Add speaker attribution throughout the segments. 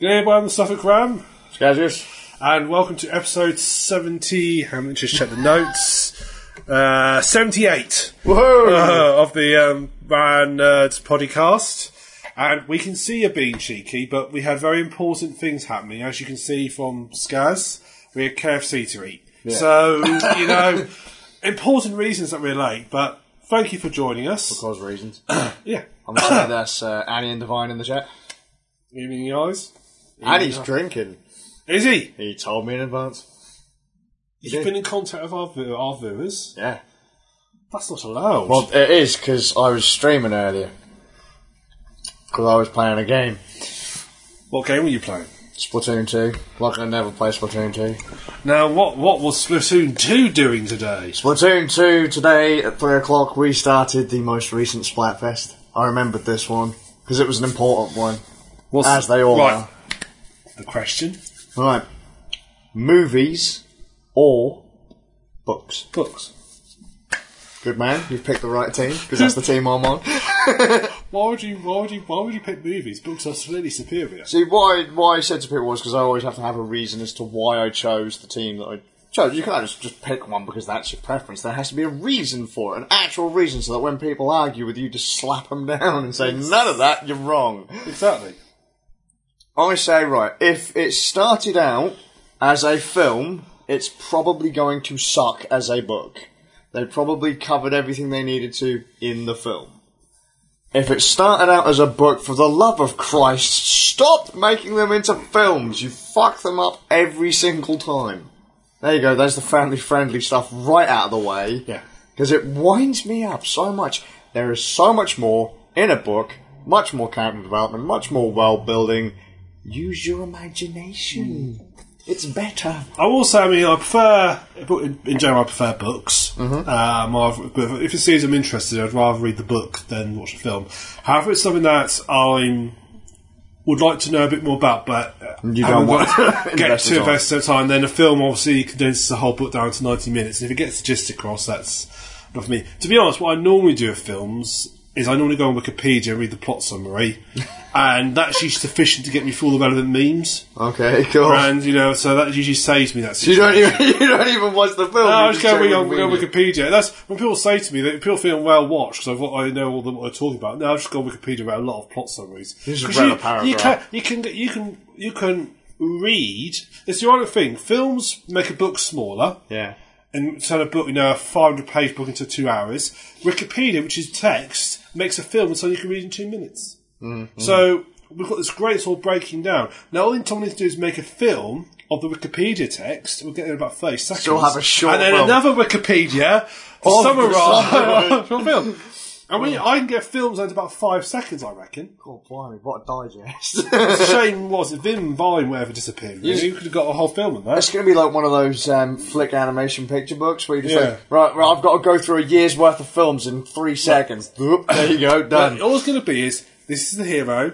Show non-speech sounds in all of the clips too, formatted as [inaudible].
Speaker 1: G'day, everyone. The Suffolk Ram,
Speaker 2: Scousers.
Speaker 1: and welcome to episode seventy. How much? Just check the notes. Uh, Seventy-eight
Speaker 2: Whoa!
Speaker 1: uh, of the um, Ran Nerds podcast, and we can see you being cheeky, but we had very important things happening, as you can see from Skaz. We had KFC to eat, so you know important reasons that we're late. But thank you for joining us.
Speaker 2: Cause reasons.
Speaker 1: Yeah,
Speaker 2: I'm going to say that's uh, Annie and Divine in the chat.
Speaker 1: evening the eyes.
Speaker 2: Annie's drinking.
Speaker 1: Is he?
Speaker 2: He told me in advance.
Speaker 1: You've been in contact with our, vi- our viewers.
Speaker 2: Yeah.
Speaker 1: That's not allowed.
Speaker 2: Well, it is because I was streaming earlier. Because I was playing a game.
Speaker 1: What game were you playing?
Speaker 2: Splatoon 2. Like I never play Splatoon 2.
Speaker 1: Now, what what was Splatoon 2 doing today?
Speaker 2: Splatoon 2 today at 3 o'clock we started the most recent Splatfest. I remembered this one. Because it was an important one.
Speaker 1: What's,
Speaker 2: As they all
Speaker 1: right,
Speaker 2: are.
Speaker 1: The question?
Speaker 2: Right. Movies or books?
Speaker 1: Books.
Speaker 2: Good man, you've picked the right team because that's the team I'm on. [laughs]
Speaker 1: Why would you why would you why would you pick movies? Books are slightly superior.
Speaker 2: See, why why I said to people was because I always have to have a reason as to why I chose the team that I chose. You can't just just pick one because that's your preference. There has to be a reason for it, an actual reason, so that when people argue with you, just slap them down and say none of that. You're wrong.
Speaker 1: Exactly.
Speaker 2: I say right. If it started out as a film, it's probably going to suck as a book. They probably covered everything they needed to in the film. If it started out as a book, for the love of Christ, stop making them into films. You fuck them up every single time. There you go. There's the family friendly stuff right out of the way.
Speaker 1: Yeah.
Speaker 2: Because it winds me up so much. There is so much more in a book, much more character development, much more world building. Use your imagination. It's better.
Speaker 1: I will say, I mean, I prefer in, in general. I prefer books.
Speaker 2: Mm-hmm.
Speaker 1: Um, I've- but if it seems I'm interested, I'd rather read the book than watch a film. However, it's something that I would like to know a bit more about, but uh,
Speaker 2: You
Speaker 1: haven't
Speaker 2: don't want [laughs]
Speaker 1: got-
Speaker 2: to
Speaker 1: get
Speaker 2: invest
Speaker 1: to
Speaker 2: the time.
Speaker 1: invest the time. Then a film obviously condenses the whole book down to ninety minutes, and if it gets the gist across, that's not for me. To be honest, what I normally do with films is I normally go on Wikipedia and read the plot
Speaker 2: [laughs]
Speaker 1: summary, and that's usually sufficient to get me through all the relevant
Speaker 2: Oh,
Speaker 1: memes.
Speaker 2: Okay, cool.
Speaker 1: And you know, so that usually saves me that.
Speaker 2: You
Speaker 1: Situation.
Speaker 2: don't even [laughs] you don't even watch the film.
Speaker 1: No,
Speaker 2: you
Speaker 1: I just go
Speaker 2: say
Speaker 1: read
Speaker 2: what
Speaker 1: on,
Speaker 2: you
Speaker 1: go on
Speaker 2: mean.
Speaker 1: Wikipedia. That's when people say to me that people feel well watched because I know all the, what they're talking about. Now I've just gone Wikipedia about a lot of plot summaries. 'Cause
Speaker 2: just read a
Speaker 1: You can,
Speaker 2: paragraph.
Speaker 1: you can, you can, you can read. It's the other thing. Films make a book smaller
Speaker 2: Yeah.
Speaker 1: and turn a book, you know, a 500 page book into two hours. Wikipedia, which is text, makes a film so you can read in two minutes.
Speaker 2: Mm-hmm.
Speaker 1: So we've got this great sort of breaking down. Now, all Tom needs to do is make a film of the Wikipedia text. We'll get there in about 30 seconds.
Speaker 2: Still have a short
Speaker 1: And then
Speaker 2: film. Oh,
Speaker 1: another Wikipedia to
Speaker 2: Of
Speaker 1: [laughs]
Speaker 2: the
Speaker 1: summarise your film. I mean, I can get films out in about five seconds, I
Speaker 2: [laughs]
Speaker 1: reckon.
Speaker 2: God, blimey, what a digest. [laughs]
Speaker 1: Shame was it Vim Vine, whatever disappeared. Really. You could have got a whole film of that.
Speaker 2: It's going to be like one of those um, flick animation picture books where you just
Speaker 1: Yeah.
Speaker 2: like, right, right, I've got to go through a year's worth of films in three seconds. Oop, [laughs] there you go, done.
Speaker 1: But all it's going to be is this is the hero,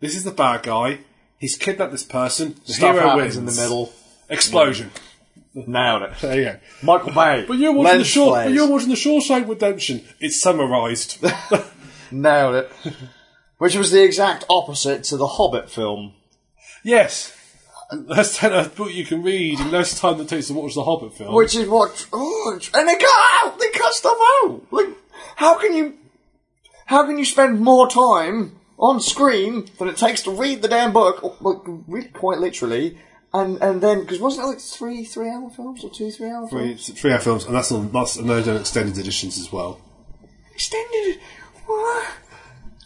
Speaker 1: this is the bad guy. He's kidnapped this person. The
Speaker 2: Stuff
Speaker 1: hero wins
Speaker 2: happens in the middle.
Speaker 1: Explosion.
Speaker 2: Nailed it.
Speaker 1: [laughs] There you go.
Speaker 2: Michael Bay.
Speaker 1: But you're watching the
Speaker 2: Lens
Speaker 1: short. But
Speaker 2: flares.
Speaker 1: you're watching the Shawshank Redemption. It's summarised.
Speaker 2: [laughs]
Speaker 1: [laughs]
Speaker 2: Nailed it. Which was the exact opposite to the Hobbit film.
Speaker 1: yes. That's a book you can read in less time than it takes to watch the Hobbit film.
Speaker 2: Which is what. Oh, and they cut out! They cut stuff out! Like, how can you. How can you spend more time on screen than it takes to read the damn book, or, like, really quite literally, and, and then. Because wasn't it like three three hour films or two three hour films?
Speaker 1: It's three hour films, and that's on that's and those are extended editions as well.
Speaker 2: Extended. What?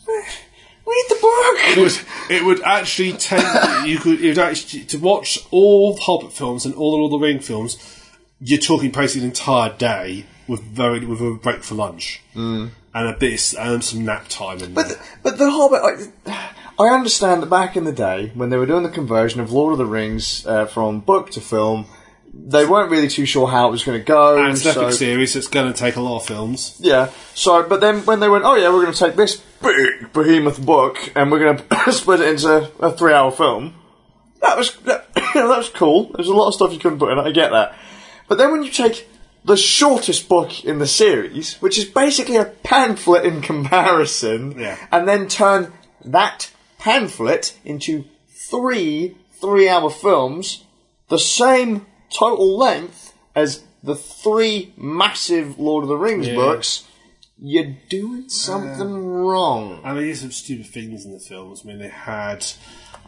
Speaker 2: Read the book!
Speaker 1: It would, it would actually take you could it would actually to watch all the Hobbit films and all the Lord of the Ring films. You're talking basically an entire day with very with a break for lunch and a bit of- and some nap time in
Speaker 2: Hmm. But
Speaker 1: there.
Speaker 2: the, but the Hobbit, I, [sighs] I understand that back in the day when they were doing the conversion of Lord of the Rings uh, from book to film, they weren't really too sure how it was going to go.
Speaker 1: And Ah, it's an
Speaker 2: so,
Speaker 1: epic series, so it's going to take a lot of films.
Speaker 2: yeah. So, but then when they went, oh yeah, we're going to take this big behemoth book and we're going to [coughs] split it into a three-hour film. That was [coughs] that, that was cool. There's a lot of stuff you couldn't put in it. I get that. But then when you take the shortest book in the series, which is basically a pamphlet in comparison,
Speaker 1: Yeah.
Speaker 2: and then turn that pamphlet into three three hour films, the same total length as the three massive Lord of the Rings
Speaker 1: Yeah.
Speaker 2: books, you're doing something wrong.
Speaker 1: And they did some stupid things in the films. I mean, they had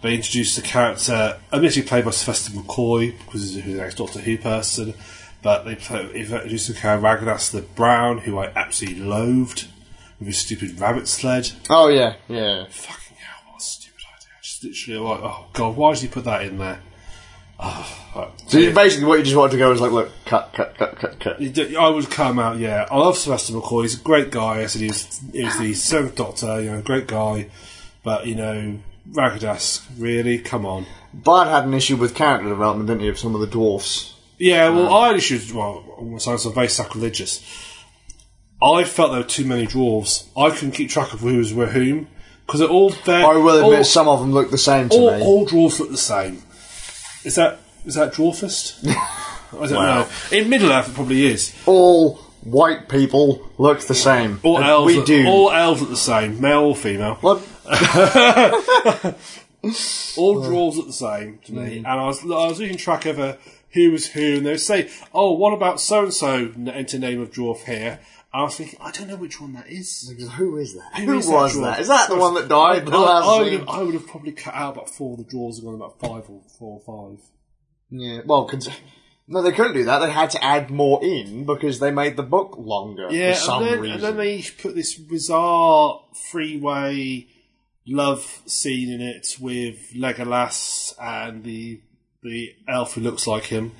Speaker 1: they introduced the character, admittedly played by Sylvester McCoy because he's an ex Doctor Who person, but they play, introduced the character Ragnas the Brown, who I absolutely loathed with his stupid rabbit sled.
Speaker 2: Oh, yeah, yeah.
Speaker 1: Fucking hell, what a stupid idea! Just literally like, oh god, why did he put that in there? Oh,
Speaker 2: So you- basically, what you just wanted to go is like, look, cut, cut, cut, cut, cut.
Speaker 1: He did- I would come out, yeah. I love Sylvester McCoy. He's a great guy. I said he was, he was the seventh Doctor, you know, great guy. But, you know, Ragadas, really? Come on.
Speaker 2: Bard had an issue with character development, didn't he, of some of the dwarfs?
Speaker 1: Yeah, well,
Speaker 2: Um,
Speaker 1: I issued, well, I'm gonna sound so very sacrilegious. I felt there were too many dwarves. I couldn't keep track of who was with whom. Because they're all there.
Speaker 2: I will admit,
Speaker 1: all,
Speaker 2: some of them look the same to
Speaker 1: all,
Speaker 2: me.
Speaker 1: all dwarves look the same. Is that is that
Speaker 2: [laughs]
Speaker 1: dwarfist? I don't
Speaker 2: Wow.
Speaker 1: know. In Middle Earth, it probably is.
Speaker 2: all white people look the same.
Speaker 1: All
Speaker 2: And
Speaker 1: elves,
Speaker 2: we
Speaker 1: look,
Speaker 2: do.
Speaker 1: all elves look the same, male or female.
Speaker 2: What?
Speaker 1: all
Speaker 2: uh,
Speaker 1: dwarves look the same to
Speaker 2: mm.
Speaker 1: me, and I was I was losing track of uh, who was who, and they would say, "Oh, what about so and so?" Enter name of dwarf here. I was thinking, I don't know which one that is.
Speaker 2: Who is that? Who,
Speaker 1: is that
Speaker 2: was
Speaker 1: dwarf?
Speaker 2: that? Is that the one that died?
Speaker 1: I,
Speaker 2: The last
Speaker 1: I would
Speaker 2: scene?
Speaker 1: have, I would have probably cut out about four of the dwarves and gone about five or four or five.
Speaker 2: Yeah. Well, cons- no, they couldn't do that. They had to add more in because they made the book longer
Speaker 1: Yeah,
Speaker 2: for some
Speaker 1: and, then,
Speaker 2: reason.
Speaker 1: and then they each put this bizarre freeway love scene in it with Legolas and the the elf who looks like him,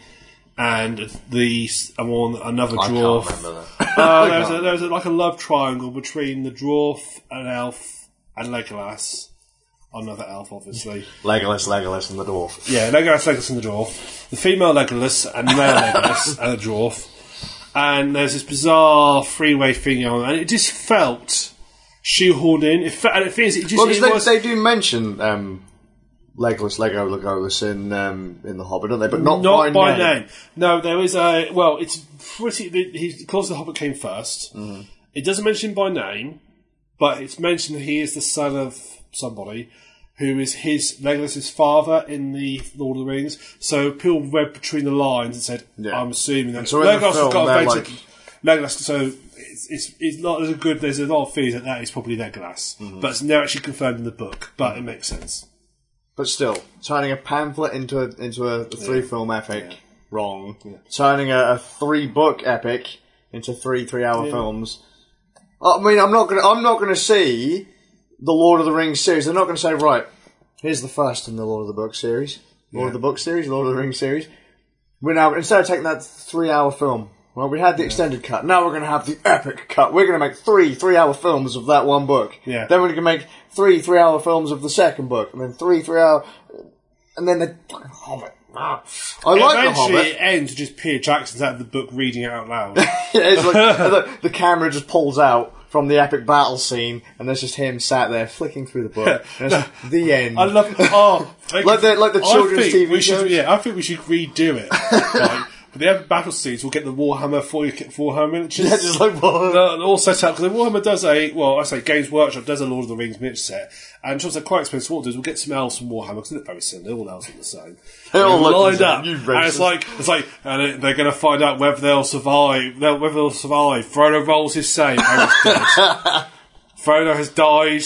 Speaker 1: and the and one another
Speaker 2: I
Speaker 1: dwarf.
Speaker 2: can't remember that.
Speaker 1: Uh, there's a, there's a, like a love triangle between the dwarf, an elf, and Legolas. Another elf, obviously.
Speaker 2: Legolas, Legolas, and the dwarf.
Speaker 1: Yeah, Legolas, Legolas, and the dwarf. The female Legolas and the male Legolas and the dwarf. And there's this bizarre freeway thing on, and it just felt shoehorned in. It felt, and it feels it just
Speaker 2: Well,
Speaker 1: it
Speaker 2: because they,
Speaker 1: was,
Speaker 2: they do mention um, Legolas, Lego, Legolas in um, in the Hobbit, don't they? But not,
Speaker 1: not by,
Speaker 2: name.
Speaker 1: name. No, there is a well. It's pretty. the- He, of course, the Hobbit came first.
Speaker 2: Mm-hmm.
Speaker 1: It doesn't mention him by name, but it's mentioned that he is the son of somebody who is his Legolas's father in the Lord of the Rings. So people read between the lines and said,
Speaker 2: Yeah.
Speaker 1: "I'm assuming that
Speaker 2: so in the
Speaker 1: Legolas
Speaker 2: film,
Speaker 1: has got
Speaker 2: they're
Speaker 1: a
Speaker 2: like-
Speaker 1: like... Legolas." So it's, it's it's not as good. There's a lot of fees that that is probably Legolas,
Speaker 2: Mm-hmm.
Speaker 1: but it's never actually confirmed in the book. But it makes sense.
Speaker 2: But still, turning a pamphlet into a, into a three film epic, wrong. Turning a, a three book epic into three three hour films. I mean, I'm not gonna I'm not gonna see the Lord of the Rings series. They're not gonna say right. Here's the first in the Lord of the Book series, Lord of the Book series, Lord of the Rings series. We're now instead of taking that three hour film. Well, we had the extended cut. Now we're going to have the epic cut. We're going to make three three-hour films of that one book.
Speaker 1: Yeah.
Speaker 2: Then we're going to make three three-hour films of the second book, and then three three-hour and then the fucking Hobbit. Ah. I like the
Speaker 1: Eventually,
Speaker 2: Hobbit.
Speaker 1: it ends with just Peter Jackson's out of the book reading it out
Speaker 2: [laughs]
Speaker 1: loud.
Speaker 2: Yeah,
Speaker 1: [laughs]
Speaker 2: it's like, the, the camera just pulls out from the epic battle scene, and there's just him sat there flicking through
Speaker 1: [laughs]
Speaker 2: the book. and it's the end.
Speaker 1: I
Speaker 2: [laughs]
Speaker 1: love. Oh, they-
Speaker 2: Like the- like the
Speaker 1: I
Speaker 2: children's
Speaker 1: think
Speaker 2: TV
Speaker 1: we should,
Speaker 2: shows.
Speaker 1: Yeah, I think we should redo
Speaker 2: [laughs]
Speaker 1: it. right? But the battle scenes, we'll get the Warhammer 40 Warhammer miniatures. [laughs]
Speaker 2: Yeah, just like, whoa.
Speaker 1: Uh, and all set up because Warhammer does a well, I say Games Workshop does a Lord of the Rings miniature set, and which also quite expensive. What we'll do is we'll get some elves from Warhammer because they look very similar. All elves look the same.
Speaker 2: They all
Speaker 1: And
Speaker 2: look the
Speaker 1: lined
Speaker 2: same,
Speaker 1: up,
Speaker 2: you
Speaker 1: and
Speaker 2: racist.
Speaker 1: it's like it's like, and it- they're going to find out whether they'll survive. they'll- Whether they'll survive. Frodo rolls his
Speaker 2: [laughs]
Speaker 1: save. Harry's dead. Frodo has died.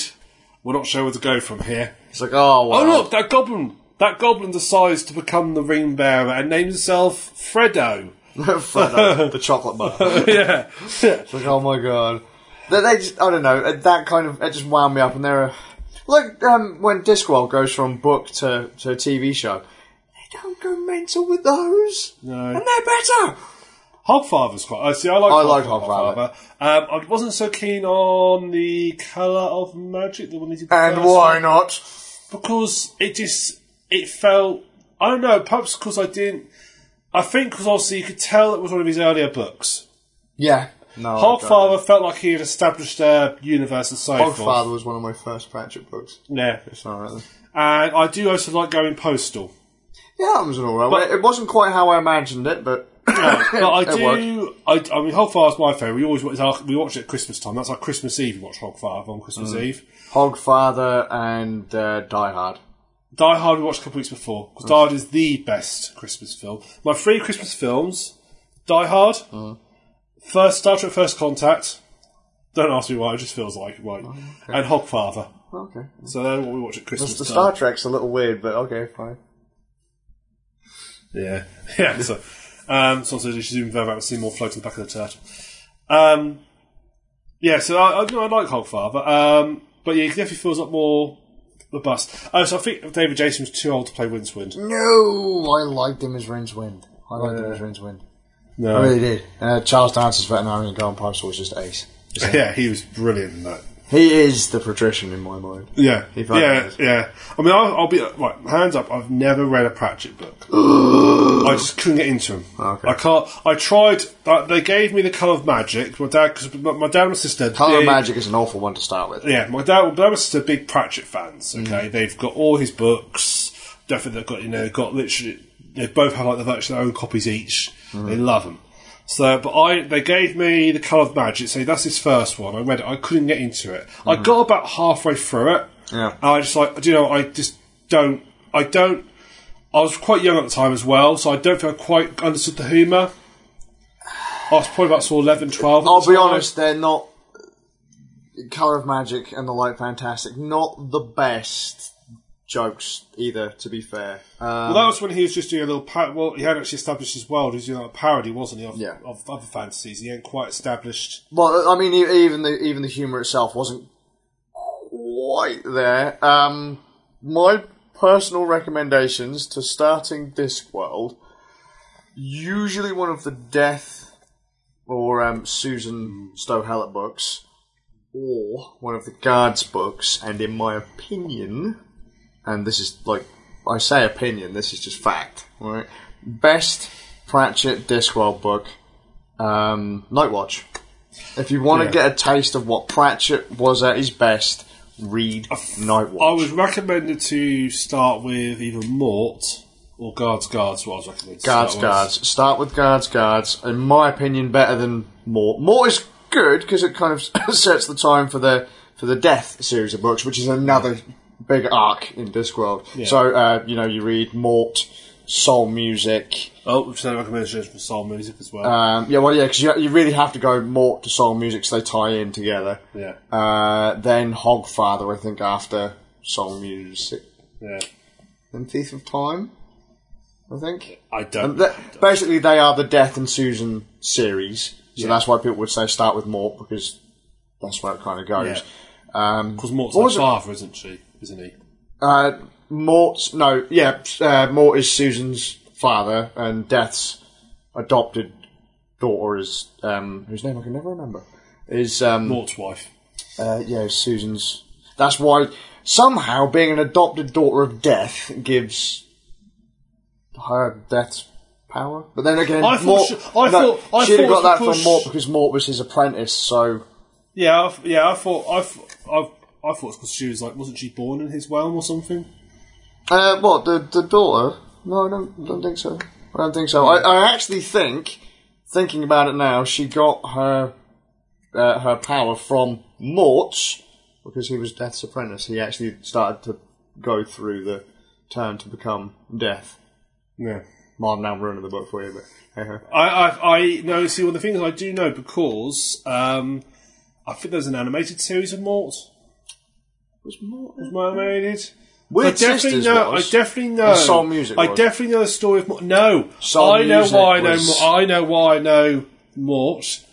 Speaker 1: We're not sure where to go from here.
Speaker 2: It's like, oh, wow.
Speaker 1: Oh
Speaker 2: [laughs]
Speaker 1: look, that goblin! That goblin decides to become the ring bearer and names himself Freddo.
Speaker 2: [laughs]
Speaker 1: [laughs]
Speaker 2: Frodo, uh, the chocolate bar.
Speaker 1: yeah.
Speaker 2: It's like, oh my god. They, they just, I don't know, uh, that kind of, it just wound me up, and they're, a- like, um, when Discworld goes from book to, to TV show, they don't go mental with those.
Speaker 1: No.
Speaker 2: And they're better.
Speaker 1: [laughs] Hogfather's quite. I see. I like.
Speaker 2: I like
Speaker 1: Hogfather. Um, I wasn't so keen on the color of magic. The one they did the
Speaker 2: And
Speaker 1: first
Speaker 2: why not?
Speaker 1: because it just it felt I don't know perhaps because I didn't I think because obviously you could tell it was one of his earlier books.
Speaker 2: Yeah. No.
Speaker 1: Hogfather felt like he had established a universe and so forth.
Speaker 2: Hogfather was one of my first Pratchett books.
Speaker 1: Yeah,
Speaker 2: It's all right. then.
Speaker 1: and I do also like going postal.
Speaker 2: Yeah, that was an alright. one. it wasn't quite how I imagined it, but
Speaker 1: [laughs] But I
Speaker 2: It
Speaker 1: do. I, I mean, Hogfather's my favourite. We always it's our, we watch it at Christmas time. That's our
Speaker 2: Mm.
Speaker 1: Christmas Eve. We watch Hogfather on Christmas Eve.
Speaker 2: Hogfather and uh, Die Hard.
Speaker 1: Die Hard we watched a couple weeks before
Speaker 2: Mm.
Speaker 1: because Die Hard is the best Christmas film. My three Christmas films: Die Hard,
Speaker 2: Mm.
Speaker 1: First Star Trek: First Contact. Don't ask me why; it just feels like right. And Hogfather.
Speaker 2: Okay.
Speaker 1: So they're what we watch at Christmas.
Speaker 2: Oh, The
Speaker 1: time.
Speaker 2: Star Trek's a little weird, but okay, fine.
Speaker 1: Yeah, [laughs] yeah. So, um, so also, you should zoom further out and see more floating back of the turtle. Um, yeah, so I, I, no, I like Hogfather, um, but yeah, it definitely feels like more robust. Oh, so I think David Jason was too old to play Windswind.
Speaker 2: No, I liked him as Rincewind. I liked him as Rincewind.
Speaker 1: No,
Speaker 2: I really did. Uh, Charles Dance's veterinarian Grand Price was just ace.
Speaker 1: [laughs] yeah, he was brilliant in that.
Speaker 2: He is the patrician in my mind.
Speaker 1: Yeah,
Speaker 2: He fucking
Speaker 1: yeah,
Speaker 2: is.
Speaker 1: yeah. I mean, I'll, I'll be right. Hands up. I've never read a Pratchett
Speaker 2: [gasps]
Speaker 1: book. I just couldn't get into them.
Speaker 2: Oh, Okay.
Speaker 1: I can't. I tried. Uh, they gave me the Color of Magic. My dad, because my my dad and my sister.
Speaker 2: Color
Speaker 1: did-
Speaker 2: Magic is an awful one to start with.
Speaker 1: Yeah, my dad, my dad was just a big Pratchett fans.
Speaker 2: Mm.
Speaker 1: Okay, they've got all his books. Definitely, they've got you know, they've got literally. They both have like they've actually their own copies each.
Speaker 2: Mm.
Speaker 1: They love them. So, but I they gave me the Color of Magic. So that's his first one. I read it. I couldn't get into it. I got about halfway through it.
Speaker 2: Mm. Yeah.
Speaker 1: And I just like, do you know, I just don't, I don't, I was quite young at the time as well, so I don't think I quite understood the humour. I was probably about sort of 11, 12.
Speaker 2: I'll be honest, they're not. Color of Magic and the Light Fantastic, not the best jokes either, to be fair. Um,
Speaker 1: Well, that was when he was just doing a little, par- well, he had actually established his world, he was doing like a parody, wasn't he, of,
Speaker 2: Yeah.
Speaker 1: of other fantasies. He hadn't quite established.
Speaker 2: well, I mean, e- even the even the humor itself wasn't quite there. Um, my personal recommendations to starting Discworld, usually one of the Death or um, Susan Stowe-Hallett books, or one of the Guards books, and in my opinion, and this is like I say opinion, this is just fact, right? Best Pratchett Discworld book, um, Nightwatch. If you want to
Speaker 1: Yeah.
Speaker 2: get a taste of what Pratchett was at his best, read Nightwatch.
Speaker 1: I was recommended to start with either Mort or Guards Guards, what I was recommended to
Speaker 2: guards,
Speaker 1: start with.
Speaker 2: guards. Start with guards, guards. In my opinion, better than Mort. Mort is good because it kind of [laughs] sets the time for the for the Death series of books, which is another big arc in Discworld. So uh, you know, you read Mort, Soul Music.
Speaker 1: Oh, we've said recommendations for soul music as well.
Speaker 2: Um, yeah, well, yeah, because you, you really have to go Mort to Soul Music, so they tie in together.
Speaker 1: yeah,
Speaker 2: Uh, then Hogfather, I think, after Soul Music.
Speaker 1: yeah.
Speaker 2: And Thief of Time, I think.
Speaker 1: I don't.
Speaker 2: And th- basically, they are the Death and Susan series, so that's why people would say start with Mort because that's where it kind of goes. Um,
Speaker 1: Because Mort's
Speaker 2: What
Speaker 1: her
Speaker 2: was it?
Speaker 1: father, isn't she? Isn't he?
Speaker 2: uh, Mort's no, yeah, uh, Mort is Susan's father, and Death's adopted daughter is um, whose name I can never remember. Is um,
Speaker 1: Mort's wife.
Speaker 2: uh, yeah, Susan's. That's why somehow being an adopted daughter of Death gives her Death's power. But then again,
Speaker 1: I thought
Speaker 2: Mort,
Speaker 1: she- I
Speaker 2: no,
Speaker 1: thought- I
Speaker 2: she'd have
Speaker 1: thought
Speaker 2: got that
Speaker 1: because-
Speaker 2: from Mort because Mort was his apprentice. So
Speaker 1: Yeah, I, th- yeah. I thought I, th- I, I thought because she was like, wasn't she born in his realm or something?
Speaker 2: uh, what the the daughter? No, I don't don't think so. I don't think so. I, I actually think thinking about it now, she got her uh, her power from Mort because he was Death's apprentice. He actually started to go through the turn to become Death.
Speaker 1: Yeah.
Speaker 2: Well, now I'm ruining the book for you, but hey-ho.
Speaker 1: I, I, I no. See, one of the things I do know because um, I think there's an animated series of Mort.
Speaker 2: was Mort
Speaker 1: Am I Animated.
Speaker 2: Weird
Speaker 1: I definitely
Speaker 2: Sisters
Speaker 1: know.
Speaker 2: was.
Speaker 1: I definitely know.
Speaker 2: And Soul Music
Speaker 1: I
Speaker 2: was.
Speaker 1: definitely know the story of Mort. No,
Speaker 2: Soul
Speaker 1: I know
Speaker 2: Music
Speaker 1: why I know.
Speaker 2: was-
Speaker 1: Mo- I know why I know Mort.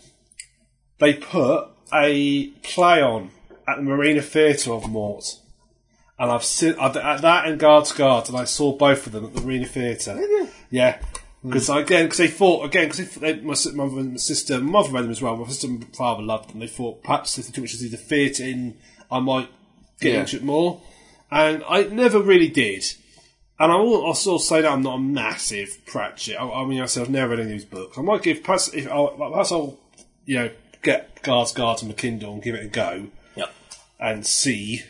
Speaker 1: They put a play on at the Marina Theatre of Mort, and I've seen I've, at that and Guards Guard, and I saw both of them at the Marina Theatre. Yeah.
Speaker 2: Hmm.
Speaker 1: Because again, because they thought again, because they, my, si- my mother and my sister, my mother read them as well. My sister and father loved them. They thought perhaps if the too much is the theatre in, I might get
Speaker 2: Yeah.
Speaker 1: into it more, and I never really did. And I will, I'll still say that I'm not a massive Pratchett. I, I mean, I said I've never read any of his books. I might give perhaps if I'll, perhaps I'll you know get Guards Guard and McKindle and give it a go
Speaker 2: Yep.
Speaker 1: and see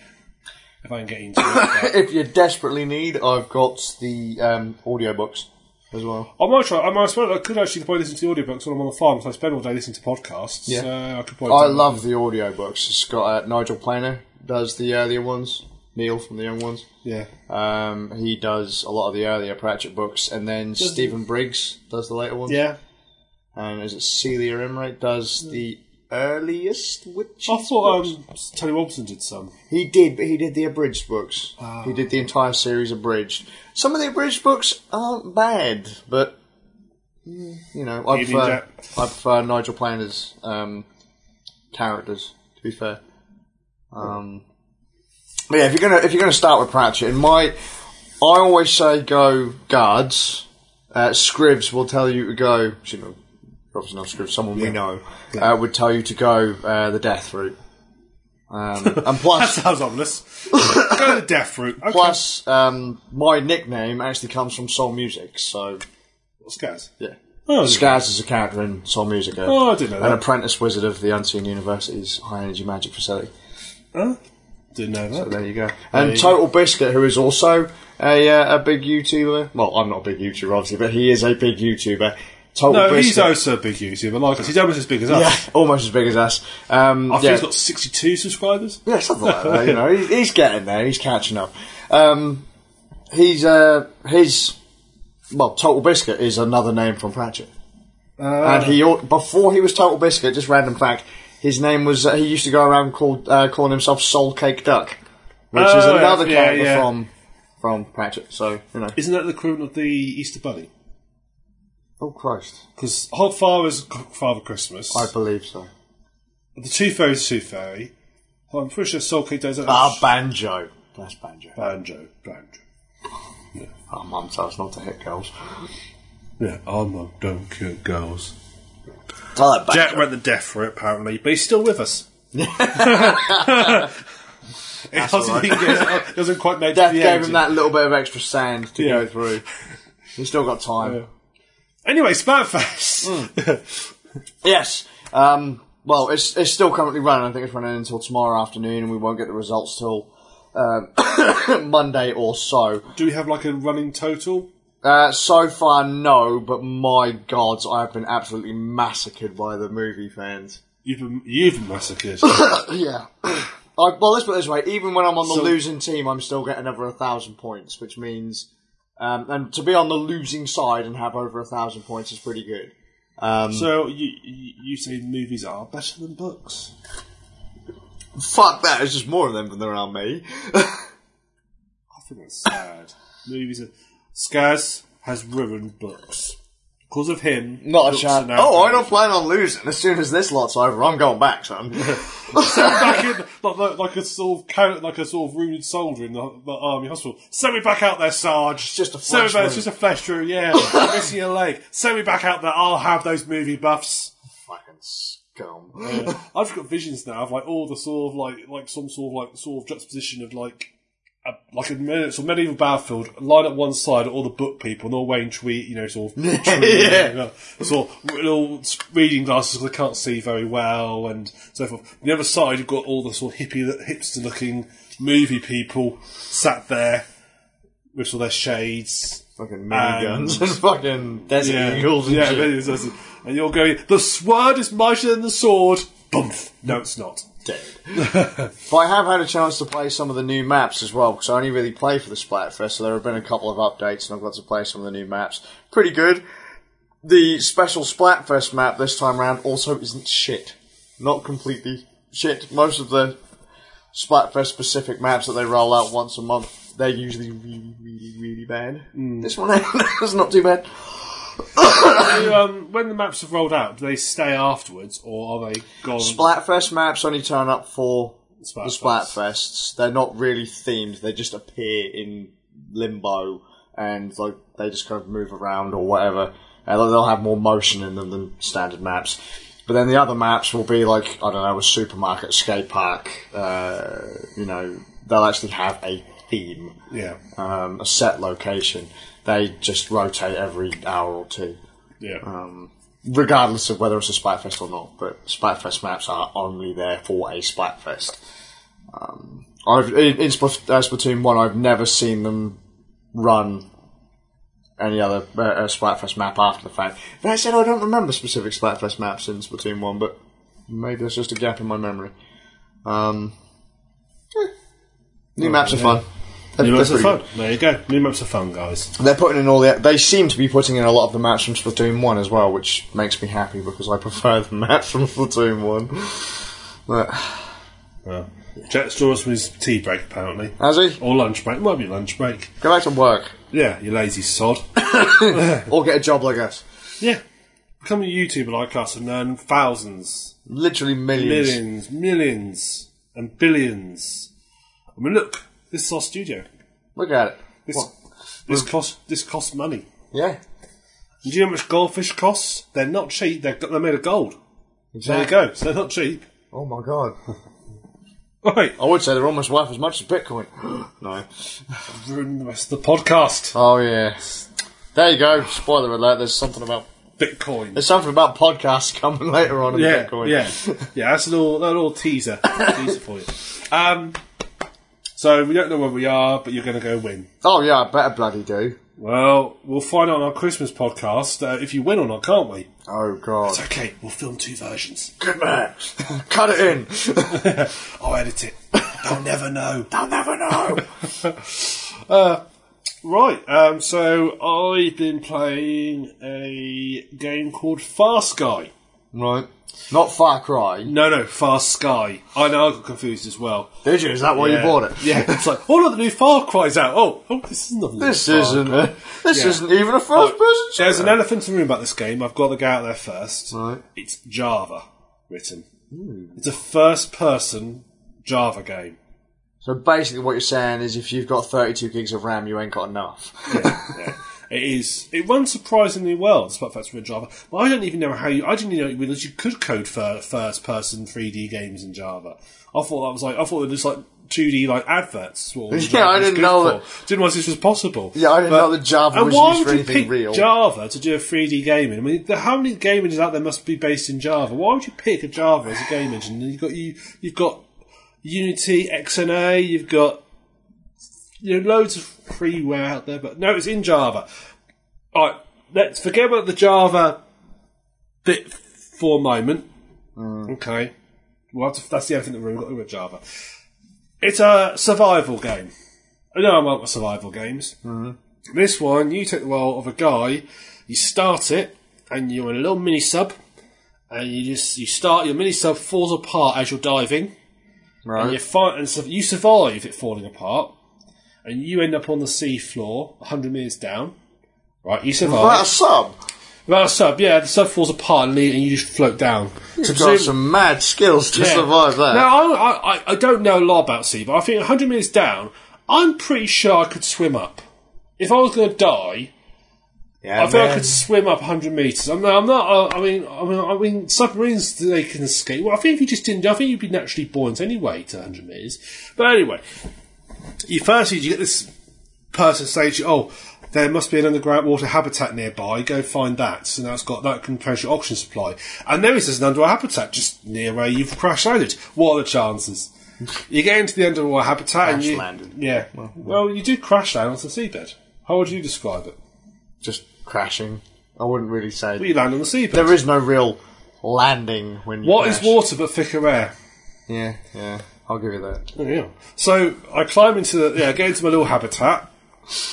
Speaker 1: if I can get into it.
Speaker 2: If you desperately need, I've got the um, audiobooks as well.
Speaker 1: I might try. I might. I suppose I could actually probably listen to the audiobooks when I'm on the farm. So I spend all day listening to podcasts.
Speaker 2: Yeah.
Speaker 1: So I could probably.
Speaker 2: I
Speaker 1: do
Speaker 2: uh, love the audiobooks. It's got uh, Nigel Planer does the earlier ones. Neil from The Young Ones.
Speaker 1: Yeah.
Speaker 2: Um, he does a lot of the earlier Pratchett books, and then Stephen Briggs does the later ones.
Speaker 1: Yeah.
Speaker 2: And is it Celia Imright does the earliest witches?
Speaker 1: I thought
Speaker 2: books?
Speaker 1: um, Tony Robson did
Speaker 2: [laughs]
Speaker 1: some.
Speaker 2: He did, but he did the abridged books. He did the entire series abridged. Some of the abridged books aren't bad, but mm, you know, I
Speaker 1: Evening
Speaker 2: prefer
Speaker 1: Jack.
Speaker 2: I prefer Nigel Planer's um, characters. To be fair, um, but yeah, if you're gonna if you're gonna start with Pratchett, in my I always say go guards. Uh, Scribs will tell you to go. Shouldn't have, obviously not Scribs. Someone we know uh, would tell you to go uh, the death route. Um, and
Speaker 1: That
Speaker 2: plus,
Speaker 1: sounds ominous. [laughs] Go to Death Route. Okay.
Speaker 2: Plus, um, my nickname actually comes from soul music, so
Speaker 1: Scars.
Speaker 2: yeah.
Speaker 1: Oh,
Speaker 2: Skaz is a character in Soul Music, a-
Speaker 1: Oh, I didn't know
Speaker 2: an
Speaker 1: that.
Speaker 2: apprentice wizard of the Unseen University's high energy magic facility.
Speaker 1: huh? didn't know that.
Speaker 2: But there you go. And Total Biscuit, who is also a uh, a big YouTuber. Well, I'm not a big YouTuber, obviously, but he is a big YouTuber. Total
Speaker 1: No,
Speaker 2: Biscuit,
Speaker 1: he's also a big YouTuber. Like us, he's almost as big as us.
Speaker 2: yeah, almost as big as us. Um,
Speaker 1: I think
Speaker 2: yeah.
Speaker 1: he's got 62 subscribers.
Speaker 2: Yeah, something like
Speaker 1: [laughs]
Speaker 2: that. You know, he's, he's getting there. He's catching up. Um, he's uh, his well, Total Biscuit is another name from Pratchett,
Speaker 1: Ah.
Speaker 2: and he al- before he was Total Biscuit. Just random fact, his name was uh, he used to go around called uh, calling himself Soul Cake Duck, which is
Speaker 1: Oh, yeah,
Speaker 2: another
Speaker 1: yeah,
Speaker 2: character
Speaker 1: yeah.
Speaker 2: from from Pratchett. So you know,
Speaker 1: Isn't that the equivalent of the Easter Bunny?
Speaker 2: oh Christ,
Speaker 1: Because Hogfather's Father Christmas.
Speaker 2: I believe so.
Speaker 1: The Tooth Fairy's Tooth Fairy. Well, I'm pretty sure Soul Cake does that.
Speaker 2: Ah, banjo. That's banjo.
Speaker 1: Banjo. Banjo.
Speaker 2: Our mum tells not to hit girls.
Speaker 1: Yeah, I'm a don't kill girls.
Speaker 2: I like banjo.
Speaker 1: Jack went the death for it, apparently, but he's still with us. [laughs] it doesn't,
Speaker 2: all right.
Speaker 1: it doesn't quite make
Speaker 2: Death
Speaker 1: the
Speaker 2: gave
Speaker 1: engine.
Speaker 2: him that little bit of extra sand to
Speaker 1: Yeah.
Speaker 2: go
Speaker 1: [laughs]
Speaker 2: through. He's still got time.
Speaker 1: Anyway, Spatface.
Speaker 2: Yes. Um, well, it's it's still currently running. I think it's running until tomorrow afternoon, and we won't get the results till um, [coughs] Monday or so.
Speaker 1: [laughs] Do we have like a running total?
Speaker 2: Uh, so far, no. But my gods, I have been absolutely massacred by the movie fans. [coughs]
Speaker 1: You've been, you've been
Speaker 2: [laughs]
Speaker 1: massacred.
Speaker 2: Hmm. Yeah. [coughs] I, well, let's put it this way: even when I'm on the
Speaker 1: So-
Speaker 2: losing team, I'm still getting over a thousand points, which means, um, and to be on the losing side and have over a thousand points is pretty good.
Speaker 1: so you, you you say movies are better than books?
Speaker 2: Fuck that! There's just more of them than there are me.
Speaker 1: I think that's sad. movies are. Skaz has ruined books. Because of him.
Speaker 2: [laughs] Not a
Speaker 1: books
Speaker 2: chance.
Speaker 1: are now
Speaker 2: Oh, I
Speaker 1: banned.
Speaker 2: don't plan on losing. As soon as this lot's over, I'm going back, [laughs] son.
Speaker 1: back in, like, like, like a sort of count, like a sort of wounded soldier in the, the army hospital. Send me back out there, Sarge. It's
Speaker 2: just a
Speaker 1: Send me
Speaker 2: flesh
Speaker 1: back, it's
Speaker 2: wound.
Speaker 1: just a flesh through.
Speaker 2: [laughs]
Speaker 1: Yeah, I'm missing a leg. Send me back out there. I'll have those movie buffs.
Speaker 2: Fucking scum.
Speaker 1: I've got visions now of like all the sort of like like some sort of like sort of juxtaposition of like. A, like a med- sort of medieval battlefield, line up one side, all the book people, and all wearing tweed, you know, sort of,
Speaker 2: [laughs] [laughs] Yeah.
Speaker 1: yeah. sort of little reading glasses because they can't see very well, and so forth. On the other side, you've got all the sort of hippie, hipster-looking movie people sat there with all their shades,
Speaker 2: Fucking miniguns and fucking desert eagles and
Speaker 1: yeah,
Speaker 2: shit.
Speaker 1: it is, it is. and you're going, the sword is mightier than the sword. Bumph. No, it's not.
Speaker 2: [laughs] but I have had a chance to play some of the new maps as well, because I only really play for the Splatfest, so there have been a couple of updates, and I've got to play some of the new maps. Pretty good. The special Splatfest map this time round also isn't shit. Not completely shit. Most of the Splatfest specific maps that they roll out once a month, they're usually really, really, really bad. This one [laughs] is not too bad.
Speaker 1: So, um, when the maps have rolled out, do they stay afterwards, or are they gone?
Speaker 2: Splatfest maps only turn up for the
Speaker 1: Splatfest.
Speaker 2: Splatfests. They're not really themed. They just appear in limbo and like they just kind of move around or whatever. And they'll- they'll have more motion in them than standard maps. But then the other maps will be like I don't know, a supermarket, skate park. Uh, you know, they'll actually have a theme,
Speaker 1: yeah,
Speaker 2: um, a set location. They just rotate every hour or two
Speaker 1: yeah.
Speaker 2: Ah. regardless of whether it's a Splatfest or not. But Splatfest maps are only there for a Splatfest. Um, I've, in, in Splat- uh, Splatoon 1, I've never seen them run any other uh, uh, Splatfest map after the fact. That said, I don't remember specific Splatfest maps in Splatoon 1, but maybe that's just a gap in my memory. Um, New maps are fun.
Speaker 1: New
Speaker 2: They're-
Speaker 1: maps
Speaker 2: they're
Speaker 1: are
Speaker 2: pretty
Speaker 1: fun. There you go. New maps are fun, guys.
Speaker 2: They're putting in all the. They seem to be putting in a lot of the maps from Splatoon One as well, which makes me happy because I [laughs] prefer the maps from Splatoon One. But
Speaker 1: Well, Jack's drawing from his tea break, apparently.
Speaker 2: has he
Speaker 1: Or lunch break. Might be lunch break.
Speaker 2: go back
Speaker 1: [laughs]
Speaker 2: to work
Speaker 1: Yeah, you lazy
Speaker 2: [coughs]
Speaker 1: sod.
Speaker 2: or get a job like us?
Speaker 1: yeah. Become a YouTuber like us and earn thousands,
Speaker 2: Literally millions.
Speaker 1: millions, millions, and billions. I mean, look, this is our studio.
Speaker 2: Look at it.
Speaker 1: This,
Speaker 2: What?
Speaker 1: this, cost, this costs money.
Speaker 2: Yeah.
Speaker 1: And do you know how much goldfish costs? They're not cheap. They're, they're made of gold. There you
Speaker 2: Exactly.
Speaker 1: go. So they're not cheap.
Speaker 2: Oh my god.
Speaker 1: Right.
Speaker 2: I would say they're almost worth as much as Bitcoin. [gasps] no.
Speaker 1: I've ruined the rest of the podcast.
Speaker 2: Oh yeah. There you go. Spoiler alert. There's something about
Speaker 1: Bitcoin.
Speaker 2: there's something about podcasts [laughs] coming later on in
Speaker 1: yeah,
Speaker 2: Bitcoin.
Speaker 1: Yeah, yeah. That's a little, that little teaser, [coughs] teaser for you. Um, so we don't know where we are, but you're going to go win.
Speaker 2: Oh yeah. I better bloody do.
Speaker 1: Well, we'll find out on our Christmas podcast uh, if you win or not, can't we?
Speaker 2: Oh god.
Speaker 1: It's okay. We'll film two versions. [laughs]
Speaker 2: Good man. [laughs] Cut it in. [laughs]
Speaker 1: I'll edit it. They'll never know.
Speaker 2: I'll never know.
Speaker 1: Uh, Right. Um, so I've been playing a game called Far Sky.
Speaker 2: [laughs] right. Not Far Cry.
Speaker 1: No, no, Far Sky. I know I got confused as well.
Speaker 2: Did you? Is that why you
Speaker 1: Yeah.
Speaker 2: bought it?
Speaker 1: Yeah, it's like, oh look, the new Far Cry's out. Oh, oh, this is nothing.
Speaker 2: This isn't. A, this isn't even a first person. shooter.
Speaker 1: There's an elephant in the room about this game. I've got to go out there first.
Speaker 2: Right. Hmm.
Speaker 1: It's Java written. It's a first person Java game.
Speaker 2: So basically, what you're saying is, if you've got 32 gigs of RAM, you ain't got enough. [laughs]
Speaker 1: Yeah. it is. It runs surprisingly well, despite the fact it's written in Java. But I don't even know how you. I didn't even realize you could code for first person 3D games in Java. I thought that was like. I thought it was just like 2D like adverts. or
Speaker 2: [laughs] Yeah,
Speaker 1: Java
Speaker 2: I
Speaker 1: was
Speaker 2: didn't
Speaker 1: good
Speaker 2: know
Speaker 1: for.
Speaker 2: that-
Speaker 1: Didn't realize this was possible.
Speaker 2: Yeah, I didn't know that Java
Speaker 1: and
Speaker 2: was
Speaker 1: why
Speaker 2: used
Speaker 1: would
Speaker 2: for
Speaker 1: you
Speaker 2: anything
Speaker 1: pick
Speaker 2: real.
Speaker 1: Java to do a 3D gaming. I mean, the- how many game engines out there must be based in Java? Why would you pick a Java as a game engine? You've got you. You've got Unity, XNA. You've got you know loads of freeware out there, but no, it's in Java. All right, let's forget about the Java bit for a moment.
Speaker 2: Mm.
Speaker 1: Okay, well that's, that's the only thing that we've got to do with Java. It's a survival game. No, I'm not with survival games. This one, you take the role of a guy. You start it, and you're in a little mini sub, and you just you start your mini sub falls apart as you're diving and you
Speaker 2: Right.
Speaker 1: fight and su- you survive it falling apart, and you end up on the sea floor, hundred meters down. Right, you survive.
Speaker 2: Well, that's sub.
Speaker 1: Well, the sub, yeah, the sub falls apart and, you- and you just float down. So
Speaker 2: You've got
Speaker 1: presume-
Speaker 2: some mad skills to
Speaker 1: yeah.
Speaker 2: survive that.
Speaker 1: Now, I, I- I, I don't know a lot about sea, but I think hundred meters down, I'm pretty sure I could swim up. If I was going to die,
Speaker 2: yeah,
Speaker 1: I think I
Speaker 2: man.
Speaker 1: could swim up 100 meters. I'm not. I'm not uh, I mean, I mean, I mean, submarines they can escape. Well, I think if you just didn't, I think you'd be naturally buoyant anyway to 100 meters. But anyway, you first you get this person saying, to you, "Oh, there must be an underground water habitat nearby. Go find that." So now it's got that can increase your oxygen supply. And there is this an underwater habitat just near where you've crash landed. What are the chances? You get into the underwater habitat and
Speaker 2: Crash
Speaker 1: you
Speaker 2: landed.
Speaker 1: yeah. Well, you do crash land on the seabed. How would you describe it?
Speaker 2: Just crashing. I wouldn't really say.
Speaker 1: You land on the seabed.
Speaker 2: there is no real landing when you
Speaker 1: What is
Speaker 2: crash.
Speaker 1: water but thicker air?
Speaker 2: Yeah, yeah. I'll give you that.
Speaker 1: Oh, yeah. So I climb into the yeah, go into my little habitat.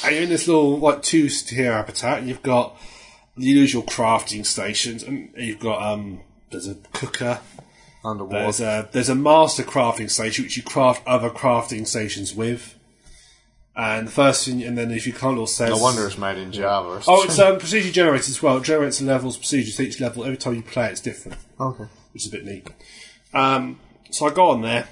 Speaker 1: And you're in this little like two tier habitat, and you've got the usual crafting stations, and you've got um there's a cooker,
Speaker 2: Underwater.
Speaker 1: there's a there's a master crafting station which you craft other crafting stations with. And the first thing, and then if you can't all says,
Speaker 2: No wonder it's made in Java.
Speaker 1: Oh, it's um, procedure generated as well. It generates levels, procedures each level. Every time you play, it, it's different.
Speaker 2: okay.
Speaker 1: which is a bit neat. Um, so I got on there.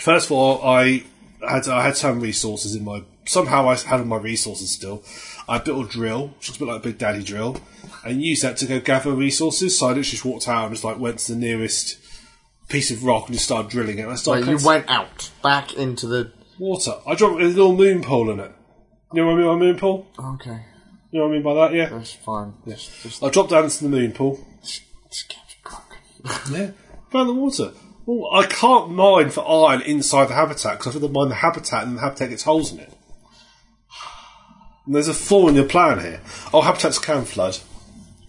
Speaker 1: First of all, I had I had some resources in my somehow I had all my resources still. I built a drill, which looks a bit like a Big Daddy drill, and used that to go gather resources. So I literally just walked out and just like went to the nearest piece of rock and just started drilling it. And I started
Speaker 2: But you
Speaker 1: cutting
Speaker 2: went out back into the.
Speaker 1: water. I dropped a little moon pool in it. You know what I mean by moon pool?
Speaker 2: Okay,
Speaker 1: You know what I mean by that? Yeah.
Speaker 2: that's fine. Just, just,
Speaker 1: I dropped down into the moon pool.
Speaker 2: just get it [laughs] cooked.
Speaker 1: Yeah, around the water. Well, I can't mine for iron inside the habitat because I have to mine the habitat and the habitat gets holes in it. And there's a flaw in your plan here. Oh, habitats can flood.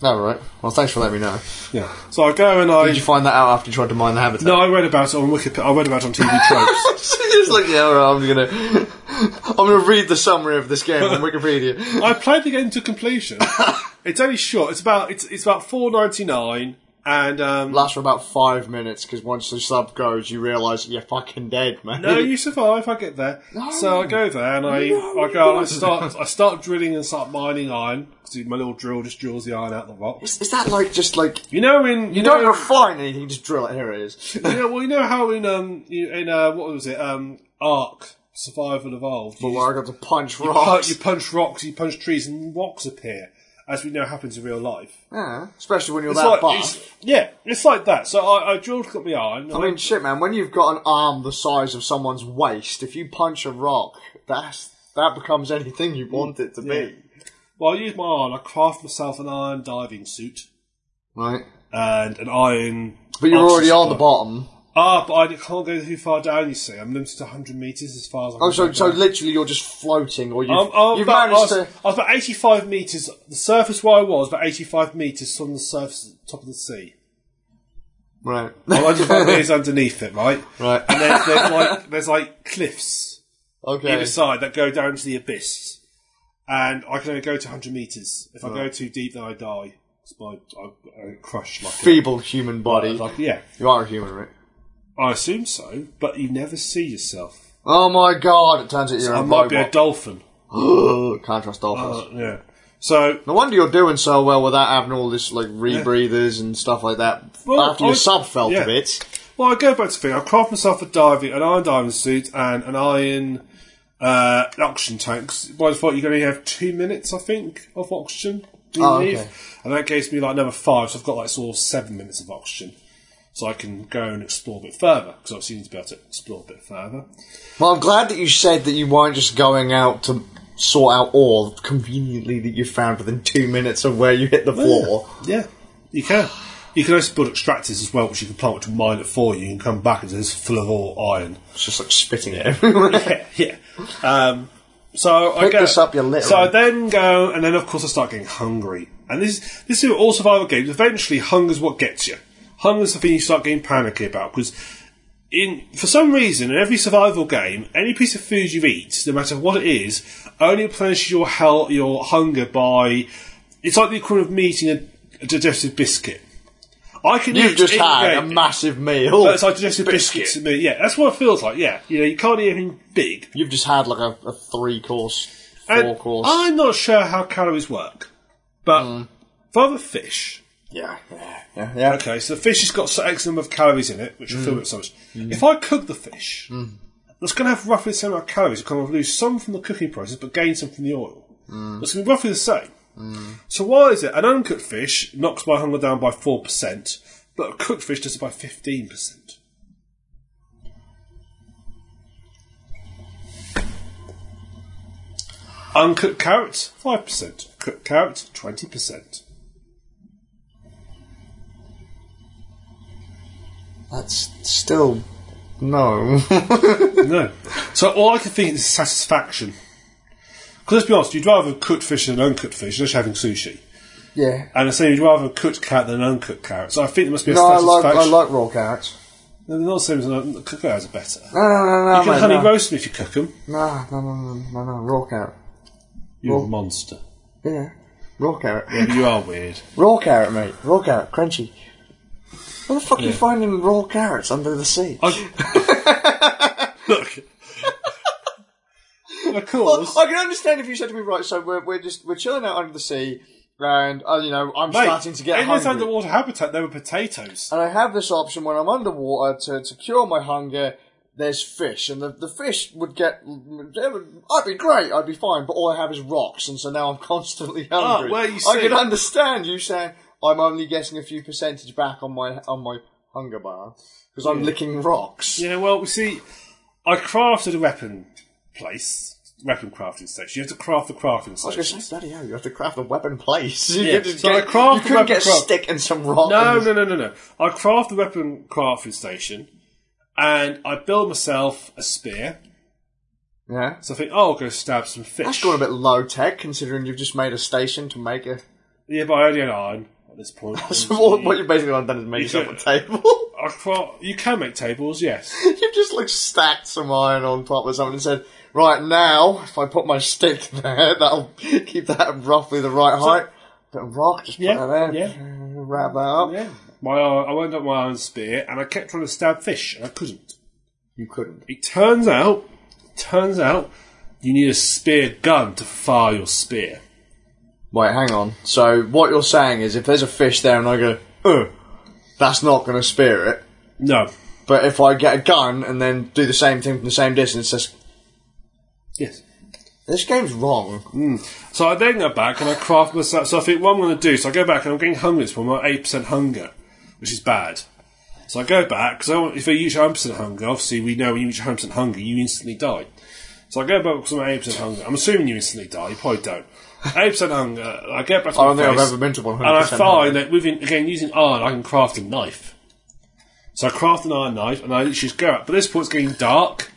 Speaker 2: No, right. Well, thanks for letting me know.
Speaker 1: Yeah. So I go and I.
Speaker 2: Did you find that out after you tried to mine the habitat? [laughs]
Speaker 1: no, I read about it on Wikipedia. I read about it on TV Tropes.
Speaker 2: She's just like, yeah, all right, I'm gonna, [laughs] I'm gonna read the summary of
Speaker 1: [laughs]
Speaker 2: this game on Wikipedia.
Speaker 1: I played the game to completion. it's only short. It's about it's it's about four ninety nine, and um,
Speaker 2: Lasts for about five minutes because once the sub goes, you realise you're fucking dead, [laughs] man.
Speaker 1: no, you survive. I get there, so I go there and I I go and I start I start drilling and start mining iron. 'cause my little drill just drills the iron out of the rock.
Speaker 2: is, is that like just like you
Speaker 1: You know, in you,
Speaker 2: don't
Speaker 1: know, [laughs]
Speaker 2: refine anything, just drill it? Here it is. [laughs]
Speaker 1: you know, well, you know how in um you- in uh, what was it um Ark Survival Evolved. You
Speaker 2: But
Speaker 1: just
Speaker 2: where I got to punch
Speaker 1: punch,
Speaker 2: [laughs] rocks,
Speaker 1: you punch rocks, you punch trees, and rocks appear, as we know happens in real life.
Speaker 2: yeah, especially when you're
Speaker 1: It's
Speaker 2: that
Speaker 1: like-
Speaker 2: buff.
Speaker 1: it's- yeah, it's like that. So I, I drilled, got my iron. and
Speaker 2: I mean, shit, man. When you've got an arm the size of someone's waist, if you punch a rock, that's that becomes anything you want it to be.
Speaker 1: Well, I use my iron. I craft myself an iron diving suit
Speaker 2: Right.
Speaker 1: and an iron.
Speaker 2: But you're already
Speaker 1: oxygen
Speaker 2: on the
Speaker 1: supply.
Speaker 2: bottom.
Speaker 1: Ah, but I can't go too far down. You see, I'm limited to 100 meters as far as I can.
Speaker 2: Oh, so
Speaker 1: go
Speaker 2: so
Speaker 1: down.
Speaker 2: literally you're just floating, or you've,
Speaker 1: I'm, I'm
Speaker 2: you've
Speaker 1: about, I,
Speaker 2: managed
Speaker 1: was,
Speaker 2: to.
Speaker 1: I was about 85 meters. The surface where I was, about 85 meters from the surface, at the top of the sea.
Speaker 2: Right. [laughs]
Speaker 1: I'm 85 meters underneath it, right?
Speaker 2: Right.
Speaker 1: And there's, there's like there's like cliffs
Speaker 2: Okay.
Speaker 1: either side that go down to the abyss, and I can only go to 100 meters. If I go too deep, then I die. 'Cause my- I, I crush like a-
Speaker 2: [laughs] Feeble human body.
Speaker 1: like [laughs] yeah.
Speaker 2: You are a human, right?
Speaker 1: I assume so, but you never see yourself.
Speaker 2: Oh my god! It turns out you're
Speaker 1: I
Speaker 2: a
Speaker 1: might be a
Speaker 2: robot.
Speaker 1: dolphin.
Speaker 2: [gasps] Can't trust dolphins.
Speaker 1: Uh, yeah. So
Speaker 2: no wonder you're doing so well without having all this like rebreathers and stuff like that.
Speaker 1: Well,
Speaker 2: After your
Speaker 1: I-
Speaker 2: sub felt
Speaker 1: yeah.
Speaker 2: a bit.
Speaker 1: Well, I go back to the thing. I craft myself a diving, an iron diving suit, and an iron uh, oxygen tank. 'Cause By default, you're going to have two minutes, I think, of oxygen. Do you
Speaker 2: Oh,
Speaker 1: leave?
Speaker 2: okay.
Speaker 1: And that gives me like another five, so I've got like sort of seven minutes of oxygen, so I can go and explore a bit further. Because obviously, you need to be able to explore a bit further.
Speaker 2: Well, I'm glad that you said that you weren't just going out to sort out all conveniently that you found within two minutes of where you hit the floor.
Speaker 1: Yeah, you can. You can also build extractors as well, which you can plant, which will mine it for you, and come back and there's full of all iron.
Speaker 2: It's just like
Speaker 1: [laughs]
Speaker 2: spitting it everywhere.
Speaker 1: yeah, yeah. Um, so I
Speaker 2: Pick
Speaker 1: go,
Speaker 2: this up, you little.
Speaker 1: So I then go, and then of course I start getting hungry. And this is this is with all survival games. Eventually, hunger's what gets you. Hunger's the thing you start getting panicky about because. In, for some reason, in every survival game, any piece of food you eat, no matter what it is, only replenishes your hell, your hunger by. It's like the equivalent of me eating a, a digestive biscuit. I can
Speaker 2: [laughs] You've
Speaker 1: eat
Speaker 2: just
Speaker 1: in the
Speaker 2: had a
Speaker 1: game-
Speaker 2: massive meal.
Speaker 1: It's like digestive biscuits. to me. Yeah, that's what it feels like. Yeah, you know, you can't eat anything big,
Speaker 2: You've just had like a, a three course, four
Speaker 1: and
Speaker 2: course. Mm.
Speaker 1: I'm not sure how calories work, but for the fish,
Speaker 2: yeah, yeah, yeah. yeah.
Speaker 1: okay, so the fish has got so X number of calories in it, which will fill it so much. If I cook the fish, that's going to have roughly the same amount of calories. It's going to lose some from the cooking process, but gain some from the oil. It's going to be roughly the same. So why is it an uncooked fish knocks my hunger down by four percent, but a cooked fish does it by fifteen percent? Uncooked carrot, five percent. Cooked carrot, twenty percent.
Speaker 2: That's still no. [laughs]
Speaker 1: No. So all I can think is satisfaction. Because let's be honest, you'd rather have cooked fish than uncooked fish, unless you're having sushi.
Speaker 2: yeah.
Speaker 1: And I say you'd rather have cooked carrot than uncooked carrot. So I think there must be a
Speaker 2: No, I like
Speaker 1: satisfaction.
Speaker 2: I like raw carrots.
Speaker 1: They're not the same as un- cooked carrots are better.
Speaker 2: No, no, no, no,
Speaker 1: you can
Speaker 2: mate,
Speaker 1: honey
Speaker 2: no.
Speaker 1: roast them if you cook them.
Speaker 2: no, no, no, no, no, no, raw carrot.
Speaker 1: You're
Speaker 2: Well-
Speaker 1: a monster.
Speaker 2: Yeah, raw carrot.
Speaker 1: You are
Speaker 2: [laughs]
Speaker 1: weird.
Speaker 2: Raw carrot, mate. Raw carrot, crunchy. Where the fuck are you finding raw carrots under the sea?
Speaker 1: I-
Speaker 2: [laughs]
Speaker 1: Look. of course.
Speaker 2: I can understand if you said to me, right, so we're, we're just we're chilling out under the sea, and uh, you know I'm
Speaker 1: Mate,
Speaker 2: starting to get
Speaker 1: in
Speaker 2: hungry.
Speaker 1: this underwater habitat, there were potatoes.
Speaker 2: and I have this option when I'm underwater to, to cure my hunger. There's fish, and the, the fish would get. they would- I'd be great, I'd be fine, but all I have is rocks, and so now I'm [laughs] constantly hungry.
Speaker 1: Ah, well, you
Speaker 2: I
Speaker 1: see-
Speaker 2: can understand you saying I'm only getting a few percentage back on my on my hunger bar because I'm licking rocks.
Speaker 1: Yeah, well, we see, I crafted a weapon place, weapon crafting station. You have to craft the crafting
Speaker 2: I was
Speaker 1: station.
Speaker 2: going to say, bloody hell, you have to craft a weapon place. You,
Speaker 1: Yeah,
Speaker 2: could just
Speaker 1: so I
Speaker 2: get,
Speaker 1: craft
Speaker 2: you
Speaker 1: a
Speaker 2: couldn't
Speaker 1: weapon
Speaker 2: get a
Speaker 1: craft.
Speaker 2: stick and some rock.
Speaker 1: No,
Speaker 2: and-
Speaker 1: no, no, no, no. I craft the weapon crafting station, and I build myself a spear.
Speaker 2: Yeah.
Speaker 1: So I think, oh, I'll go stab some fish.
Speaker 2: That's gone a bit low tech, considering you've just made a station to make a
Speaker 1: Yeah, but I only had iron at this point.
Speaker 2: [laughs] So what, what you've basically done is made yourself a table. [laughs]
Speaker 1: I thought, you can make tables, yes.
Speaker 2: You've just like stacked some iron on top of something and said, right now, if I put my stick [laughs] there, that'll keep that roughly the right height. Bit of rock, just put
Speaker 1: Yeah,
Speaker 2: that there. uh,
Speaker 1: yeah.
Speaker 2: Wrap that up.
Speaker 1: Yeah. My iron, I wound up my iron spear and I kept trying to stab fish and I couldn't.
Speaker 2: You couldn't.
Speaker 1: It turns out, turns out, you need a spear gun to fire your spear.
Speaker 2: Wait, hang on. So what you're saying is if there's a fish there and I go, uh, that's not going to spear it.
Speaker 1: No.
Speaker 2: But if I get a gun and then do the same thing from the same distance, that's,
Speaker 1: Yes.
Speaker 2: this game's wrong.
Speaker 1: So I then go back and I craft myself. So I think what I'm going to do, so I go back and I'm getting hungry. It's my eight percent hunger, which is bad. So I go back because I want, if I use your percent hunger, obviously we know when you use your percent hunger, you instantly die. So I go back because I'm eight percent hunger. I'm assuming you instantly die. You probably don't. Eight percent hunger. I get back. To
Speaker 2: I don't
Speaker 1: my
Speaker 2: think I've
Speaker 1: place,
Speaker 2: ever been to 100%
Speaker 1: And I find
Speaker 2: hunger.
Speaker 1: that within again using iron, I can craft a knife. So I craft an iron knife, and I literally just go out. But this point, it's getting dark,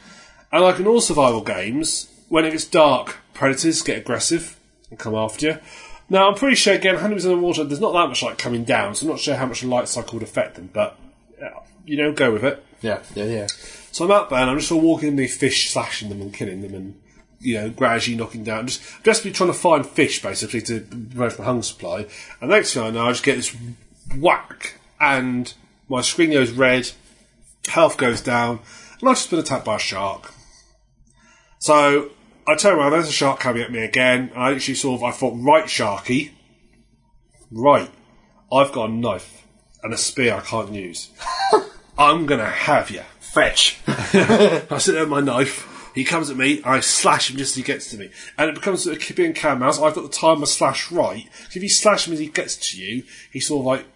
Speaker 1: and like in all survival games, when it gets dark, predators get aggressive and come after you. Now, I'm pretty sure again, 100 percent of the water, there's not that much light coming down, so I'm not sure how much the light cycle would affect them. But yeah, you know, go with it.
Speaker 2: Yeah, yeah, yeah.
Speaker 1: So I'm out there, and I'm just sort of walking in the fish, slashing them and killing them, and you know, gradually knocking down, just just be trying to find fish basically to promote my hunger supply. And next thing I know, I just get this whack, and my screen goes red, health goes down, and I've just been attacked by a shark. So I turn around, there's a shark coming at me again, and I actually sort of I thought, right, Sharky, right, I've got a knife and a spear I can't use. I'm gonna have you.
Speaker 2: Fetch.
Speaker 1: I sit there with my knife. He comes at me. I slash him just as he gets to me, and it becomes a kipping and cat mouse. I've got the time to slash right. 'Cause if you slash him as he gets to you, he sort of like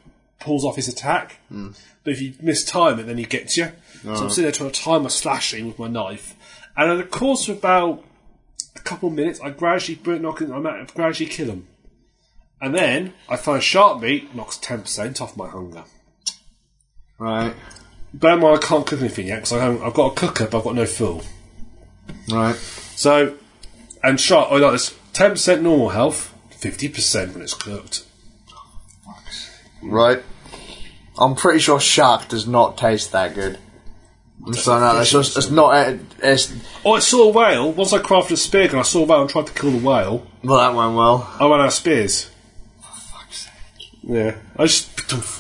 Speaker 1: pulls off his attack. But if you miss time it, then he gets you. So I'm sitting there trying to time my slashing with my knife, and in the course of about a couple of minutes, I gradually bring- knock him. I'm at, I gradually kill him, and then I find shark meat knocks ten percent off my hunger.
Speaker 2: Right,
Speaker 1: Bear in mind, I can't cook anything yet because I haven't. I've got a cooker, but I've got no fuel.
Speaker 2: right.
Speaker 1: So, and shot, oh no, it's 10% normal health, 50% when it's cooked.
Speaker 2: Right. I'm pretty sure shark does not taste that good. I'm sorry, no, that's just, it's not, it- it's,
Speaker 1: Oh, I saw a whale. Once I crafted a spear gun, I saw a whale and tried to kill the whale.
Speaker 2: well, that went well.
Speaker 1: I ran out of spears. Yeah. I just. [laughs]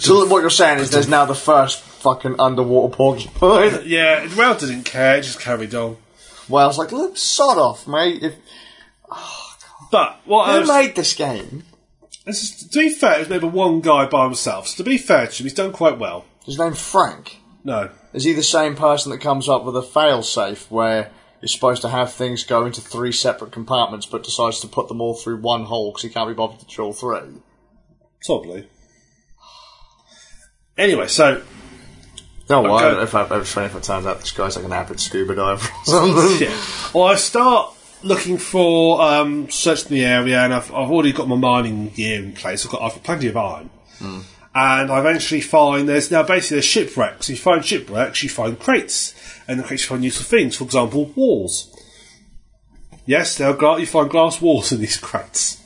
Speaker 2: So look, what you're saying is there's now the first fucking underwater [laughs] porcupine.
Speaker 1: Yeah, the whale didn't care, it just carried on.
Speaker 2: Well, I was like, look, sod off, mate. If,
Speaker 1: But what I
Speaker 2: who
Speaker 1: was,
Speaker 2: made this game?
Speaker 1: this is, to be fair, it was maybe one guy by himself. So to be fair to him, he's done quite well.
Speaker 2: His name's Frank.
Speaker 1: No,
Speaker 2: Is he the same person that comes up with a failsafe where you're supposed to have things go into three separate compartments but decides to put them all through one hole because he can't be bothered to drill three?
Speaker 1: probably. [sighs] Anyway, so
Speaker 2: No, well,
Speaker 1: Okay.
Speaker 2: if I, if funny if it turns out this guy's like an avid scuba diver or something.
Speaker 1: [laughs] Yeah. Well, I start looking for um, searching the area, and I've, I've already got my mining gear in place. I've got, I've got plenty of iron,
Speaker 2: Hmm.
Speaker 1: and I eventually find there's now basically there's shipwrecks. If you find shipwrecks, you find crates, and the crates you find useful things. For example, walls. Yes, there are gla- you find glass walls in these [laughs] crates.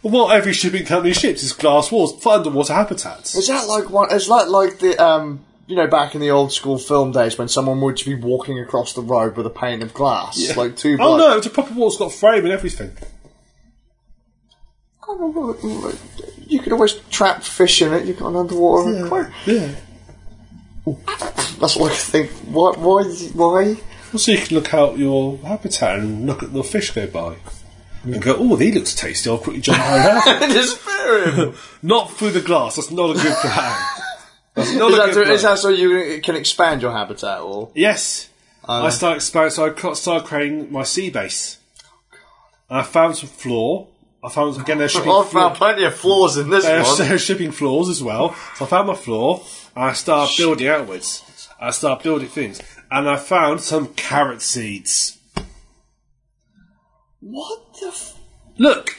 Speaker 1: Well, what every shipping company ships is glass walls for underwater habitats.
Speaker 2: Is that like one? Is that like the um? You know, back in the old school film days when someone would just be walking across the road with a pane of glass, like two.
Speaker 1: oh
Speaker 2: blokes-
Speaker 1: no, it's a proper wall. It's got a frame and everything.
Speaker 2: Oh, You could always trap fish in it. You've got an underwater aquarium.
Speaker 1: Yeah.
Speaker 2: That's what I think. Why? Why?
Speaker 1: [laughs]
Speaker 2: Why?
Speaker 1: So you can look out your habitat and look at the fish go by. And go, oh, he looks tasty, I'll quickly jump on that.
Speaker 2: Just fear him.
Speaker 1: [laughs] Not through the glass, that's not a good plan. That's not
Speaker 2: Is
Speaker 1: a
Speaker 2: that,
Speaker 1: good
Speaker 2: so,
Speaker 1: plan.
Speaker 2: is that so you can expand your habitat or?
Speaker 1: Yes. I started expanding, so I cr- started creating my sea base.
Speaker 2: Oh,
Speaker 1: And I found some floor. I found, again,
Speaker 2: [laughs]
Speaker 1: there's shipping,
Speaker 2: I've
Speaker 1: floor,
Speaker 2: found plenty of flaws in
Speaker 1: [laughs]
Speaker 2: this
Speaker 1: there's-
Speaker 2: one.
Speaker 1: there's shipping floors as well. So I found my floor, and I started building outwards. I started building things. And I found some carrot seeds.
Speaker 2: What the? F-
Speaker 1: Look,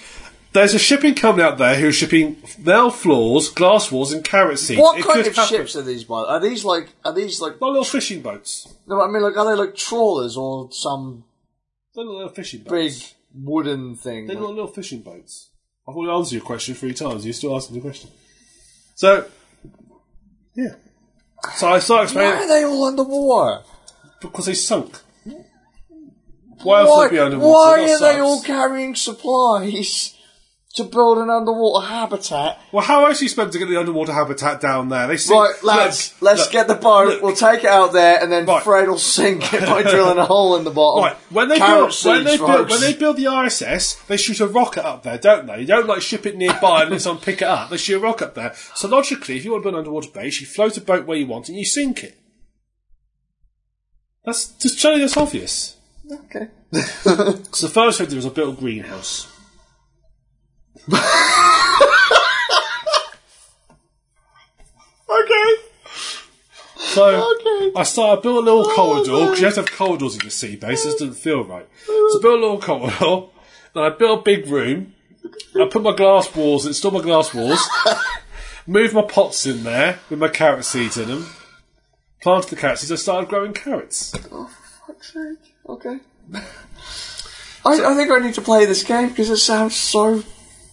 Speaker 1: there's a shipping company out there who's shipping nail floors, glass walls, and carrot seeds.
Speaker 2: what
Speaker 1: It
Speaker 2: kind
Speaker 1: could
Speaker 2: of
Speaker 1: happen.
Speaker 2: ships are these? By are these like are these like?
Speaker 1: They're little fishing boats.
Speaker 2: No, I mean like are they like trawlers or some
Speaker 1: They're little fishing boats.
Speaker 2: big wooden thing?
Speaker 1: They're not little fishing boats. I've already answered your question three times. You're still asking the question. So, yeah. So I started
Speaker 2: Why
Speaker 1: explaining
Speaker 2: are they all underwater?
Speaker 1: because they sunk. Why else
Speaker 2: why,
Speaker 1: would they be
Speaker 2: why
Speaker 1: underwater?
Speaker 2: are
Speaker 1: They're not
Speaker 2: they
Speaker 1: subs.
Speaker 2: all carrying supplies [laughs] to build an underwater habitat?
Speaker 1: Well, how else are you supposed to get the underwater habitat down there? They sink.
Speaker 2: Right, lads,
Speaker 1: Look,
Speaker 2: let's
Speaker 1: look,
Speaker 2: get the boat.
Speaker 1: look.
Speaker 2: we'll take it out there, and then
Speaker 1: Right.
Speaker 2: Fred will sink it
Speaker 1: [laughs]
Speaker 2: by drilling a hole in the bottom.
Speaker 1: Right, when they
Speaker 2: Oh, Carrot
Speaker 1: build, when
Speaker 2: seeds,
Speaker 1: they build,
Speaker 2: folks.
Speaker 1: when they build the ISS, they shoot a rocket up there, don't they? You don't like ship it nearby and let someone pick it up. They shoot a rocket up there. So logically, if you want to build an underwater base, you float a boat where you want and you sink it. That's just showing that's obvious.
Speaker 2: Okay. [laughs]
Speaker 1: So the first thing I did was I built a greenhouse.
Speaker 2: Okay.
Speaker 1: So
Speaker 2: Okay.
Speaker 1: I started built a little corridor because you have to have corridors in the sea base. This doesn't feel right. So I built a little corridor, and I built a big room. I put my glass walls, installed my glass walls, moved my pots in there with my carrot seeds in them, planted the carrot seeds. I started growing carrots.
Speaker 2: Fuck's sake. Okay. [laughs] I, I think I need to play this game because it sounds so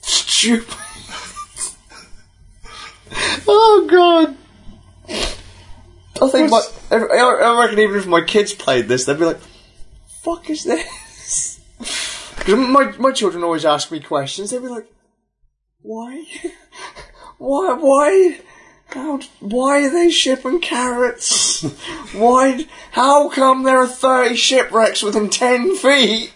Speaker 2: stupid. [laughs] oh god. I think my, I, I reckon even if my kids played this, they'd be like, "Fuck is this?" [laughs] Because my my children always ask me questions. They'd be like, "Why? [laughs] Why? Why?" How, why are they shipping carrots? why? How come there are thirty shipwrecks within ten feet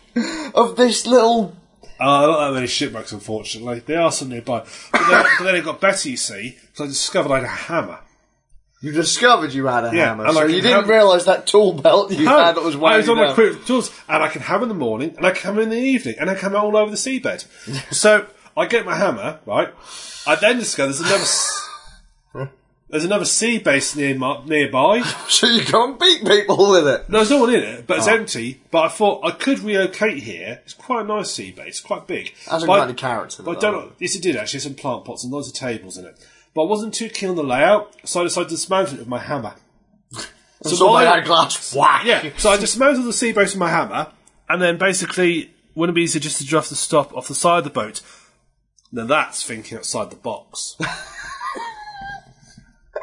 Speaker 2: of this little?
Speaker 1: Uh, not that many shipwrecks, unfortunately. They are some nearby. But then, but then it got better, you see, because I discovered I had a hammer.
Speaker 2: You discovered you had a
Speaker 1: Yeah,
Speaker 2: hammer,
Speaker 1: and I
Speaker 2: so
Speaker 1: can
Speaker 2: you didn't
Speaker 1: ham-
Speaker 2: realise that tool belt you
Speaker 1: No,
Speaker 2: had that was
Speaker 1: Oh, I was
Speaker 2: weighing
Speaker 1: on
Speaker 2: you
Speaker 1: my
Speaker 2: down.
Speaker 1: quick tools, and I can hammer in the morning, and I can hammer in the evening, and I can hammer all over the
Speaker 2: [laughs]
Speaker 1: seabed. so I get my hammer right. I then discover there's another
Speaker 2: [laughs]
Speaker 1: s- there's another sea base near my, nearby.
Speaker 2: [laughs] So you can't beat people with it.
Speaker 1: No, There's no one in it, but
Speaker 2: Ah.
Speaker 1: it's empty. But I thought I could relocate here. It's quite a nice sea base, it's quite big.
Speaker 2: Hasn't
Speaker 1: But
Speaker 2: got
Speaker 1: I-
Speaker 2: any carrots in it.
Speaker 1: but I
Speaker 2: though.
Speaker 1: don't know. Yes, it did actually. Some plant pots and loads of tables in it. But I wasn't too keen on the layout, so I decided to dismantle it with my hammer.
Speaker 2: So somebody
Speaker 1: my-
Speaker 2: had a glass. Whack.
Speaker 1: Yeah, so I dismantled the sea boat with my hammer, and then basically, wouldn't it be easier just to draft the stop off the side of the boat? Now that's thinking outside the [laughs] box.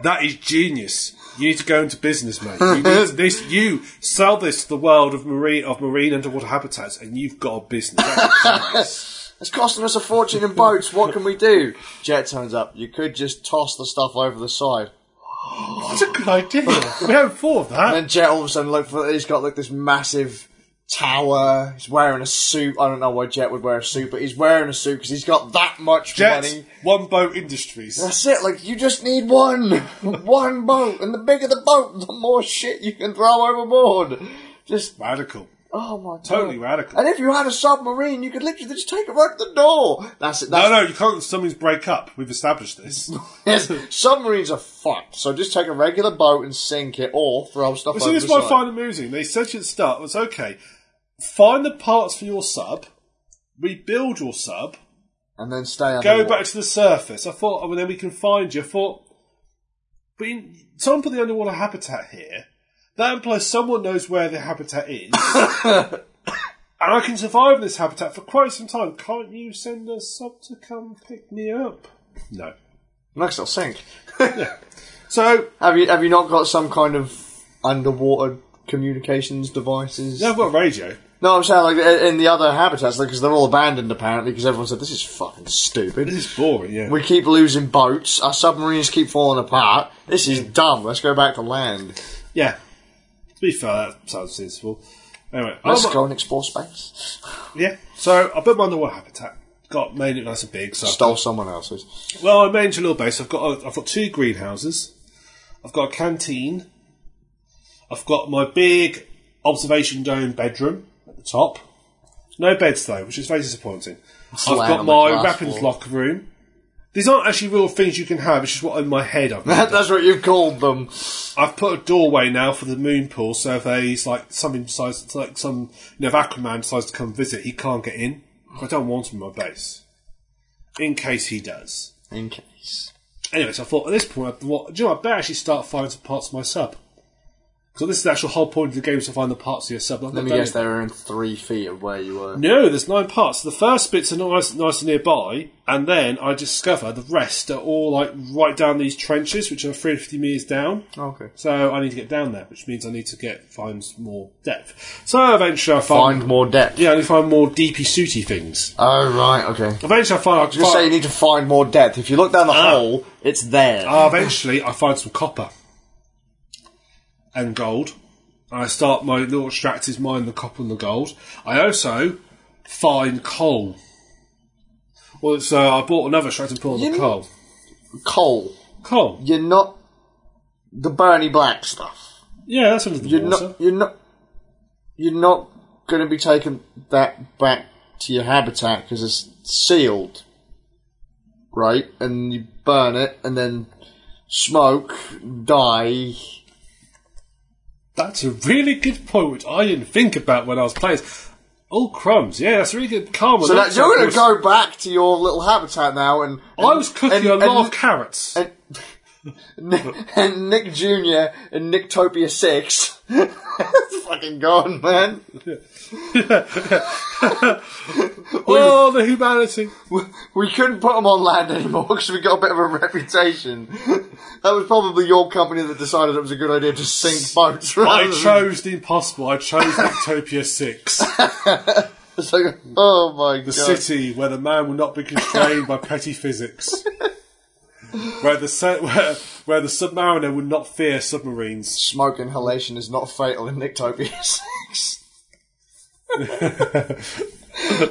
Speaker 1: that is genius. You need to go into business, mate. [laughs] You, need this, you sell this to the world of marine of marine underwater habitats, and you've got a business. That is genius. [laughs]
Speaker 2: It's costing us a fortune in boats. What can we do? Jet turns up. You could just toss the stuff over the side.
Speaker 1: That's a good idea. [laughs] We haven't thought of that.
Speaker 2: And then Jet all of a sudden look for he's got like this massive tower. He's wearing a suit. I don't know why Jet would wear a suit, but he's wearing a suit because he's got that much
Speaker 1: Jet,
Speaker 2: money.
Speaker 1: One Boat Industries.
Speaker 2: That's it. Like you just need one, [laughs] one boat, and the bigger the boat, the more shit you can throw overboard. Just
Speaker 1: Radical.
Speaker 2: oh my god,
Speaker 1: Totally radical.
Speaker 2: And if you had a submarine, you could literally just take it right to the door. That's it.
Speaker 1: No,
Speaker 2: That's,
Speaker 1: no, you can't. Something's break up. We've established [laughs] this.
Speaker 2: [laughs] Yes, submarines are fucked. So just take a regular boat and sink it, or throw stuff
Speaker 1: So
Speaker 2: over
Speaker 1: this
Speaker 2: the
Speaker 1: is why I
Speaker 2: side.
Speaker 1: find amusing. They said at the start, it's okay, find the parts for your sub, rebuild your sub,
Speaker 2: and then stay on.
Speaker 1: go back to the surface. I thought, oh, well, then we can find you. I thought, but you, someone put the underwater habitat here. That implies someone knows where the habitat [coughs] is. And I can survive in this habitat for quite some time. Can't you send a sub to come pick me up? [laughs] No.
Speaker 2: Next, I'll sink.
Speaker 1: So,
Speaker 2: Have you have you not got some kind of underwater communications devices?
Speaker 1: yeah, I've got a radio.
Speaker 2: No, I'm saying like in in the other habitats because they're all abandoned apparently because everyone said this is fucking stupid.
Speaker 1: This is boring, yeah.
Speaker 2: We keep losing boats. Our submarines keep falling apart. This is dumb. Let's go back to land.
Speaker 1: Yeah. To be fair, that sounds sensible. Anyway,
Speaker 2: Let's
Speaker 1: I'm-
Speaker 2: go and explore space.
Speaker 1: yeah. So I built my underwater habitat. Got made it nice and big. So
Speaker 2: Stole someone else's. [laughs]
Speaker 1: well, I made it a little base. I've got a, I've got two greenhouses. I've got a canteen. I've got my big observation dome bedroom at the top. No beds though, which is very disappointing. I've
Speaker 2: lying
Speaker 1: got
Speaker 2: on the
Speaker 1: my
Speaker 2: glass
Speaker 1: weapons
Speaker 2: floor.
Speaker 1: locker room. These aren't actually real things you can have. It's just what in my head I've made.
Speaker 2: That's what you've called them.
Speaker 1: I've put a doorway now for the moon pool, so if there's like something decides, like some, you know, if Aquaman decides to come visit, he can't get in. I don't want him in my base. In case he does.
Speaker 2: In case.
Speaker 1: Anyway, so I thought at this point, I thought, do you know, I better actually start finding some parts of my sub. Because this is the actual whole point of the game is to find the parts of yourself. I've
Speaker 2: Let
Speaker 1: not
Speaker 2: me
Speaker 1: done
Speaker 2: guess,
Speaker 1: it.
Speaker 2: they were in three feet of where you were.
Speaker 1: No, there's nine parts. The first bits are nice, nice and nearby, and then I discover the rest are all like right down these trenches, which are 350 meters down.
Speaker 2: Okay.
Speaker 1: So I need to get down there, which means I need to get find more depth. So eventually I find,
Speaker 2: Find more depth.
Speaker 1: yeah, I need to find more deepy suity things.
Speaker 2: Oh, right, okay.
Speaker 1: Eventually I find, I
Speaker 2: Just say you
Speaker 1: find
Speaker 2: need to find more depth. If you look down the hole, it's there.
Speaker 1: Ah, eventually I find some copper and gold. And I start my little extract is mine the copper and the gold. I also find coal. Well, so I bought another extract and pulled the
Speaker 2: You-
Speaker 1: coal.
Speaker 2: Coal.
Speaker 1: Coal.
Speaker 2: You're not the Bernie Black stuff.
Speaker 1: Yeah, that's under the
Speaker 2: You're
Speaker 1: water.
Speaker 2: not. You're not. You're not going to be taking that back to your habitat because it's sealed, right? And you burn it, and then smoke, die.
Speaker 1: That's a really good point, which I didn't think about when I was playing. Oh, crumbs. Yeah, that's really good. Karma.
Speaker 2: So that, you're going
Speaker 1: was-
Speaker 2: to go back to your little habitat now, and,
Speaker 1: I was cooking
Speaker 2: and-
Speaker 1: a lot
Speaker 2: and-
Speaker 1: of carrots.
Speaker 2: and, and Nick Junior and Nicktopia Six. [laughs] It's fucking gone, man.
Speaker 1: oh, the humanity.
Speaker 2: We, [laughs] we couldn't put them on land anymore [laughs] because we got a bit of a reputation. [laughs] That was probably your company that decided it was a good idea to sink boats.
Speaker 1: I
Speaker 2: rather than-
Speaker 1: chose the impossible. I chose Utopia 6.
Speaker 2: [laughs] It's like, oh my god.
Speaker 1: The city where the man will not be constrained by petty
Speaker 2: [laughs]
Speaker 1: physics. Where the, se- where, where the submariner would not fear submarines.
Speaker 2: Smoke inhalation is not fatal in Nicktopia [laughs] Six.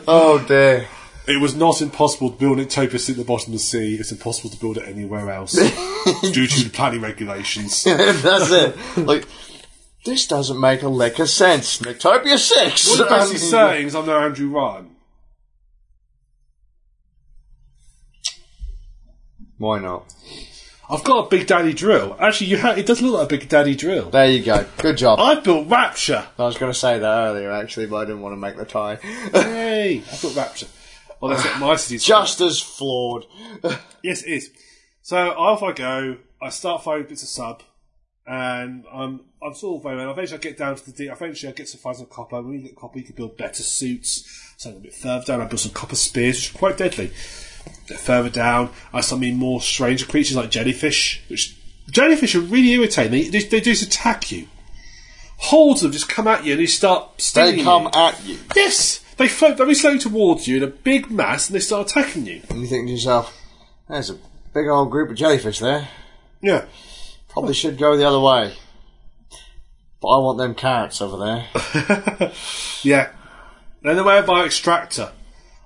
Speaker 2: oh dear.
Speaker 1: It was not impossible to build an Utopia 6 at the bottom of the sea. It's impossible to build it anywhere
Speaker 2: [laughs]
Speaker 1: else due to the planning regulations.
Speaker 2: [laughs] That's it. Like, this doesn't make a lick of sense. Nicktopia 6!
Speaker 1: What you're
Speaker 2: [laughs]
Speaker 1: basically saying is I'm no Andrew Ryan.
Speaker 2: Why not?
Speaker 1: I've got a Big Daddy drill. Actually, you ha- it does look like a Big Daddy drill.
Speaker 2: There you go. Good job.
Speaker 1: I've built Rapture.
Speaker 2: I was going to say that earlier, actually, but I didn't want to make the tie. [laughs]
Speaker 1: Yay! I've built Rapture. Well, that's what my city's
Speaker 2: Just as flawed.
Speaker 1: Yes, it is. So off I go. I start finding bits of sub, and I'm I'm sort of very well. Eventually, I get down to the deep. Eventually, I get to find some copper. When you get copper, you can build better suits. So a little bit further down, I build some copper spears, which are quite deadly. A bit further down, I start meeting more stranger creatures like jellyfish, which jellyfish are really irritating. They, they, they just attack you. Hordes of them just come at you and they start stinging
Speaker 2: They come
Speaker 1: you.
Speaker 2: at you.
Speaker 1: Yes, they float very slowly towards you in a big mass, and they start attacking you.
Speaker 2: And you think to yourself, there's a big old group of jellyfish there.
Speaker 1: Yeah.
Speaker 2: Probably should go the other way. But I want them carrots over there.
Speaker 1: [laughs] Yeah. Then they went by extractor.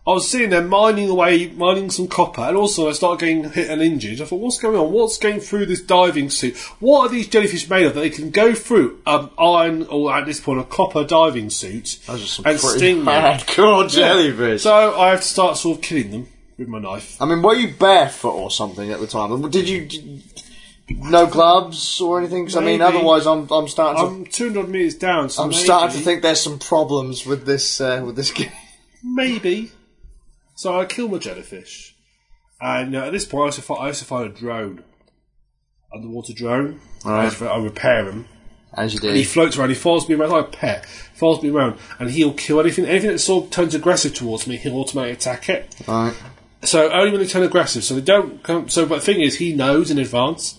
Speaker 1: I was sitting there mining away, mining some copper, and also I started getting hit and injured. I thought, what's going on? What's going through this diving suit? What are these jellyfish made of that they can go through an iron, or at this point, a copper diving suit
Speaker 2: Those are some
Speaker 1: and
Speaker 2: pretty
Speaker 1: sting [laughs] you?
Speaker 2: [laughs] hardcore jellyfish.
Speaker 1: So I have to start sort of killing them with my knife.
Speaker 2: I mean, were you barefoot or something at the time? Did you... did- no gloves or anything? 'Cause I mean,
Speaker 1: Maybe.
Speaker 2: otherwise I'm, I'm starting to...
Speaker 1: I'm 200 metres down, so
Speaker 2: I'm
Speaker 1: maybe,
Speaker 2: starting to think there's some problems with this uh, with
Speaker 1: [laughs]
Speaker 2: this game.
Speaker 1: Maybe. So I kill my jellyfish. And uh, at this point, I also, find, I also find a drone. Underwater drone.
Speaker 2: Right.
Speaker 1: I, I repair him.
Speaker 2: As you
Speaker 1: He
Speaker 2: do.
Speaker 1: floats around, he follows me around like a pet. follows me around, and he'll kill anything. Anything that sort of turns aggressive towards me, he'll automatically attack it.
Speaker 2: Right.
Speaker 1: So only when they turn aggressive. So they don't come. So, but the thing is, he knows in advance.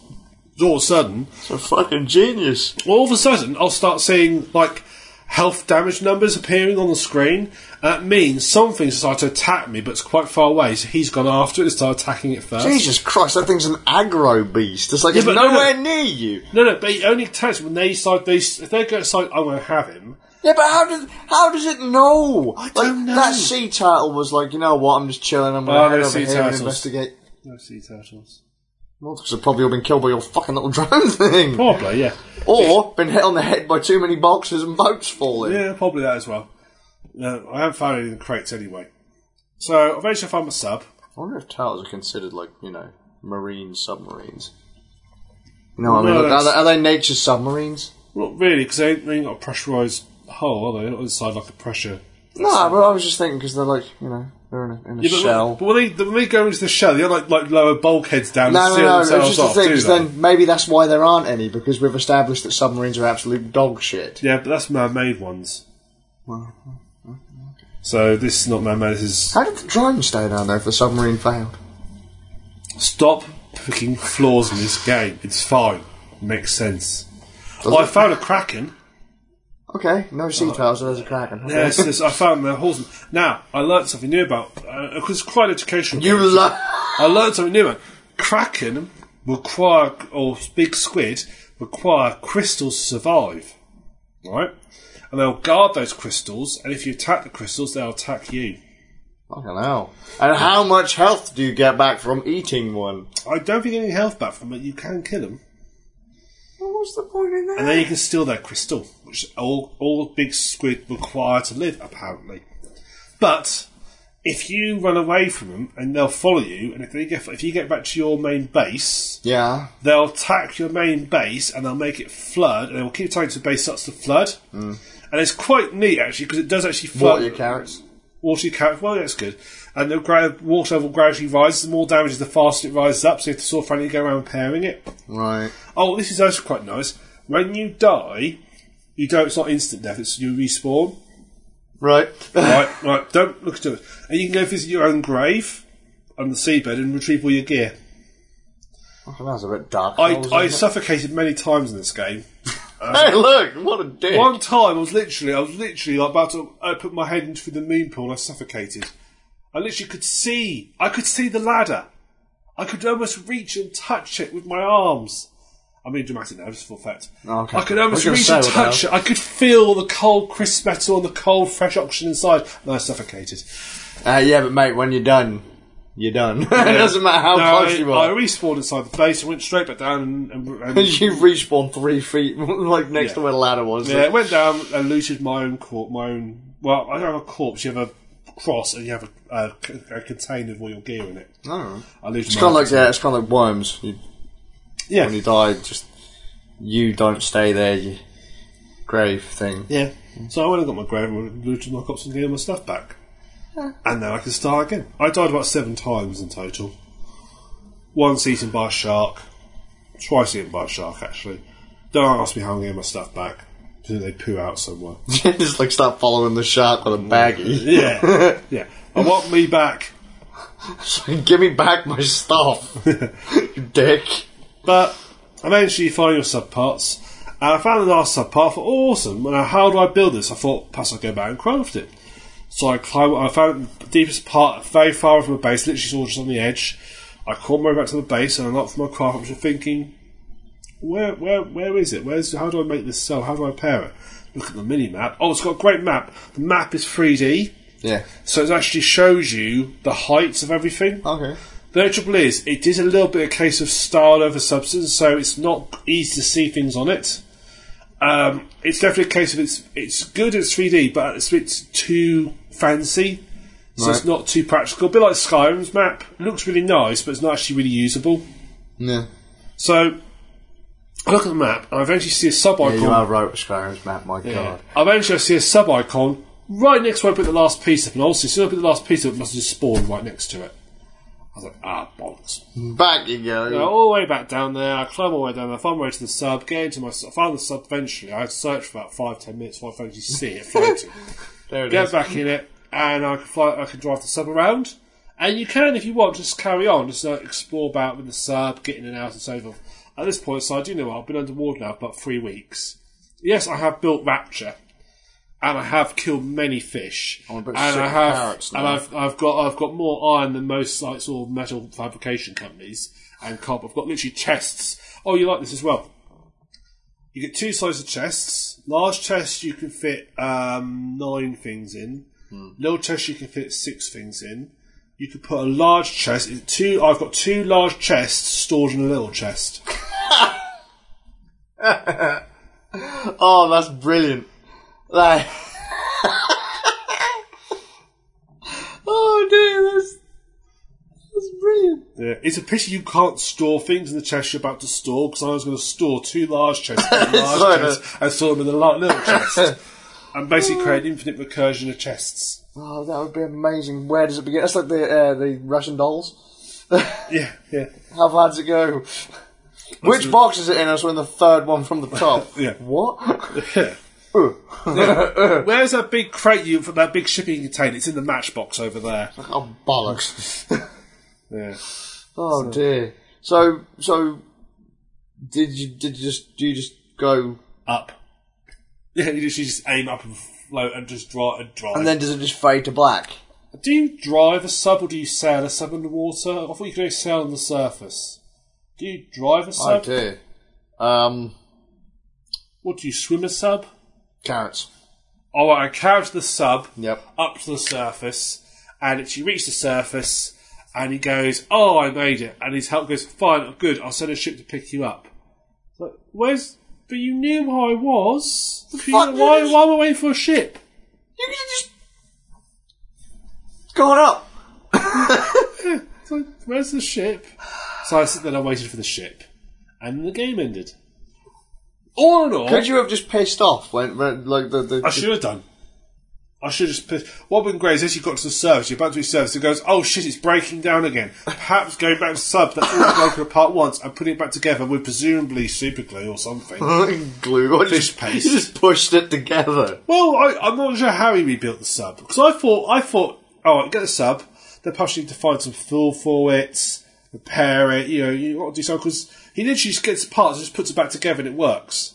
Speaker 1: All of a sudden,
Speaker 2: So fucking genius.
Speaker 1: all of a sudden, I'll start seeing like health damage numbers appearing on the screen. That means something's started to attack me, but it's quite far away. So he's gone after it and started attacking it first.
Speaker 2: Jesus Christ, that thing's an aggro beast. It's like it's
Speaker 1: but no,
Speaker 2: nowhere near you.
Speaker 1: No, no, but he only attacks when they decide they if they go decide I'm going to have him.
Speaker 2: Yeah, but how does how does it know? I
Speaker 1: don't know.
Speaker 2: That sea turtle was like, you know what? I'm just chilling. I'm gonna
Speaker 1: Oh,
Speaker 2: head
Speaker 1: they're
Speaker 2: over
Speaker 1: sea
Speaker 2: here and
Speaker 1: turtles.
Speaker 2: investigate.
Speaker 1: No sea turtles.
Speaker 2: Well, because I've probably all been killed by your fucking little [laughs] drone thing,
Speaker 1: Probably, yeah.
Speaker 2: or been hit on the head by too many boxes and boats falling.
Speaker 1: Yeah, probably that as well. No, I haven't found any in the crates anyway. So eventually I found my sub.
Speaker 2: I wonder if turtles are considered like you know marine submarines. You know, what I
Speaker 1: No,
Speaker 2: mean, Look, are,
Speaker 1: that's-
Speaker 2: they, are they nature submarines?
Speaker 1: Not really, because they ain't they ain't got a pressurised hull, are they? They're not inside like a pressure
Speaker 2: No, well, I was just thinking because they're like, you know, they're in a, in a
Speaker 1: but,
Speaker 2: shell.
Speaker 1: but when they the- when they go into the shell, they are like like lower bulkheads down
Speaker 2: No,
Speaker 1: to
Speaker 2: no,
Speaker 1: seal
Speaker 2: no. It's
Speaker 1: themselves
Speaker 2: just the
Speaker 1: off.
Speaker 2: thing.
Speaker 1: do
Speaker 2: 'cause
Speaker 1: they?
Speaker 2: then maybe that's why there aren't any because we've established that submarines are absolute dog shit.
Speaker 1: Yeah, but that's man-made ones.
Speaker 2: Well,
Speaker 1: So this is not man-made. This is
Speaker 2: how did the drone stay down there if the submarine failed?
Speaker 1: stop picking flaws in this game. It's fine. Makes sense.
Speaker 2: Does
Speaker 1: Well, I
Speaker 2: it?
Speaker 1: found a kraken.
Speaker 2: Okay, no sea trials, so there's a kraken.
Speaker 1: Oh. Yeah, it's this- I found the horseman. Now I learned something new about. Uh, it was quite educational.
Speaker 2: You love.
Speaker 1: I learned something new. Man. Kraken require or big squid require crystals to survive, right? And they'll guard those crystals, and if you attack the crystals, they'll attack you.
Speaker 2: Fucking hell. And how much health do you get back from eating one?
Speaker 1: I don't think you get any health back from it. You can kill them,
Speaker 2: Well, what's the point in
Speaker 1: and
Speaker 2: that?
Speaker 1: then you can steal their crystal, which all all big squid require to live, apparently. But if you run away from them, and they'll follow you, and if they get if you get back to your main base,
Speaker 2: Yeah.
Speaker 1: they'll attack your main base and they'll make it flood and they'll keep attacking until the base starts to flood and it's quite neat actually because it does actually flood
Speaker 2: What your carrots?
Speaker 1: water your carrot well that's good and the gra- water will gradually rise the more damage the faster it rises up so you have to sort of finally go around pairing it
Speaker 2: Right.
Speaker 1: oh this is also quite nice when you die you don't it's not instant death it's you respawn
Speaker 2: Right.
Speaker 1: right right don't look to it and you can go visit your own grave on the seabed and retrieve all your gear
Speaker 2: Fucking hell's a bit dark.
Speaker 1: I,
Speaker 2: Holes,
Speaker 1: I
Speaker 2: isn't
Speaker 1: suffocated many times in this game
Speaker 2: it? [laughs] hey, look! What a dick!
Speaker 1: One time, I was literally, I was literally like about to I put my head into the moon pool. and I suffocated. I literally could see. I could see the ladder. I could almost reach and touch it with my arms. I'm being dramatic now, just for fact.
Speaker 2: Oh, Okay.
Speaker 1: I could almost
Speaker 2: I was
Speaker 1: reach
Speaker 2: gonna
Speaker 1: and
Speaker 2: say, what the
Speaker 1: touch it. I could feel the cold, crisp metal and the cold, fresh oxygen inside, and I suffocated.
Speaker 2: Uh, yeah, but mate, when you're done, you're done. [laughs] it doesn't matter how
Speaker 1: Now, I,
Speaker 2: close you are.
Speaker 1: I respawned inside the base and went straight back down and, and, and
Speaker 2: [laughs] you respawn three feet, [laughs] like next to where the ladder was.
Speaker 1: Yeah, it went down and looted my own corpse. My own. Well, I don't have a corpse. You have a cross, and you have a, a, c- a container with all your gear in it.
Speaker 2: Oh.
Speaker 1: I looted
Speaker 2: It's
Speaker 1: my
Speaker 2: kind of like yeah, it's kind of like worms. You,
Speaker 1: yeah,
Speaker 2: when you die, just you don't stay there. You grave thing. [laughs]
Speaker 1: yeah. So I went and got my grave and looted my corpse and gave my stuff back, and then I can start again. I died about seven times in total. Once eaten by a shark, twice eaten by a shark actually. Don't ask me how I'm getting my stuff back. Do they poo out somewhere?
Speaker 2: just like start following the shark with a
Speaker 1: [laughs]
Speaker 2: baggie.
Speaker 1: yeah, yeah. I want me back.
Speaker 2: Give me back my
Speaker 1: [laughs]
Speaker 2: stuff, you dick.
Speaker 1: But eventually you find your subparts. And I found the last subpart for awesome. And how do I build this? I thought, perhaps I'll go back and craft it. So I climbed, I found the deepest part very far away from the base, literally sort of just on the edge. I crawled my way back to the base and I looked for my craft option, thinking, where, where, where is it? Where's, how do I make this cell? How do I pair it? Look at the mini map. Oh, it's got a great map. The map is 3D,
Speaker 2: Yeah.
Speaker 1: so it actually shows you the heights of everything.
Speaker 2: Okay.
Speaker 1: The only trouble is, it is a little bit a case of style over substance, so it's not easy to see things on it. Um, it's definitely a case of it's it's good it's 3D, but it's a bit too fancy, so it's
Speaker 2: Right.
Speaker 1: not too practical. A bit like Skyrim's map, it looks really nice, but it's not actually really usable.
Speaker 2: Yeah.
Speaker 1: So I look at the map, and I eventually see a sub
Speaker 2: Yeah,
Speaker 1: icon.
Speaker 2: you are right with Skyrim's map. My
Speaker 1: Yeah.
Speaker 2: god.
Speaker 1: Eventually, I see a sub icon right next to where I put the last piece up, and obviously, as soon as I put the last piece up, it must have just spawned right next to it. I was like, ah, bollocks.
Speaker 2: Back you go.
Speaker 1: I all the way back down there. I climb all the way down there. Find my way to the sub. Get into my. I found the sub eventually. I had to search for about five ten minutes before I finally see it floating.
Speaker 2: There it is.
Speaker 1: Get back in it, and I can fly. I can drive the sub around, and you can if you want just carry on, just uh, explore about with the sub, get in and out and so forth. At this point, so I do know what, I've been underwater now for about three weeks. Yes, I have built Rapture. And I have killed many fish,
Speaker 2: I'm a
Speaker 1: and
Speaker 2: bit sick
Speaker 1: I
Speaker 2: of
Speaker 1: have,
Speaker 2: carrots now.
Speaker 1: and I've, I've got, I've got more iron than most like sort of metal fabrication companies and copper. I've got literally chests. Oh, you like this as well? You get two sizes of chests. Large chest you can fit um, nine things in.
Speaker 2: Hmm.
Speaker 1: Little chest you can fit six things in. You could put a large chest. in Two. I've got two large chests stored in a little chest.
Speaker 2: Oh, that's brilliant. Like, [laughs] oh dear, that's that's brilliant.
Speaker 1: Yeah. It's a pity you can't store things in the chest you're about to
Speaker 2: [laughs]
Speaker 1: store because I was going to store two large chests in a large
Speaker 2: Sorry, [laughs]
Speaker 1: chest and store them in a la- little chest. and basically create an infinite recursion of chests.
Speaker 2: Oh, that would be amazing. Where does it begin? That's like the uh, the Russian dolls. [laughs]
Speaker 1: Yeah, yeah.
Speaker 2: How far does it go? Which box is it in? I was in the third one from the top.
Speaker 1: [laughs] Yeah. [laughs]
Speaker 2: What?
Speaker 1: Where's that big crate you for that big shipping container? It's in the matchbox over there.
Speaker 2: Oh bollocks!
Speaker 1: Yeah.
Speaker 2: Oh dear. So so did you did you just do you just go
Speaker 1: Up. Yeah, you just, you just aim up and float and just drive and drive.
Speaker 2: and then does it just fade to black?
Speaker 1: do you drive a sub or do you sail a sub underwater? I thought you could only sail on the surface. Do you drive a
Speaker 2: Oh
Speaker 1: sub?
Speaker 2: dear. Um,
Speaker 1: What do you swim a sub?
Speaker 2: carrots.
Speaker 1: Oh, right, I carriage the sub
Speaker 2: Yep.
Speaker 1: up to the surface, and she reached the surface, and he goes, "Oh, I made it!" And his help goes, "Fine, good. I'll send a ship to pick you up." It's Like, where's? But you knew where I was. You-
Speaker 2: fuck
Speaker 1: why?
Speaker 2: is-
Speaker 1: Why am I waiting for a ship?
Speaker 2: You could have just gone up.
Speaker 1: It's like, where's the ship? So I sit there and I waited for the ship, and then the game ended. All in all,
Speaker 2: Could you have just pissed off when, when like the, the
Speaker 1: I should have done. I should have just pissed. What would been great is if you got to the service, you're about to be service, it goes, oh shit, it's breaking down again. Perhaps going back to sub, that's all broken apart once, and putting it back together with presumably super glue or
Speaker 2: [laughs]
Speaker 1: something.
Speaker 2: glue or just,
Speaker 1: paste.
Speaker 2: You just pushed it together.
Speaker 1: well, I, I'm not sure how he rebuilt the sub. Because I thought, I thought, alright, get the sub, then perhaps you need to find some fuel for it, repair it, you know, you got to do something, because he literally just gets parts, just puts it back together and it works.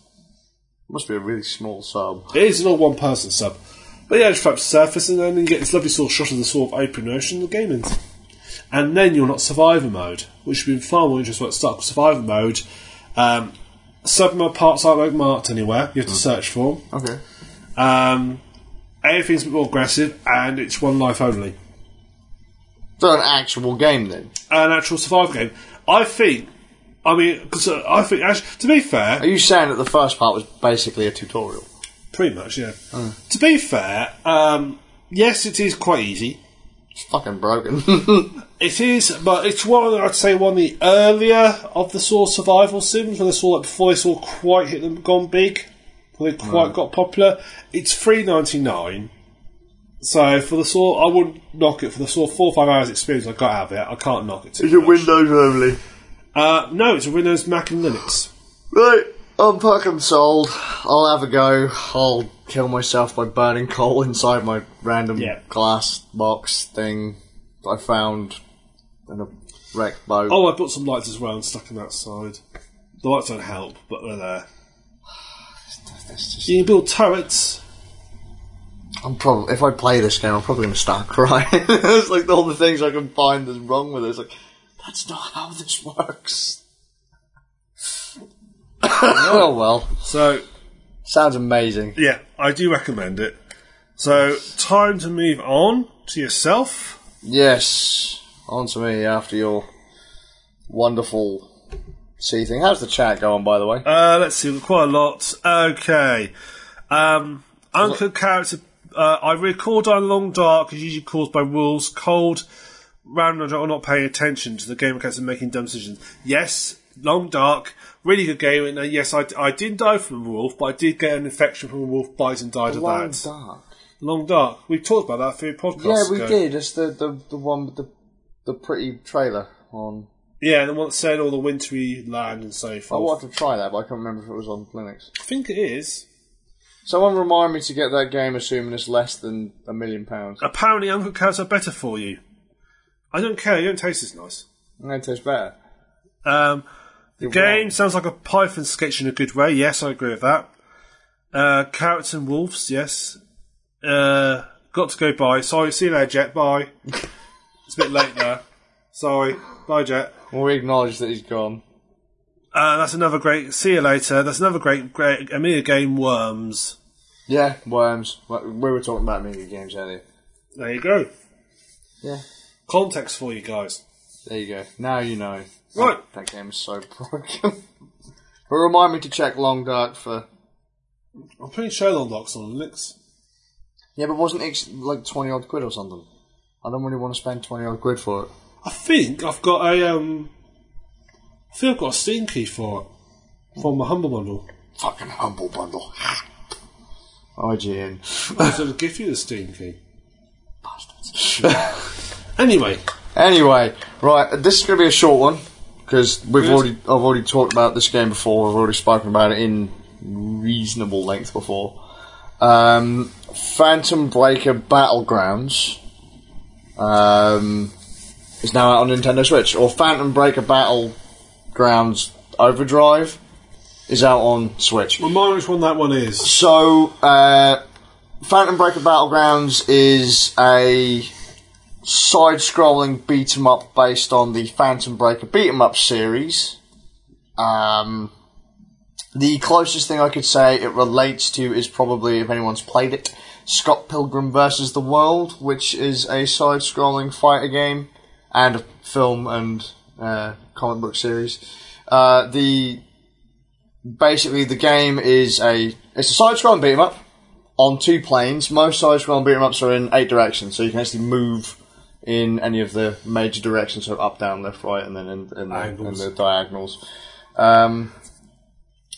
Speaker 2: Must be a really small sub.
Speaker 1: It is an all one person sub. But yeah, just flap to surface and then you get this lovely sort of shot of the sort of open ocean the game ends. And then you're not survivor mode, which would be far more interesting at start survivor mode. Um, submarine parts aren't like marked anywhere, you have to search for them.
Speaker 2: Hmm. Okay.
Speaker 1: Um, everything's a bit more aggressive and it's one life only.
Speaker 2: So an actual game then.
Speaker 1: An actual survivor game. I think, I mean, because I think, actually, to be fair,
Speaker 2: Are you saying that the first part was basically a tutorial?
Speaker 1: pretty much, yeah.
Speaker 2: Hmm.
Speaker 1: To be fair, um, yes, it is quite easy.
Speaker 2: It's fucking broken. [laughs]
Speaker 1: It is, but it's one of the- I'd say one of the earlier of the sort of survival sims when they saw like before they saw quite hit them gone big, when they quite got popular. It's three ninety nine. So for the sort, I wouldn't knock it for the sort of four or five hours experience I got out of it. I can't knock it. Too much.
Speaker 2: Windows only?
Speaker 1: Uh, no, it's a Windows, Mac, and Linux.
Speaker 2: Right. I'm fucking sold. I'll have a go. I'll kill myself by burning coal inside my random
Speaker 1: Yeah.
Speaker 2: glass box thing that I found in a wrecked boat.
Speaker 1: Oh, I bought some lights as well and stuck them outside. The lights don't help, but they're there.
Speaker 2: [sighs] That's just-
Speaker 1: You can build turrets.
Speaker 2: I'm probably if I play this game, I'm probably going to start crying. [laughs] it's like all the things I can find that's wrong with it. It's like that's not how this works. oh [coughs] well,
Speaker 1: So
Speaker 2: sounds amazing.
Speaker 1: Yeah, I do recommend it. So, time to move on to yourself.
Speaker 2: Yes, on to me after your wonderful sea thing. How's the chat going, by the way?
Speaker 1: Uh, let's see, we've got quite a lot. Okay. Um, Uncle character. Uh, I record on Long Dark is usually caused by rules, cold, random, or not paying attention to the game mechanics and making dumb decisions. Yes, Long Dark, really good game. And uh, yes, I, I didn't die from a wolf, but I did get an infection from a wolf bite and died of
Speaker 2: Long
Speaker 1: that.
Speaker 2: Dark.
Speaker 1: Long Dark. We talked about that for a podcast.
Speaker 2: Yeah, we
Speaker 1: ago.
Speaker 2: did. It's the, the the one with the the pretty trailer on.
Speaker 1: Yeah, and the one that said all the wintry land and so
Speaker 2: I
Speaker 1: forth.
Speaker 2: wanted to try that, but I can't remember if it was on Linux.
Speaker 1: I think it is.
Speaker 2: Someone remind me to get that game, assuming it's less than a million pounds.
Speaker 1: Apparently, uncle cows are better for you. I don't care. You don't taste as nice.
Speaker 2: No, it tastes better.
Speaker 1: Um, the
Speaker 2: You're
Speaker 1: game
Speaker 2: wrong.
Speaker 1: sounds like a Python sketch in a good way. Yes, I agree with that. Uh, carrots and wolves. Yes. Uh, got to go. Bye. Sorry. See you later, Jet. Bye. it's a bit late now. Sorry. Bye, Jet.
Speaker 2: Well, we acknowledge that he's gone.
Speaker 1: Uh, that's another great. See you later. That's another great, great Amiga game. Worms.
Speaker 2: Yeah, worms. We we were talking about mini games earlier.
Speaker 1: There you go.
Speaker 2: Yeah.
Speaker 1: Context for you guys.
Speaker 2: There you go. Now you know.
Speaker 1: Right.
Speaker 2: That, that game is so [laughs] broken. but remind me to check Long Dark for.
Speaker 1: I'm pretty sure they'll lock on Linux.
Speaker 2: Yeah, but wasn't it like 20 odd quid or something? I don't really want to spend 20 odd quid for it.
Speaker 1: I think I've got a um. I think I've got a Steam key for it from my humble bundle.
Speaker 2: [laughs] Fucking humble bundle. IGN.
Speaker 1: I was going to give you the Steam key. Anyway,
Speaker 2: Anyway, right, this is going to be a short one because we've
Speaker 1: Yes.
Speaker 2: already I've already talked about this game before. I've already spoken about it in reasonable length before. Um, Phantom Breaker Battlegrounds um, is now out on Nintendo Switch, or Phantom Breaker Battlegrounds Overdrive is out on Switch.
Speaker 1: remind me which one that one is.
Speaker 2: So, uh, Phantom Breaker Battlegrounds is a side scrolling beat 'em up based on the Phantom Breaker beat 'em up series. Um, the closest thing I could say it relates to is probably, if anyone's played it, Scott Pilgrim vs. the World, which is a side scrolling fighter game and a film and uh, comic book series. Uh, the basically the game is a it's a side scrolling beat 'em up on two planes. Most side scrolling beat 'em ups are in eight directions, so you can actually move in any of the major directions, so up, down, left, right, and then in, in, the, in
Speaker 1: Angles.
Speaker 2: the diagonals. Um,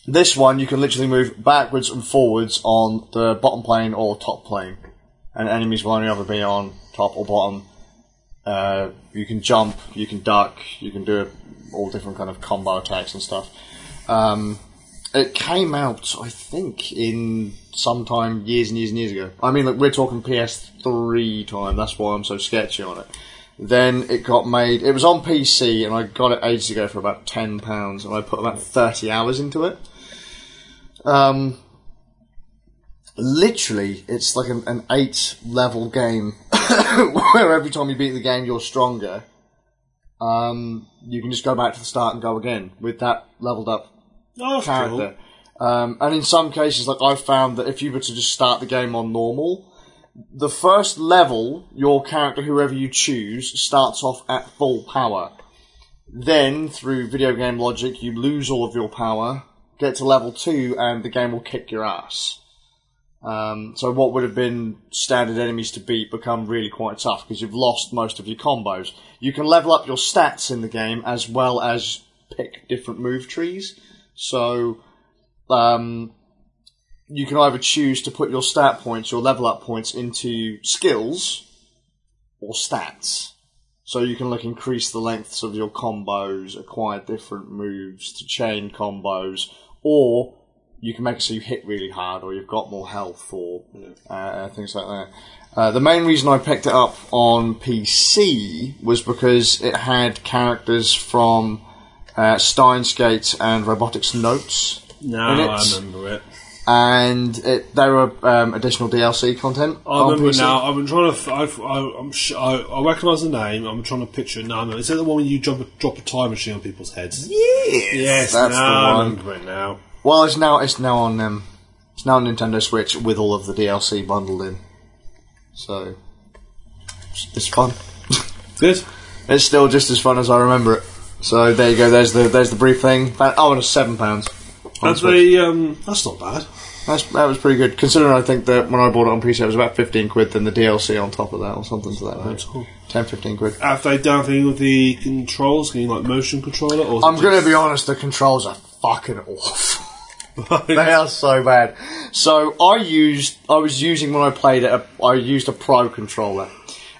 Speaker 2: this one you can literally move backwards and forwards on the bottom plane or top plane, and enemies will only ever be on top or bottom. Uh, you can jump, you can duck, you can do all different kind of combo attacks and stuff. Um, it came out, I think, in sometime years and years and years ago. I mean, like, we're talking PS3 time. That's why I'm so sketchy on it. Then it got made. It was on PC, and I got it ages ago for about ten pounds, and I put about thirty hours into it. Um, literally, it's like an, an eight-level game [coughs] where every time you beat the game, you're stronger. Um, you can just go back to the start and go again with that leveled up
Speaker 1: Oh, that's cool.
Speaker 2: character. Um, and in some cases, like I've found that if you were to just start the game on normal, the first level, your character, whoever you choose, starts off at full power. Then, through video game logic, you lose all of your power, get to level two, and the game will kick your ass. Um, so what would have been standard enemies to beat become really quite tough because you've lost most of your combos. You can level up your stats in the game as well as pick different move trees. So um, you can either choose to put your stat points, your level up points, into skills or stats. So you can like increase the lengths of your combos, acquire different moves to chain combos, or you can make it so you hit really hard, or you've got more health, or uh, things like that. Uh, the main reason I picked it up on PC was because it had characters from uh, Steins Gate and Robotics Notes
Speaker 1: No,
Speaker 2: And
Speaker 1: I
Speaker 2: it's-
Speaker 1: remember it.
Speaker 2: and it, there were um, additional DLC content.
Speaker 1: I
Speaker 2: on
Speaker 1: remember
Speaker 2: PC.
Speaker 1: now. I've been trying to. I've, I, I'm sh- I, I recognise the name. I'm trying to picture it now. I remember. Is that the one where you drop a, drop a time machine on people's heads?
Speaker 2: Yes,
Speaker 1: Yes,
Speaker 2: that's
Speaker 1: now
Speaker 2: the
Speaker 1: I
Speaker 2: one.
Speaker 1: remember it now.
Speaker 2: Well, it's now it's now on um, it's now on Nintendo Switch with all of the DLC bundled in. So it's- it's fun.
Speaker 1: Good.
Speaker 2: It's still just as fun as I remember it. So there you go. There's the there's the brief thing. That, oh, and it's seven pounds. on
Speaker 1: That's
Speaker 2: Switch.
Speaker 1: the, um, that's not bad.
Speaker 2: That's, that was pretty good considering I think that when I bought it on PC it was about fifteen quid. Then the DLC on top of that or something to that.
Speaker 1: That's
Speaker 2: effect.
Speaker 1: cool.
Speaker 2: Ten, fifteen quid.
Speaker 1: Have they done anything with the controls? Can you like motion controller? Or is
Speaker 2: I'm
Speaker 1: it
Speaker 2: going to
Speaker 1: just-
Speaker 2: be honest, the controls are fucking awful. [laughs]
Speaker 1: [laughs]
Speaker 2: they are so bad. So I used, I was using when I played it, a, I used a pro controller,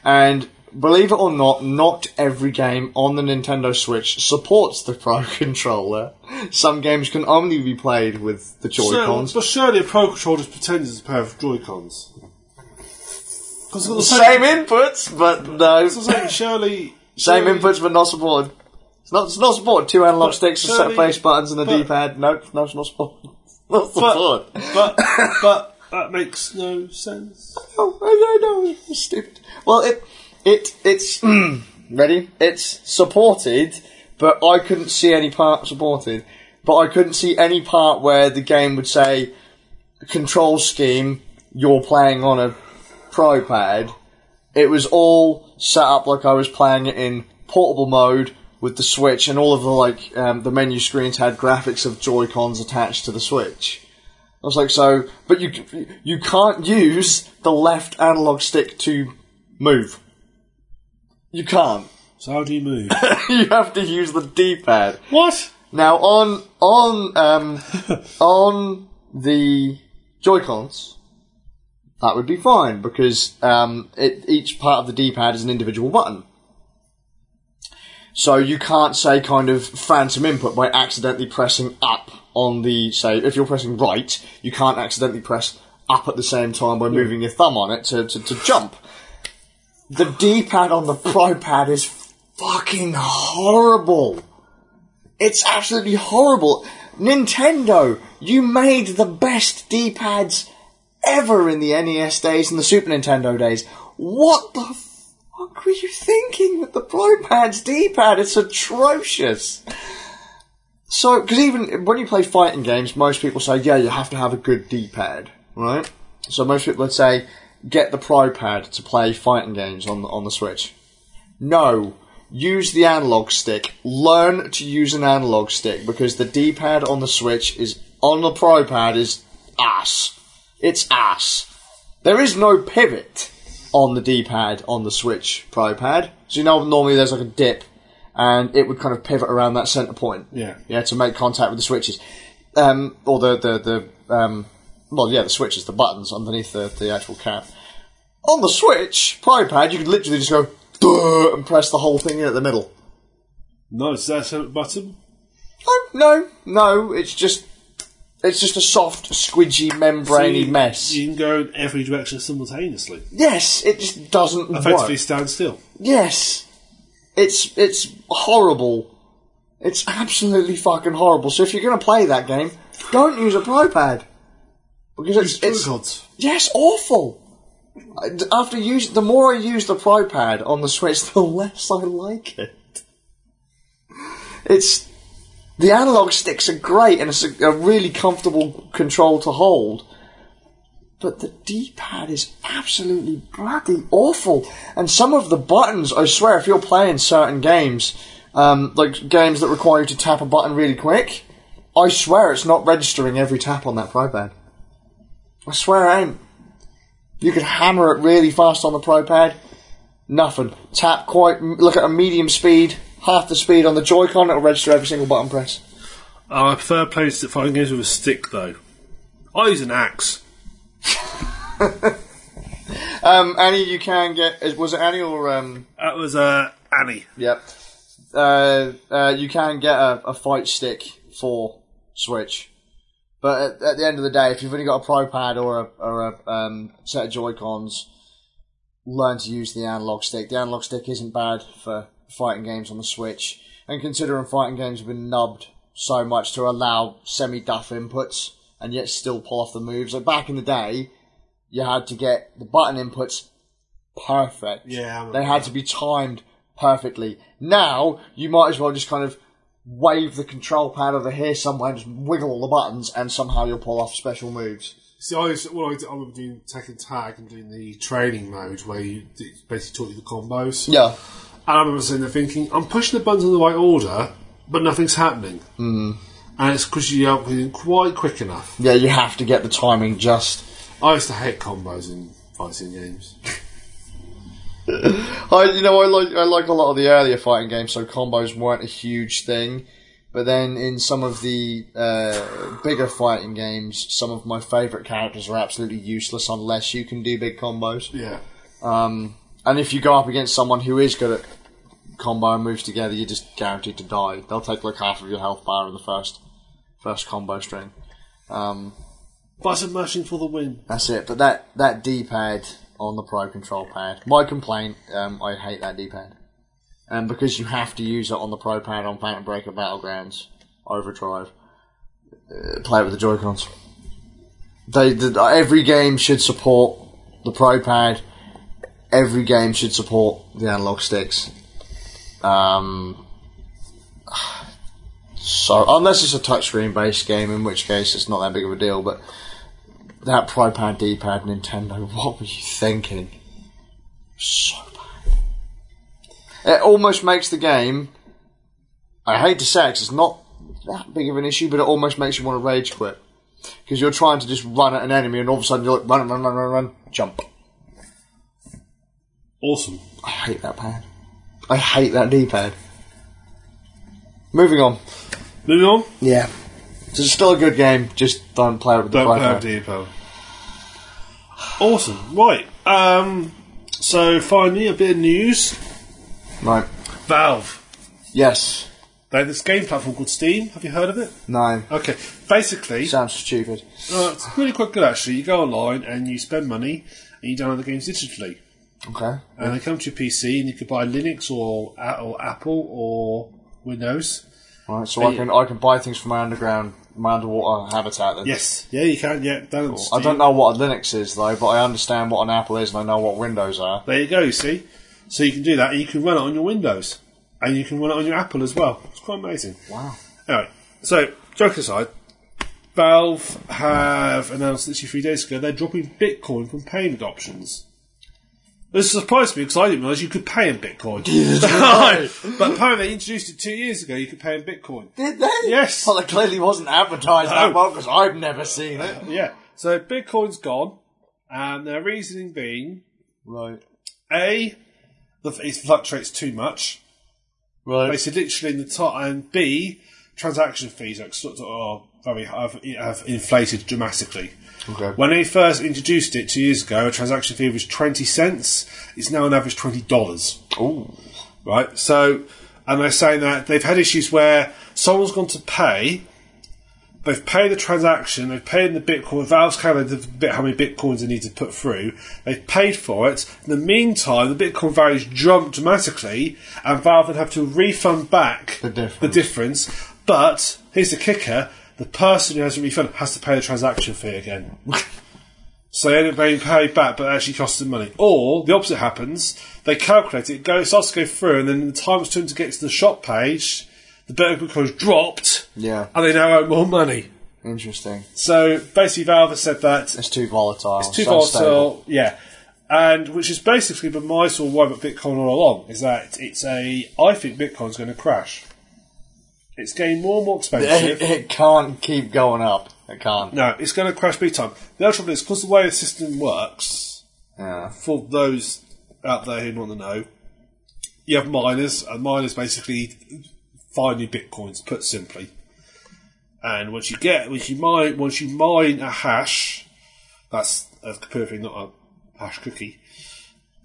Speaker 2: and believe it or not, not every game on the Nintendo Switch supports the pro [laughs] controller. Some games can only be played with the Joy
Speaker 1: So,
Speaker 2: Cons.
Speaker 1: but surely a pro controller just pretends it's a pair of Joy Cons. Because it's got the
Speaker 2: Same [laughs]
Speaker 1: same.
Speaker 2: inputs, but no, [laughs]
Speaker 1: it's the same surely.
Speaker 2: same
Speaker 1: surely-
Speaker 2: inputs but not supported. It's not, it's not supported. Two analog
Speaker 1: But
Speaker 2: sticks, a set of
Speaker 1: surely-
Speaker 2: face buttons, and a
Speaker 1: but-
Speaker 2: D-pad. Nope, no, it's not supported. [laughs] Not supported.
Speaker 1: But, but,
Speaker 2: [laughs]
Speaker 1: but that makes no sense.
Speaker 2: Oh, I know, it's stupid. Well, it, it, it's [clears throat] ready. It's supported, but I couldn't see any part supported. But I couldn't see any part where the game would say control scheme. You're playing on a pro pad. It was all set up like I was playing it in portable mode with the Switch, and all of the like um, the menu screens had graphics of Joy Cons attached to the Switch. I was like, so, but you you can't use the left analog stick to move. You can't. [laughs]
Speaker 1: So how do you move?
Speaker 2: you have to use the D pad.
Speaker 1: [laughs] what?
Speaker 2: Now on on um on the Joy Cons, that would be fine because um, it, each part of the D-pad is an individual button. So you can't say kind of phantom input by accidentally pressing up on the say if you're pressing right, you can't accidentally press up at the same time by moving your thumb on it to, to, to jump. The D-pad on the Pro Pad is fucking horrible. It's absolutely horrible. Nintendo, you made the best D-pads ever in the NES days and the Super Nintendo days. What the fuck were you thinking with the Pro Pad's D-pad? It's atrocious. So, because even when you play fighting games, most people say, yeah, you have to have a good D-pad, right? So most people would say, get the Pro Pad to play fighting games on the, on the Switch. No, use the analog stick. Learn to use an analog stick because the D-pad on the Switch is on the Pro Pad is ass. It's ass. There is no pivot on the D-pad on the Switch Pro Pad. So you know normally there's like a dip, and it would kind of pivot around that center point.
Speaker 1: Yeah.
Speaker 2: yeah, to make contact with the switches, um, or the the the um, well, yeah, the switches, the buttons underneath the the actual cap. On the Switch Pro Pad, you could literally just go "Duh," and press the whole thing in at the middle.
Speaker 1: No, is that a button?
Speaker 2: No, no, no. It's just it's just a soft, squidgy, membraney
Speaker 1: You-
Speaker 2: mess.
Speaker 1: You can go in every direction simultaneously.
Speaker 2: Yes, it just doesn't work.
Speaker 1: Effectively stand still.
Speaker 2: Yes, it's it's horrible. It's absolutely fucking horrible. So if you're going to play that game, don't use a pro pad because it's, it's
Speaker 1: Gods.
Speaker 2: yes awful. I- d- After use the more I use the pro pad on the Switch, [laughs] the less I like it. It's the analog sticks are great and it's a, a really comfortable control to hold but the D-pad is absolutely bloody awful. And some of the buttons, I swear, if you're playing certain games, um, like games that require you to tap a button really quick, I swear it's not registering every tap on that Pro Pad. I swear it ain't. You could hammer it really fast on the Pro Pad, nothing. Tap quite, look at a medium speed, half the speed on the Joy-Con, it'll register every single button press.
Speaker 1: Oh, I prefer playing st- fighting games with a stick, though. I use an axe.
Speaker 2: Um, Annie, you can get, was it Annie or, um,
Speaker 1: That was uh, Annie.
Speaker 2: Yep. Uh, uh, you can get a, a fight stick for Switch, but at, at the end of the day, if you've only got a Pro Pad or a, or a um, set of Joy Cons, learn to use the analog stick. The analog stick isn't bad for fighting games on the Switch, and considering fighting games have been nubbed so much to allow semi-duff inputs and yet still pull off the moves. Like back in the day, you had to get the button inputs perfect.
Speaker 1: Yeah, I'm a-
Speaker 2: they had to be timed perfectly. Now you might as well just kind of wave the control pad over here somewhere, and just wiggle all the buttons, and somehow you'll pull off special moves.
Speaker 1: See, I was, what I, did, I remember doing taking tag and doing the training mode where you it basically taught you the combos.
Speaker 2: Yeah,
Speaker 1: And I remember sitting there thinking, I'm pushing the buttons in the right order, but nothing's happening. Mm. And it's because you aren't moving quite quick enough.
Speaker 2: yeah, you have to get the timing just.
Speaker 1: I used to hate combos in fighting games.
Speaker 2: I, you know, I like I like a lot of the earlier fighting games, so combos weren't a huge thing. But then in some of the uh, bigger fighting games, some of my favourite characters are absolutely useless unless you can do big combos.
Speaker 1: yeah.
Speaker 2: Um, and if you go up against someone who is good at combo and moves together, you're just guaranteed to die. They'll take like half of your health bar in the first first combo string. Um,
Speaker 1: Button mashing for the win.
Speaker 2: that's it. But that that D pad on the Pro Control Pad. My complaint: um, I hate that D pad, and because you have to use it on the Pro Pad on Phantom Breaker Battlegrounds Overdrive. Uh, play it with the Joy Cons. They, the, every game should support the Pro Pad. Every game should support the analog sticks. Um, [sighs] so unless it's a touchscreen based game, in which case it's not that big of a deal, but that Pro Pad, D Pad, Nintendo, [laughs] what were you thinking? So bad. It almost makes the game. I hate to say it, 'cause it's not that big of an issue, but it almost makes you want to rage quit. Because you're trying to just run at an enemy, and all of a sudden you're like, run, run, run, run, run, jump.
Speaker 1: Awesome.
Speaker 2: I hate that pad. I hate that D pad. Moving on.
Speaker 1: Moving on.
Speaker 2: Yeah. So it's still a good game, just don't play it with the
Speaker 1: Don't
Speaker 2: Pro
Speaker 1: play
Speaker 2: Pad.
Speaker 1: with the D-pad. Awesome. Right. Um, so finally, a bit of news.
Speaker 2: Right.
Speaker 1: Valve.
Speaker 2: Yes.
Speaker 1: They have this game platform called Steam. Have you heard of it?
Speaker 2: No.
Speaker 1: Okay. Basically,
Speaker 2: Sounds stupid.
Speaker 1: uh, it's really quite good actually. You go online and you spend money and you download the games digitally.
Speaker 2: Okay.
Speaker 1: And they come to your PC and you could buy Linux or, or Apple or Windows.
Speaker 2: Right. So I can I can buy things from my underground my underwater habitat then.
Speaker 1: Yes. Yeah, you can. Yeah, download
Speaker 2: I
Speaker 1: Steam.
Speaker 2: don't know what a Linux is though, but I understand what an Apple is and I know what Windows are.
Speaker 1: There you go, you see? So you can do that. You can run it on your Windows. And you can run it on your Apple as well. It's quite amazing.
Speaker 2: Wow.
Speaker 1: Alright, so, joke aside, Valve have announced literally three days ago they're dropping Bitcoin from payment options. This surprised me because I didn't realise you could pay in Bitcoin. [laughs] but apparently they introduced it two years ago, you could pay in Bitcoin.
Speaker 2: Did they?
Speaker 1: Yes.
Speaker 2: Well, it clearly wasn't advertised that
Speaker 1: No.
Speaker 2: well because I've never seen it.
Speaker 1: Yeah, so Bitcoin's gone, and their reasoning being
Speaker 2: Right.
Speaker 1: A, the, it fluctuates too much.
Speaker 2: Right.
Speaker 1: They said literally in the top, and B, transaction fees are, extra- are very have, have inflated dramatically.
Speaker 2: Okay.
Speaker 1: When they first introduced it two years ago, a transaction fee was twenty cents. It's now on average twenty dollars.
Speaker 2: Ooh.
Speaker 1: Right. So, and they're saying that they've had issues where someone's gone to pay. They've paid the transaction. They've paid in the Bitcoin. Valve's counted the bit how many bitcoins they need to put through. They've paid for it. In the meantime, the Bitcoin values jumped dramatically, and Valve would have to refund back
Speaker 2: The difference.
Speaker 1: The difference. But here's the kicker: the person who has to refund has to pay the transaction fee again.
Speaker 2: [laughs]
Speaker 1: So they end up being paid back, but it actually costs them money. Or the opposite happens: they calculate it, go, it starts to go through, and then the time it's turned to get to the shop page, the Bitcoin's dropped,
Speaker 2: Yeah.
Speaker 1: and they now owe more money.
Speaker 2: Interesting.
Speaker 1: So basically, Valve has said that
Speaker 2: It's too volatile.
Speaker 1: it's too volatile, yeah. And which is basically been my sort of worry about Bitcoin all along is that it's a I think Bitcoin's going to crash. It's getting more and more expensive.
Speaker 2: It, it can't keep going up. It can't.
Speaker 1: no, it's going to crash big time. The other trouble is because the way the system works.
Speaker 2: Yeah.
Speaker 1: for those out there who want to know, you have miners, and miners basically find new bitcoins, put simply. And once you get, once you mine, once you mine a hash, that's a computer thing, not a hash cookie.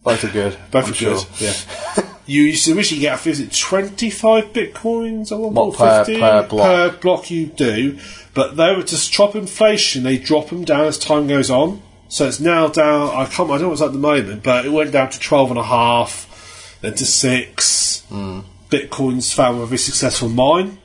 Speaker 2: Both are good.
Speaker 1: Both
Speaker 2: I'm
Speaker 1: are good.
Speaker 2: sure.
Speaker 1: Yeah. you used to originally get, I think, is it 25 bitcoins or
Speaker 2: What, per-
Speaker 1: 150
Speaker 2: per block?
Speaker 1: per block you do. But they were to stop inflation, they drop them down as time goes on. So it's now down, I can't, I don't know what's at the moment, but it went down to 12 and a half, then to 6.
Speaker 2: Hmm.
Speaker 1: Bitcoins found with a successful mine.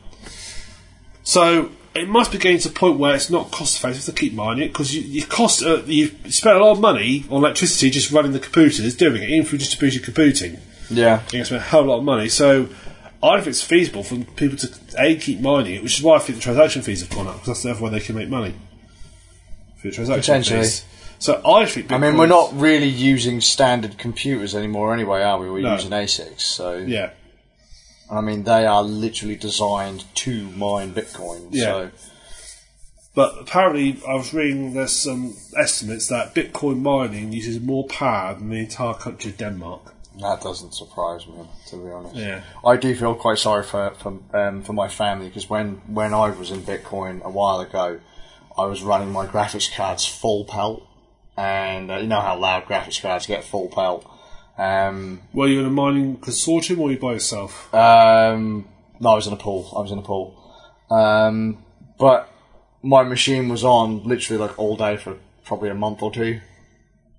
Speaker 1: So it must be getting to a point where it's not cost effective to keep mining it because you, you cost uh, you spend a lot of money on electricity just running the computers doing it, even through distributed computing.
Speaker 2: Yeah.
Speaker 1: You can spend a hell of a lot of money. So I don't think it's feasible for people to a keep mining it, which is why I think the transaction fees have gone up because that's the other way they can make money through transaction
Speaker 2: Potentially.
Speaker 1: fees. So I think.
Speaker 2: I mean, we're not really using standard computers anymore, anyway, are we? We're
Speaker 1: No.
Speaker 2: using ASICs, so
Speaker 1: Yeah.
Speaker 2: I mean, they are literally designed to mine Bitcoin.
Speaker 1: Yeah.
Speaker 2: So
Speaker 1: But apparently, I was reading there's some estimates that Bitcoin mining uses more power than the entire country of Denmark.
Speaker 2: That doesn't surprise me, to be honest.
Speaker 1: Yeah.
Speaker 2: I do feel quite sorry for for, um, for my family because when, when I was in Bitcoin a while ago, I was running my graphics cards full pelt, and uh, you know how loud graphics cards get full pelt. Um,
Speaker 1: Were you in a mining consortium or were you by yourself?
Speaker 2: um, no, I was in a pool. I was in a pool, um, but my machine was on literally like all day for probably a month or two,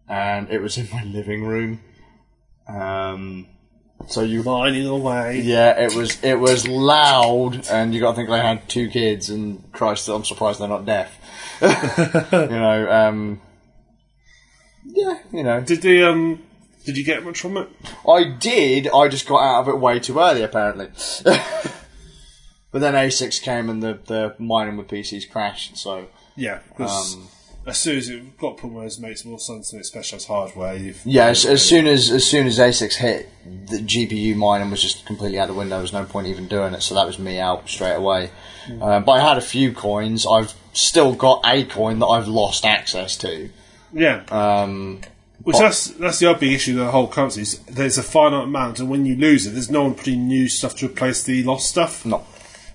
Speaker 2: and it was in my living room. Um, so you
Speaker 1: Mining away.
Speaker 2: Yeah, it was it was loud, and you got to think they had two kids, and Christ, I'm surprised they're not deaf. [laughs] you know, um, yeah, you know,
Speaker 1: Did the um did you get much from it?
Speaker 2: I did. I just got out of it way too early, apparently. but then A6 came, and the the mining with PCs crashed. So
Speaker 1: Yeah, because
Speaker 2: Um,
Speaker 1: as soon as it got put where it makes more sense than it specialised hardware. You've,
Speaker 2: yeah, as, as soon as as soon as A6 hit, the GPU mining was just completely out the window. There was no point even doing it, so that was me out straight away. Um, but I had a few coins. I've still got a coin that I've lost access to.
Speaker 1: yeah,
Speaker 2: Um,
Speaker 1: which that's that's the other big issue of the whole currency is there's a finite amount, and when you lose it, there's no one putting new stuff to replace the lost stuff.
Speaker 2: no,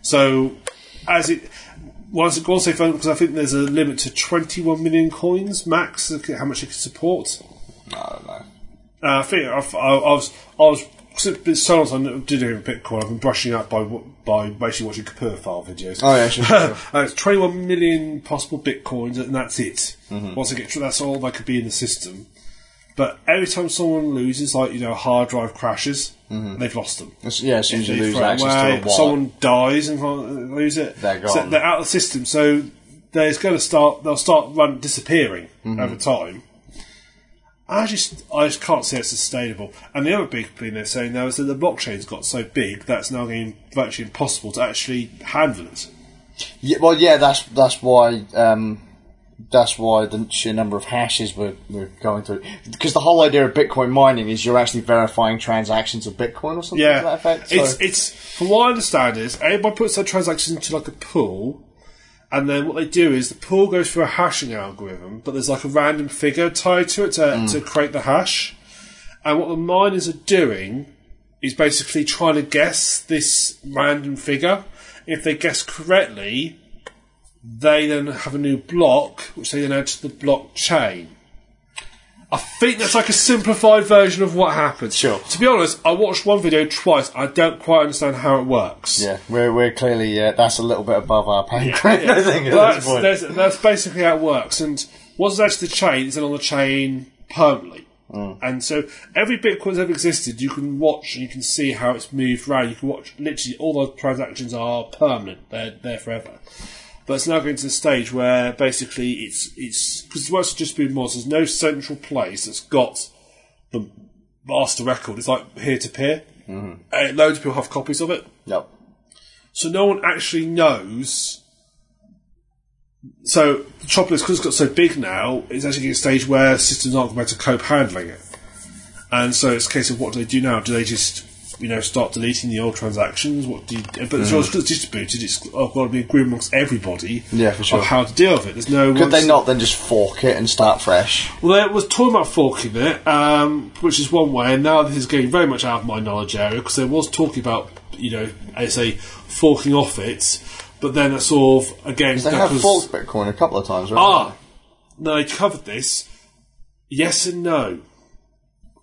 Speaker 1: So as it once once they phone because I think there's a limit to 21 million coins max. look at How much it can support?
Speaker 2: I don't know.
Speaker 1: Uh, I think I, I, I was I was since it's been so long since I did doing Bitcoin. I've been brushing up by wa- by basically watching Kapur file videos.
Speaker 2: Oh, yeah, sure, sure.
Speaker 1: [laughs] Uh, it's 21 million possible bitcoins, and that's it.
Speaker 2: Mm-hmm.
Speaker 1: Once I get through, that's all that could be in the system. But every time someone loses, like you know, a hard drive crashes,
Speaker 2: Mm-hmm.
Speaker 1: they've lost them.
Speaker 2: It's- yeah, as soon as you
Speaker 1: They
Speaker 2: lose
Speaker 1: throw it
Speaker 2: access
Speaker 1: away,
Speaker 2: to a wallet.
Speaker 1: someone dies and can't lose it.
Speaker 2: They're
Speaker 1: So
Speaker 2: gone.
Speaker 1: they're out of the system. So there's going to start. They'll start run disappearing
Speaker 2: Mm-hmm.
Speaker 1: over time. I just, I just can't see it sustainable. And the other big thing they're saying now is that the blockchain's got so big that's now getting virtually impossible to actually handle it.
Speaker 2: Yeah, well, yeah, that's that's why um, that's why the sheer number of hashes we're, we're going through. Because the whole idea of Bitcoin mining is you're actually verifying transactions of Bitcoin or something
Speaker 1: Yeah,
Speaker 2: to that effect. So,
Speaker 1: it's it's from what I understand is everybody puts their transactions into like a pool, and then what they do is the pool goes through a hashing algorithm, but there's like a random figure tied to it to, to create the hash. And what the miners are doing is basically trying to guess this random figure. If they guess correctly, they then have a new block, which they then add to the blockchain. I think that's like a simplified version of what happens.
Speaker 2: Sure.
Speaker 1: To be honest, I watched one video twice. I don't quite understand how it works.
Speaker 2: yeah, we're we're clearly uh, that's a little bit above our pay grade. I think at
Speaker 1: Well,
Speaker 2: this
Speaker 1: that's,
Speaker 2: point.
Speaker 1: that's, that's basically how it works. And what's attached to the chain is then on the chain permanently.
Speaker 2: Hmm.
Speaker 1: And so every Bitcoin that's ever existed, you can watch and you can see how it's moved around. You can watch literally all those transactions are permanent; they're there forever. But it's now going to the stage where basically it's it's because it works with just been more. There's no central place that's got the master record. It's like peer to peer.
Speaker 2: Mm-hmm.
Speaker 1: Loads of people have copies of it
Speaker 2: Yep.
Speaker 1: so no one actually knows. So Metropolis, because it's got so big now, it's actually getting to a stage where systems aren't going to cope handling it, and so it's a case of what do they do now? Do they just you know start deleting the old transactions? What do you, but it's
Speaker 2: Mm.
Speaker 1: also because it's distributed, it's oh, got to be agreement amongst everybody.
Speaker 2: Yeah, for sure.
Speaker 1: Of how to deal with it. There's no
Speaker 2: Could
Speaker 1: one-
Speaker 2: they not then just fork it and start fresh?
Speaker 1: well, there was talking about forking it, um, which is one way, and now this is getting very much out of my knowledge area because there was talking about, you know, I say forking off it, but then that's sort of again
Speaker 2: They
Speaker 1: that
Speaker 2: have
Speaker 1: was-
Speaker 2: forked Bitcoin a couple of times, right?
Speaker 1: Ah, no, I covered this. Yes and no.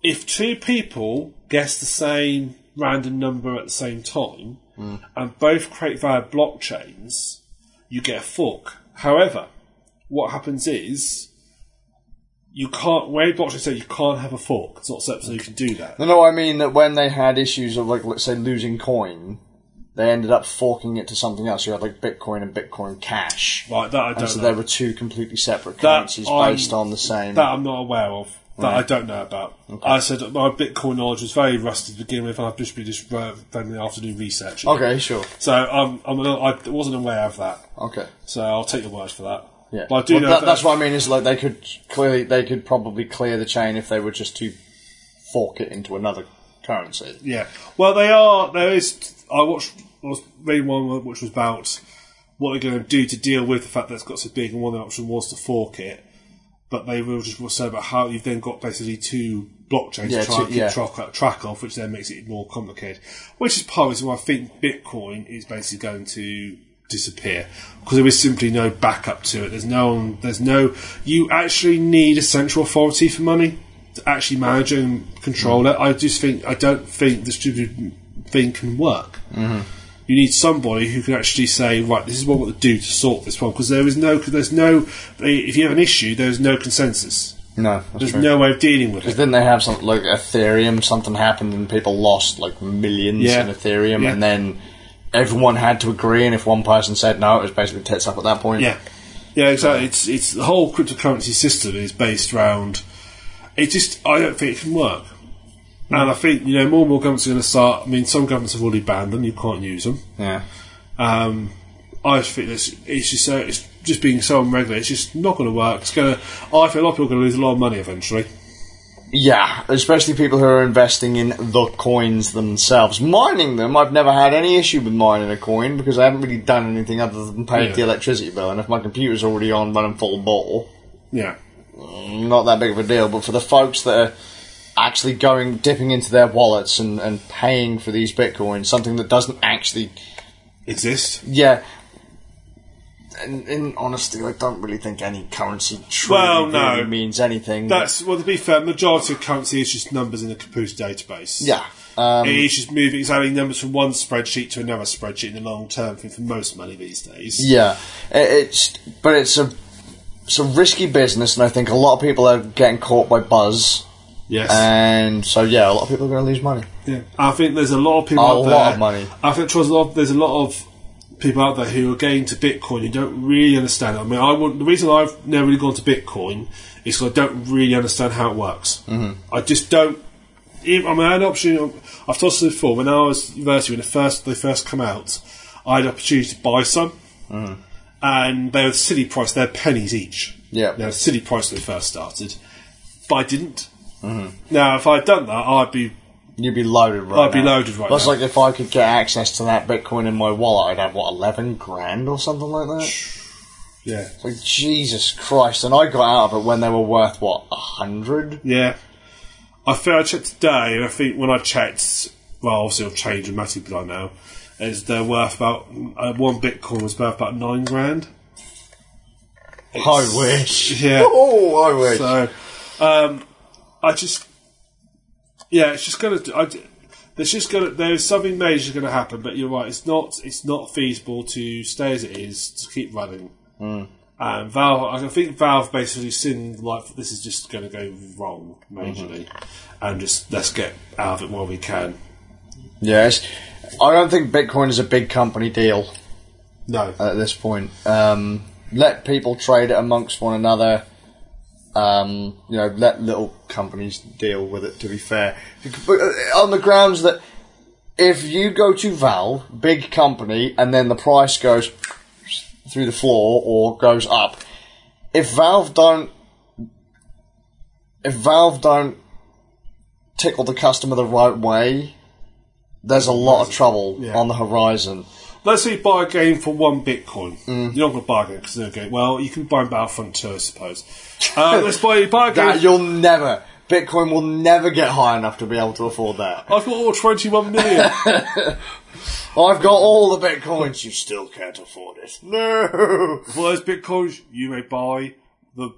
Speaker 1: If two people guess the same random number at the same time and both create via blockchains, you get a fork. However, what happens is you can't. Where blockchain said you can't have a fork. It's not set up so you can do that.
Speaker 2: No, no, I mean that when they had issues of like let's say losing coin, they ended up forking it to something else. You had like Bitcoin and Bitcoin Cash.
Speaker 1: Right, that I don't
Speaker 2: Oh, So
Speaker 1: know.
Speaker 2: there were two completely separate
Speaker 1: That
Speaker 2: currencies
Speaker 1: I'm-
Speaker 2: based on the same.
Speaker 1: That I'm not aware of. That I don't know about. I said that my Bitcoin knowledge was very rusty to begin with, and I've just been just uh, spending the afternoon researching.
Speaker 2: okay, sure.
Speaker 1: So um, I'm a little, I wasn't aware of that.
Speaker 2: Okay.
Speaker 1: So I'll take your word for that.
Speaker 2: Yeah.
Speaker 1: But I do
Speaker 2: Well,
Speaker 1: know
Speaker 2: that,
Speaker 1: that-
Speaker 2: that's what I mean. Is like they could clearly they could probably clear the chain if they were just to fork it into another currency.
Speaker 1: Yeah. Well, they are. There is. I watched. I was reading one which was about what they're going to do to deal with the fact that it's got so big, and one option was to fork it. But they were just were saying about how you've then got basically two blockchains
Speaker 2: Yeah,
Speaker 1: to try
Speaker 2: two-
Speaker 1: and keep
Speaker 2: yeah.
Speaker 1: track, track of, which then makes it more complicated. Which is part of the reason why I think Bitcoin is basically going to disappear because there is simply no backup to it. There's no. one- There's no. You actually need a central authority for money to actually manage and control it. I just think I don't think the stupid thing can work. You need somebody who can actually say, right, this is what we want to do to sort this problem because there is no. There's no. If you have an issue, there's no consensus.
Speaker 2: No, that's
Speaker 1: There's
Speaker 2: true.
Speaker 1: no way of dealing with it.
Speaker 2: Didn't they have something like Ethereum? Something happened and people lost like millions
Speaker 1: Yeah.
Speaker 2: in Ethereum,
Speaker 1: Yeah.
Speaker 2: and then everyone had to agree. And if one person said no, it was basically tits up at that point.
Speaker 1: Yeah, yeah, exactly. It's it's the whole cryptocurrency system is based around. It just I don't think it can work, and I think you know more and more governments are going to start. I mean, some governments have already banned them; you can't use them.
Speaker 2: yeah.
Speaker 1: Um, I just think this it's just so it's just being so unregulated. It's just not going to work. It's going to. I feel a lot of people are going to lose a lot of money eventually.
Speaker 2: Yeah, especially people who are investing in the coins themselves. Mining them, I've never had any issue with mining a coin because I haven't really done anything other than paid
Speaker 1: Yeah.
Speaker 2: the electricity bill. And if my computer's already on running full ball,
Speaker 1: Yeah.
Speaker 2: not that big of a deal. But for the folks that are actually going, dipping into their wallets and, and paying for these bitcoins, something that doesn't actually
Speaker 1: Exist.
Speaker 2: yeah. in, in honesty, I don't really think any currency truly
Speaker 1: Well, no.
Speaker 2: really means anything.
Speaker 1: That's well. To be fair, majority of currency is just numbers in a Caboose database.
Speaker 2: yeah. Um,
Speaker 1: It's just moving, it's adding numbers from one spreadsheet to another spreadsheet in the long term thing for most money these days.
Speaker 2: Yeah, it, it's but it's a it's a risky business, and I think a lot of people are getting caught by buzz,
Speaker 1: Yes.
Speaker 2: and so yeah, a lot of people are going to lose money.
Speaker 1: yeah. I think there's a lot of people
Speaker 2: A
Speaker 1: out there.
Speaker 2: lot of money.
Speaker 1: I think there's a lot of, there's a lot of people out there who are getting to Bitcoin who don't really understand it. I mean, I would, the reason I've never really gone to Bitcoin is because I don't really understand how it works.
Speaker 2: Mm-hmm.
Speaker 1: I just don't. if- I mean, I had an opportunity. I've told this before. When I was at university, when the first they first come out, I had an opportunity to buy some,
Speaker 2: Mm-hmm.
Speaker 1: and they were silly price. They're pennies each.
Speaker 2: Yeah.
Speaker 1: they were silly price when they first started, but I didn't.
Speaker 2: Mm-hmm.
Speaker 1: Now, if I'd done that, I'd be
Speaker 2: You'd be loaded right.
Speaker 1: I'd be
Speaker 2: now.
Speaker 1: loaded right
Speaker 2: That's
Speaker 1: now.
Speaker 2: like if I could get access to that Bitcoin in my wallet, I'd have what eleven grand or something like that. It's
Speaker 1: yeah,
Speaker 2: like Jesus Christ! And I got out of it when they were worth what a hundred.
Speaker 1: yeah. I think I checked today, and I think when I checked, well, obviously I've changed dramatically by now. Is they're worth about uh, one Bitcoin was worth about nine grand.
Speaker 2: I wish.
Speaker 1: Yeah.
Speaker 2: [laughs] Oh, I wish.
Speaker 1: So, um, I just, yeah, it's just gonna. I, there's just gonna. There's something major going to happen, but you're right. It's not. It's not feasible to stay as it is to keep running. And Valve, I think Valve basically seen like this is just going to go wrong majorly, and just let's get out of it while we can.
Speaker 2: yes, I don't think Bitcoin is a big company deal.
Speaker 1: No,
Speaker 2: at this point. Um, let people trade it amongst one another. Um, you know, let little companies deal with it. To be fair, but uh, on the grounds that if you go to Valve, big company, and then the price goes through the floor or goes up, if Valve don't, if Valve don't tickle the customer the right way, there's a lot of trouble
Speaker 1: Yeah.
Speaker 2: on the horizon.
Speaker 1: let's say you buy a game for one Bitcoin. You're not going to buy a game because they're going. Well, you can buy Battlefront 2, I suppose. Uh, let's buy you buy a game.
Speaker 2: [laughs] That you'll never. Bitcoin will never get high enough to be able to afford that.
Speaker 1: I've got all 21 million.
Speaker 2: I've got all the bitcoins. You still can't afford it. [laughs] No.
Speaker 1: First bitcoins you may buy the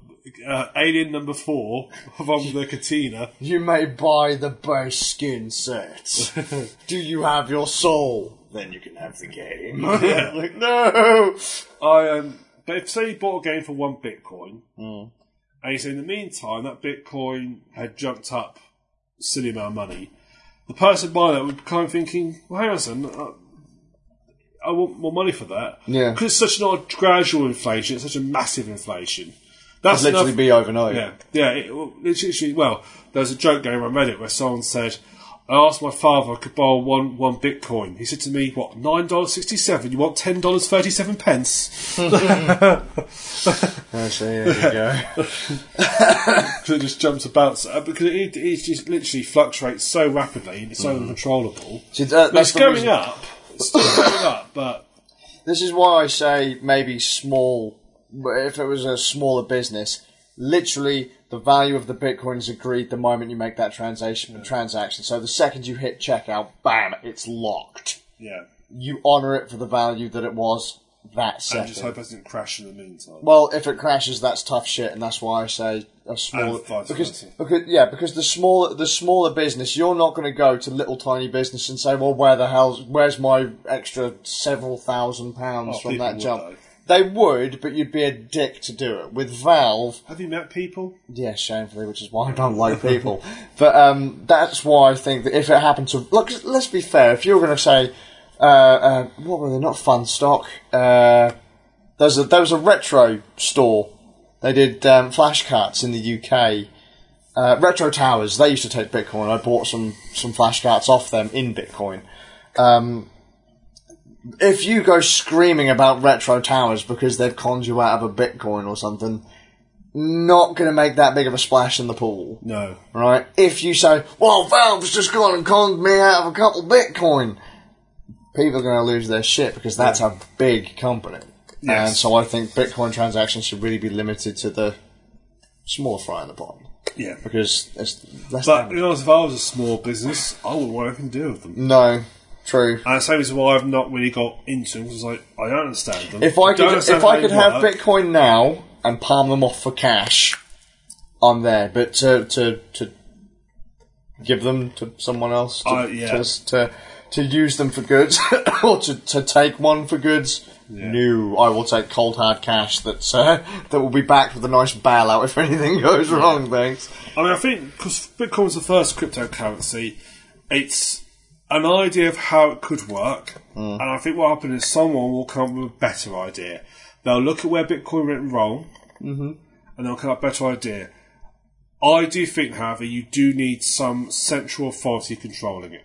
Speaker 1: uh, alien number four [laughs] from the Katina.
Speaker 2: You may buy the base skin set. [laughs] Do you have your soul? Then you can have the game. [laughs] like no.
Speaker 1: I um, but if say you bought a game for one bitcoin,
Speaker 2: Hmm.
Speaker 1: and you say in the meantime that bitcoin had jumped up a silly amount of money, the person buying that would be kind of thinking, well, hang on, a second, I, I want more money for that.
Speaker 2: Yeah.
Speaker 1: because it's such not a gradual inflation; it's such a massive inflation. That's
Speaker 2: It'd literally
Speaker 1: enough-
Speaker 2: be overnight.
Speaker 1: Yeah, yeah. It, well, it's literally, well, there was a joke going around Reddit where someone said, "I asked my father if I could borrow one one Bitcoin." He said to me, "What nine dollars sixty seven? You want ten dollars thirty seven [laughs] pence?"
Speaker 2: I see, Oh, [laughs] there you go.
Speaker 1: Because it just jumps about so, uh, because it, it just literally fluctuates so rapidly and it's so uncontrollable.
Speaker 2: See, that-
Speaker 1: Mm-hmm. But it's
Speaker 2: that's the
Speaker 1: going
Speaker 2: reason-
Speaker 1: up. It's still going up, but
Speaker 2: This is why I say maybe small. If it was a smaller business, literally the value of the bitcoin is agreed the moment you make that transaction. Transaction. So the second you hit checkout, bam, it's locked.
Speaker 1: yeah.
Speaker 2: You honour it for the value that it was that
Speaker 1: I
Speaker 2: second.
Speaker 1: just hope it doesn't crash in the meantime.
Speaker 2: Well, if it crashes, that's tough shit, and that's why I say a smaller
Speaker 1: And vice
Speaker 2: because,
Speaker 1: versa.
Speaker 2: because yeah, because the smaller the smaller business, you're not going to go to little tiny business and say, well, where the hell's where's my extra several thousand pounds
Speaker 1: Oh,
Speaker 2: from
Speaker 1: people
Speaker 2: that
Speaker 1: would,
Speaker 2: jump?
Speaker 1: though.
Speaker 2: They would, but you'd be a dick to do it. With Valve,
Speaker 1: Have you met people?
Speaker 2: yeah, shamefully, which is why I don't like people. but um, that's why I think that if it happened to look, let's be fair. If you were going to say, uh, uh, what were they? Not fun stock. Uh, there's a there was a retro store. They did um, flashcards in the UK. Uh, retro towers. They used to take Bitcoin. I bought some some flashcards off them in Bitcoin. Um, if you go screaming about retro towers because they've conned you out of a Bitcoin or something, not going to make that big of a splash in the pool,
Speaker 1: No.
Speaker 2: right? If you say, well, Valve's just gone and conned me out of a couple Bitcoin, people are going to lose their shit because that's a big company.
Speaker 1: Yes.
Speaker 2: And so I think Bitcoin transactions should really be limited to the small fry in the pot
Speaker 1: Yeah.
Speaker 2: because it's less
Speaker 1: But
Speaker 2: damage.
Speaker 1: you know, if I was a small business, I wouldn't want anything to do with them.
Speaker 2: No. True.
Speaker 1: And so is why I've not really got into them because I, I don't understand them.
Speaker 2: If I
Speaker 1: don't
Speaker 2: could,
Speaker 1: understand
Speaker 2: if
Speaker 1: how
Speaker 2: I
Speaker 1: they
Speaker 2: could have
Speaker 1: work.
Speaker 2: Bitcoin now and palm them off for cash, I'm there. But to to, to give them to someone else, to,
Speaker 1: Oh, yeah.
Speaker 2: to, to to use them for goods, [coughs] or to, to take one for goods, no, I will take cold hard cash. That's uh, [laughs] that will be backed with a nice bailout if [laughs] anything goes wrong. Thanks.
Speaker 1: I mean, I think because Bitcoin's the first cryptocurrency, it's an idea of how it could work. And I think what happened is someone will come up with a better idea. They'll look at where Bitcoin went wrong and they'll come up with a better idea. I do think, however, you do need some central authority controlling it.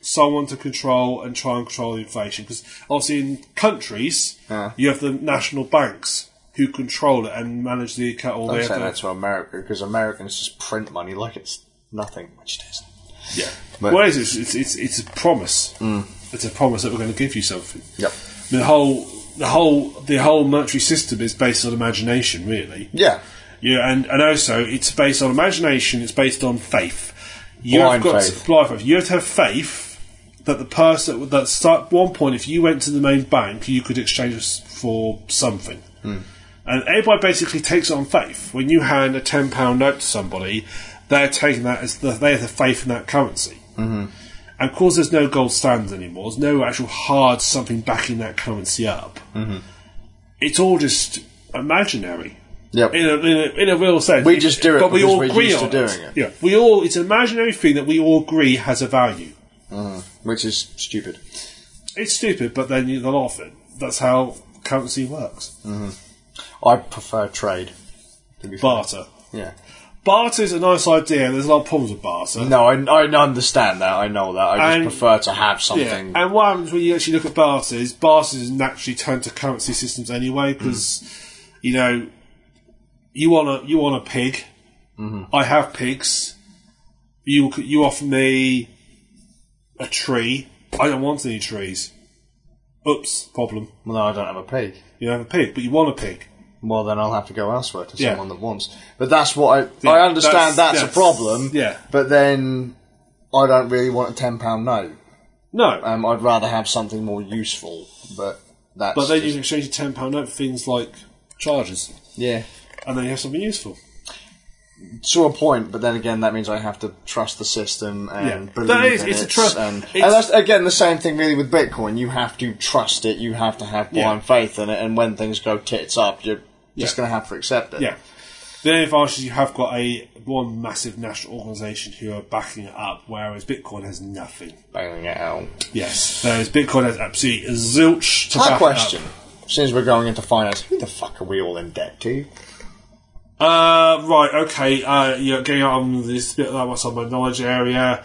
Speaker 1: Someone to control and try and control inflation. Because obviously, in countries, you have the national banks who control it and manage the account. Or they
Speaker 2: I'm
Speaker 1: have
Speaker 2: saying
Speaker 1: the-
Speaker 2: that to America because Americans just print money like it's nothing, which it isn't.
Speaker 1: Yeah.
Speaker 2: But- Mm.
Speaker 1: well, it's, it's, it's, it's, it's a promise. It's a promise that we're going to give you something.
Speaker 2: Yep.
Speaker 1: I mean, the whole the whole the whole monetary system is based on imagination, really.
Speaker 2: Yeah.
Speaker 1: Yeah, and, and also it's based on imagination. It's based on faith. You
Speaker 2: Blind
Speaker 1: have got
Speaker 2: faith.
Speaker 1: To, blind faith. You have to have faith that the person that start at one point, if you went to the main bank, you could exchange us for something.
Speaker 2: Hmm.
Speaker 1: And everybody basically takes it on faith. When you hand a ten pound note to somebody, they're taking that as the, they have the faith in that currency.
Speaker 2: Mm-hmm.
Speaker 1: And of course, there's no gold standard anymore. There's no actual hard something backing that currency up.
Speaker 2: Mm-hmm.
Speaker 1: It's all just imaginary.
Speaker 2: Yep.
Speaker 1: In a, in a, in a real sense.
Speaker 2: We just do it
Speaker 1: But we
Speaker 2: because
Speaker 1: all
Speaker 2: we're
Speaker 1: agree
Speaker 2: used to
Speaker 1: on
Speaker 2: doing it.
Speaker 1: Yeah. We all, it's an imaginary thing that we all agree has a value.
Speaker 2: Which is stupid.
Speaker 1: It's stupid, but then you, they'll offer it. That's how currency works.
Speaker 2: I prefer trade. to be fair.
Speaker 1: Barter.
Speaker 2: Yeah.
Speaker 1: Barter is a nice idea, and there's a lot of problems with barter.
Speaker 2: No, I, I understand that. I know that. I just
Speaker 1: And-
Speaker 2: prefer to have
Speaker 1: Yeah,
Speaker 2: something.
Speaker 1: and what happens when you actually look at barter is barter is naturally turned to currency systems anyway because you know you want a you want a pig. I have pigs. You you offer me a tree. I don't want any trees. Oops, problem.
Speaker 2: Well, no, I don't have a pig.
Speaker 1: You have a pig, but you want a pig.
Speaker 2: Well, then I'll have to go elsewhere to
Speaker 1: Yeah.
Speaker 2: someone that wants. But that's what I.
Speaker 1: Yeah,
Speaker 2: I understand that's,
Speaker 1: that's-
Speaker 2: a
Speaker 1: that's-
Speaker 2: problem.
Speaker 1: yeah.
Speaker 2: But then I don't really want a ten pound note.
Speaker 1: No,
Speaker 2: Um, I'd rather have something more useful. But that's.
Speaker 1: but then you
Speaker 2: just-
Speaker 1: can exchange a ten pound note for things like charges,
Speaker 2: yeah.
Speaker 1: and then you have something useful.
Speaker 2: To a point, but then again, that means I have to trust the system and
Speaker 1: Yeah.
Speaker 2: believe
Speaker 1: That is-
Speaker 2: in
Speaker 1: it's a
Speaker 2: it,
Speaker 1: trust-
Speaker 2: And,
Speaker 1: it's-
Speaker 2: and that's again the same thing really with Bitcoin. You have to trust it. You have to have blind faith in it. And when things go tits up, you're just
Speaker 1: Yeah.
Speaker 2: going to have to accept it.
Speaker 1: Yeah. The only advantage is you have got a one massive national organisation who are backing it up, whereas Bitcoin has nothing.
Speaker 2: Bailing it out.
Speaker 1: Yes, whereas Bitcoin has absolutely zilch to
Speaker 2: My
Speaker 1: back
Speaker 2: question, since we're going into finance, who the fuck are we all in debt to?
Speaker 1: It up. Uh, right, okay. Uh, you're getting on this bit that was on my knowledge area.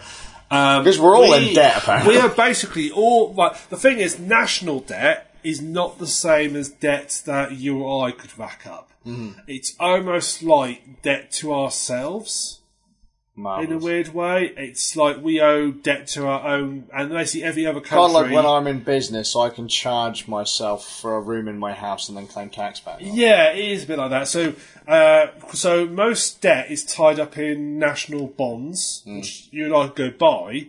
Speaker 1: Um,
Speaker 2: Because we're all in debt, apparently.
Speaker 1: We are basically all. Like, the thing is, national debt is not the same as debt that you or I could rack up. It's almost like debt to ourselves. in a
Speaker 2: Marvellous.
Speaker 1: weird way. It's like we owe debt to our own, and basically every other
Speaker 2: Kind of
Speaker 1: country.
Speaker 2: like when I'm in business, I can charge myself for a room in my house and then claim tax back.
Speaker 1: yeah, it is a bit like that. So, uh, so most debt is tied up in national bonds,
Speaker 2: Hmm.
Speaker 1: which you and I could go buy.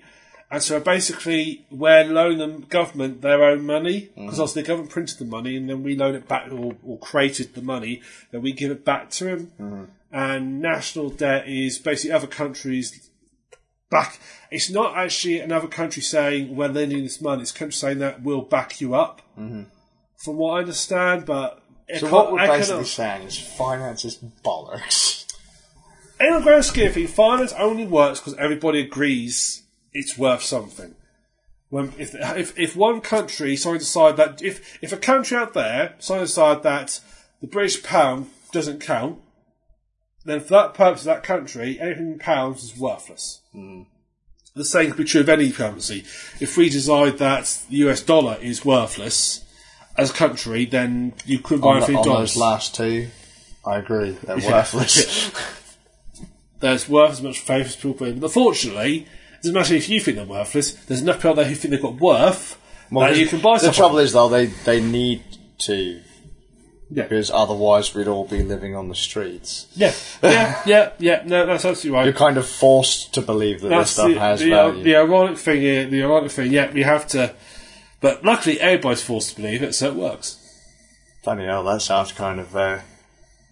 Speaker 1: And so basically, we're loaning the government their own money
Speaker 2: Hmm.
Speaker 1: because obviously the government printed the money and then we loan it back or, or created the money, then we give it back to them. And national debt is basically other countries back. It's not actually another country saying we're lending this money. It's a country saying that we'll back you up. From what I understand, but
Speaker 2: Mm-hmm. So what we're basically saying is finance is bollocks.
Speaker 1: in a grand scheme of things, finance only works because everybody agrees it's worth something. When if, if if one country sorry decide that if if a country out there sorry decide that the British pound doesn't count, then for that purpose of that country, anything in pounds is worthless.
Speaker 2: Hmm.
Speaker 1: The same could be true of any currency. If we decide that the US dollar is worthless as a country, then you couldn't buy
Speaker 2: on,
Speaker 1: anything in
Speaker 2: on
Speaker 1: dollars.
Speaker 2: those last two, I agree. They're [laughs] worthless.
Speaker 1: there's worth as much faith as people believe. But unfortunately, it doesn't matter if you think they're worthless, there's enough people out there who think they've got worth that you can buy
Speaker 2: the
Speaker 1: something.
Speaker 2: trouble is, though, they, they need to
Speaker 1: Yeah.
Speaker 2: because otherwise we'd all be living on the streets.
Speaker 1: Yeah, yeah, yeah, yeah. No, that's absolutely right.
Speaker 2: You're kind of forced to believe that
Speaker 1: That's
Speaker 2: this stuff
Speaker 1: the,
Speaker 2: has
Speaker 1: the,
Speaker 2: value.
Speaker 1: the ironic thing. Here, the ironic thing. Yeah, we have to. But luckily, everybody's forced to believe it, so it works.
Speaker 2: Funny hell, that sounds kind of. Uh,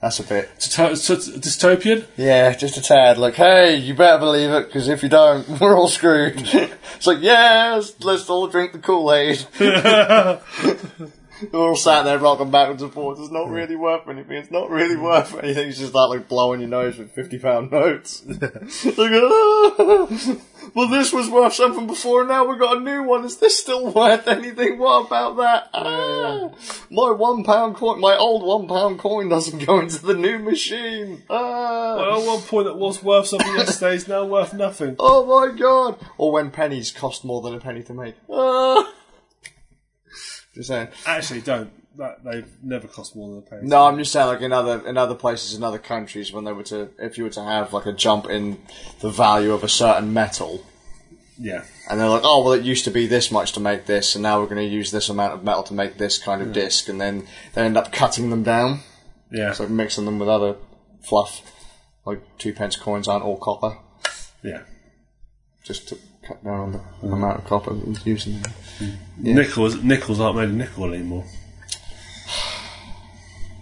Speaker 2: that's a bit.
Speaker 1: Dysto- dysto- dystopian. [laughs]
Speaker 2: Yeah, just a tad. Like, hey, you better believe it, because if you don't, [laughs] we're all screwed. [laughs] it's like, yes, let's all drink the Kool Aid. We're all sat there rocking backwards and forwards. It's not really worth anything. It's not really worth anything. It's just that, like, blowing your nose with 50 pound notes. [laughs] like, "Ah." well, this was worth something before, now we've got a new one. Is this still worth anything? What about that? Ah. My one pound coin, my old one pound coin doesn't go into the new machine. Ah.
Speaker 1: At one point, it was worth something yesterday. It's now worth nothing.
Speaker 2: Oh my god! Or when pennies cost more than a penny to make. Ah. [laughs] Just saying.
Speaker 1: Actually, don't. That they've never cost more than a penny.
Speaker 2: No, I'm just saying, like in other in other places, in other countries, when they were to, if you were to have like a jump in the value of a certain metal,
Speaker 1: Yeah.
Speaker 2: and they're like, oh well, it used to be this much to make this, and now we're going to use this amount of metal to make this kind
Speaker 1: Hmm.
Speaker 2: of disc, and then they end up cutting them down,
Speaker 1: Yeah.
Speaker 2: so mixing them with other fluff, like two pence coins aren't all copper,
Speaker 1: yeah.
Speaker 2: just to cut down on the
Speaker 1: Hmm.
Speaker 2: amount of copper that was used in them.
Speaker 1: Nickels, nickels aren't made of nickel anymore.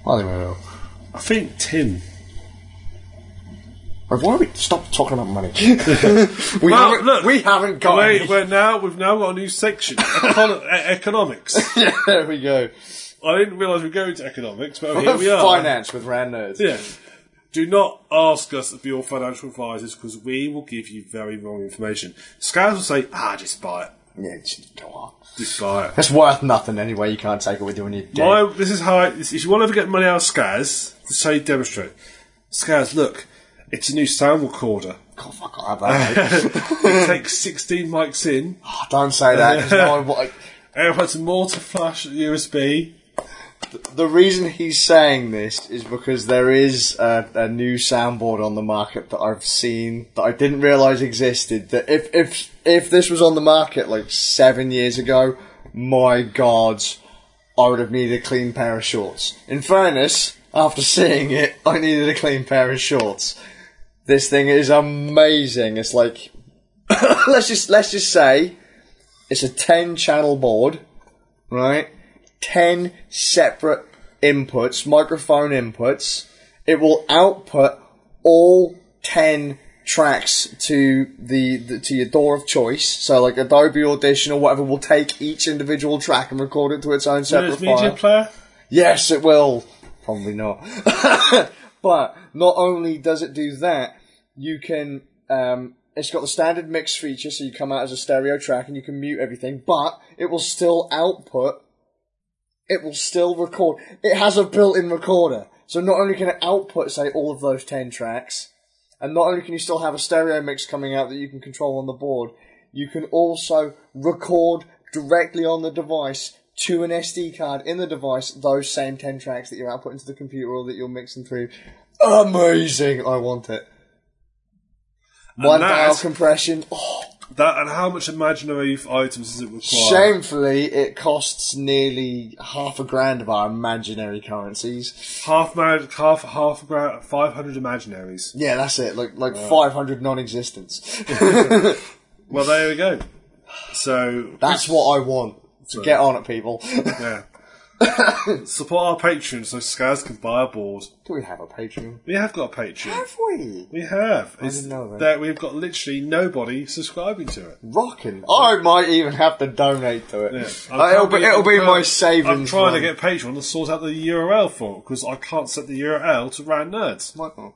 Speaker 2: Well, they were.
Speaker 1: I think tin.
Speaker 2: Like, why do we stop talking
Speaker 1: [laughs]
Speaker 2: about money? we,
Speaker 1: Well,
Speaker 2: haven't,
Speaker 1: look,
Speaker 2: we haven't got
Speaker 1: Wait,
Speaker 2: any.
Speaker 1: we're now we've now got a new section, Econo- [laughs] e- economics.
Speaker 2: [laughs] there we go.
Speaker 1: I didn't realise we were going to economics, but here
Speaker 2: [laughs]
Speaker 1: we are.
Speaker 2: Finance with Rand Nerds.
Speaker 1: Yeah. Do not ask us to be your financial advisors because we will give you very wrong information. Scouts will say, ah, just buy it.
Speaker 2: Yeah, just go on.
Speaker 1: Just buy it.
Speaker 2: It's worth nothing anyway. You can't take it with you when you're dead.
Speaker 1: My, this is how. I, if you want to ever get money out of Scars, say demonstrate. Scars, look, it's a new sound recorder. [laughs]
Speaker 2: God, fuck, I'll have that. [laughs] mate.
Speaker 1: It takes 16 mics in.
Speaker 2: Oh, don't say that. 'cause now
Speaker 1: [laughs]
Speaker 2: I wa- like,
Speaker 1: It has more to flash at USB.
Speaker 2: the reason he's saying this is because there is a, a new soundboard on the market that I've seen that I didn't realise existed. That if if if this was on the market like seven years ago, my god, I would have needed a clean pair of shorts. In fairness, after seeing it, I needed a clean pair of shorts. This thing is amazing. It's like [coughs] let's just let's just say it's a ten channel board, right? 10 separate inputs, microphone inputs. It will output all 10 tracks to the, the to your door of choice. So like Adobe Audition or whatever will take each individual track and record it to its own separate
Speaker 1: There's media
Speaker 2: file.
Speaker 1: player.
Speaker 2: Yes, it will. Probably not. [laughs] but not only does it do that, you can. Um, it's got the standard mix feature, so you come out as a stereo track and you can mute everything, but it will still output. It will still record. It has a built in recorder. So not only can it output, say, all of those 10 tracks, and not only can you still have a stereo mix coming out that you can control on the board, you can also record directly on the device to an SD card in the device those same 10 tracks that you're outputting to the computer or that you're mixing through. Amazing! I want it. One
Speaker 1: that
Speaker 2: dial
Speaker 1: is-
Speaker 2: compression. Oh,
Speaker 1: That and how much imaginary items does it require?
Speaker 2: shamefully, it costs nearly half a grand of our imaginary currencies.
Speaker 1: Half man, half half about five hundred imaginaries.
Speaker 2: Yeah, that's it. Like like
Speaker 1: [laughs]
Speaker 2: 500 non-existence.
Speaker 1: Well, there we go. So
Speaker 2: That's what I want. So get on it, people. [laughs]
Speaker 1: yeah, [coughs] support our Patreon so Scars can buy a board.
Speaker 2: Do we have a Patreon?
Speaker 1: We have got a Patreon.
Speaker 2: Have we?
Speaker 1: We have. I
Speaker 2: didn't know that.
Speaker 1: we've got literally nobody subscribing to it.
Speaker 2: Rocking. I might even have to donate to it.
Speaker 1: I'm
Speaker 2: Uh, it'll be,
Speaker 1: trying to-
Speaker 2: it'll be
Speaker 1: I'm
Speaker 2: my
Speaker 1: trying-
Speaker 2: savings.
Speaker 1: I'm trying to
Speaker 2: one.
Speaker 1: get Patreon to sort out the URL for it because I can't set the URL to Rand Nerds.
Speaker 2: Michael.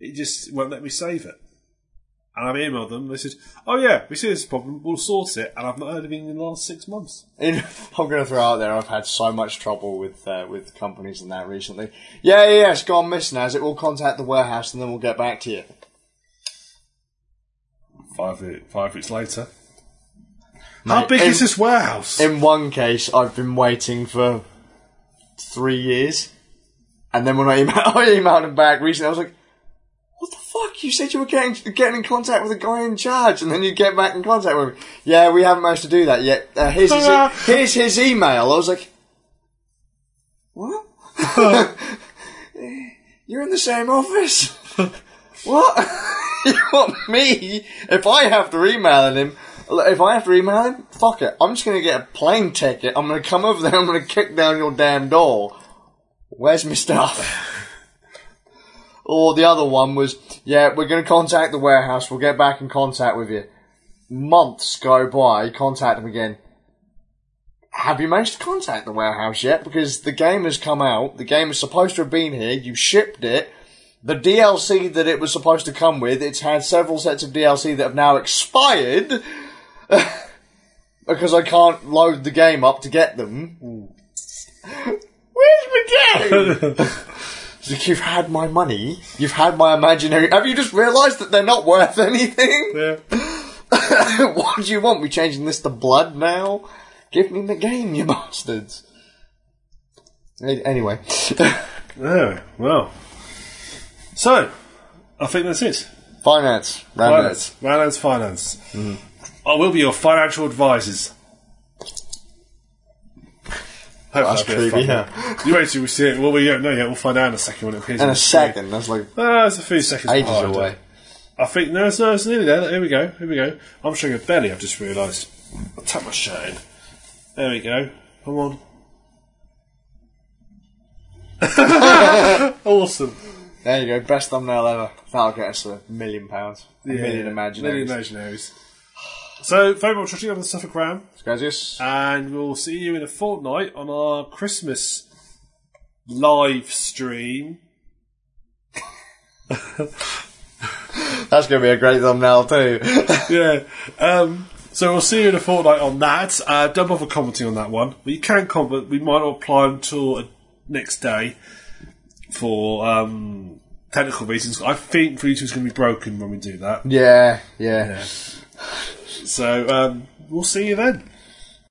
Speaker 1: It just won't let me save it. And I've emailed them. They said, "Oh yeah, we see this problem. We'll sort it." And I've not heard anything in the last six months.
Speaker 2: In, [laughs] I'm going to throw out there. I've had so much trouble with uh, with companies and that recently. Yeah, yeah, yeah. It's gone missing. As it will contact the warehouse and then we'll get back to you.
Speaker 1: Five we- five weeks later. How big
Speaker 2: in-
Speaker 1: is this warehouse?
Speaker 2: In one case, I've been waiting for three years, and then when I, email, I emailed [laughs] him back recently, I was like, "What the fuck? You said you were getting getting in contact with the guy in charge, and then you get back in contact with me. Yeah, we haven't managed to do that yet. Uh, here's his e- here's his email. I was like, what? [laughs] You're in the same office. [laughs] what? [laughs] you want me? If I have to email him, if I have to email him, fuck it. I'm just gonna get a plane ticket. I'm gonna come over there. I'm gonna kick down your damn door. Where's my stuff? or the other one was, yeah, we're gonna contact the warehouse. We'll get back in contact with you. Months go by. You contact them again. Have you managed to contact the warehouse yet? Because the game has come out. The game is supposed to have been here. You shipped it. The DLC that it was supposed to come with, it's had several sets of DLC that have now expired [laughs] because I can't load the game up to get them. Where's my game? [laughs] It's like, you've had my money. You've had my imaginary. Have you just realised that they're not worth anything? [laughs]
Speaker 1: Yeah.
Speaker 2: what do you want? We changing this to blood now? Give me the game, you [laughs] bastards. A- Anyway. [laughs]
Speaker 1: Oh, well. So, I think that's it.
Speaker 2: Finance. Finance.
Speaker 1: Finance. Finance, finance.
Speaker 2: Mm.
Speaker 1: I will be your financial advisors. Hopefully
Speaker 2: That's
Speaker 1: it's a bit of
Speaker 2: creepy,
Speaker 1: fun. You wait till we see it. Well, we don't know yet. We'll find out in a second when it appears.
Speaker 2: In
Speaker 1: on
Speaker 2: a
Speaker 1: the
Speaker 2: second, that's like
Speaker 1: screen. Ah, it's a few seconds
Speaker 2: ages
Speaker 1: behind.
Speaker 2: away.
Speaker 1: I think, no, it's, no, it's nearly there. Here we go. Here we go. I'm showing a belly, I've just realised. I'll tap my shirt in. There we go. Come on. [laughs] awesome.
Speaker 2: There you go, best thumbnail ever. That'll get us a million pounds. A million imaginaries.
Speaker 1: Million imaginaries. So, thank you very much for tuning in on the Suffolk Ram.
Speaker 2: Gracias.
Speaker 1: and we'll see you in a fortnight on our Christmas live stream.
Speaker 2: That's going to be a great thumbnail too. [laughs]
Speaker 1: Yeah. Um, so we'll see you in a fortnight on that. Uh, don't bother commenting on that one. But you can comment. We might not apply until uh, next day for um, technical reasons. I think Bluetooth is going to be broken when we do that.
Speaker 2: yeah, yeah.
Speaker 1: So um, we'll see you then.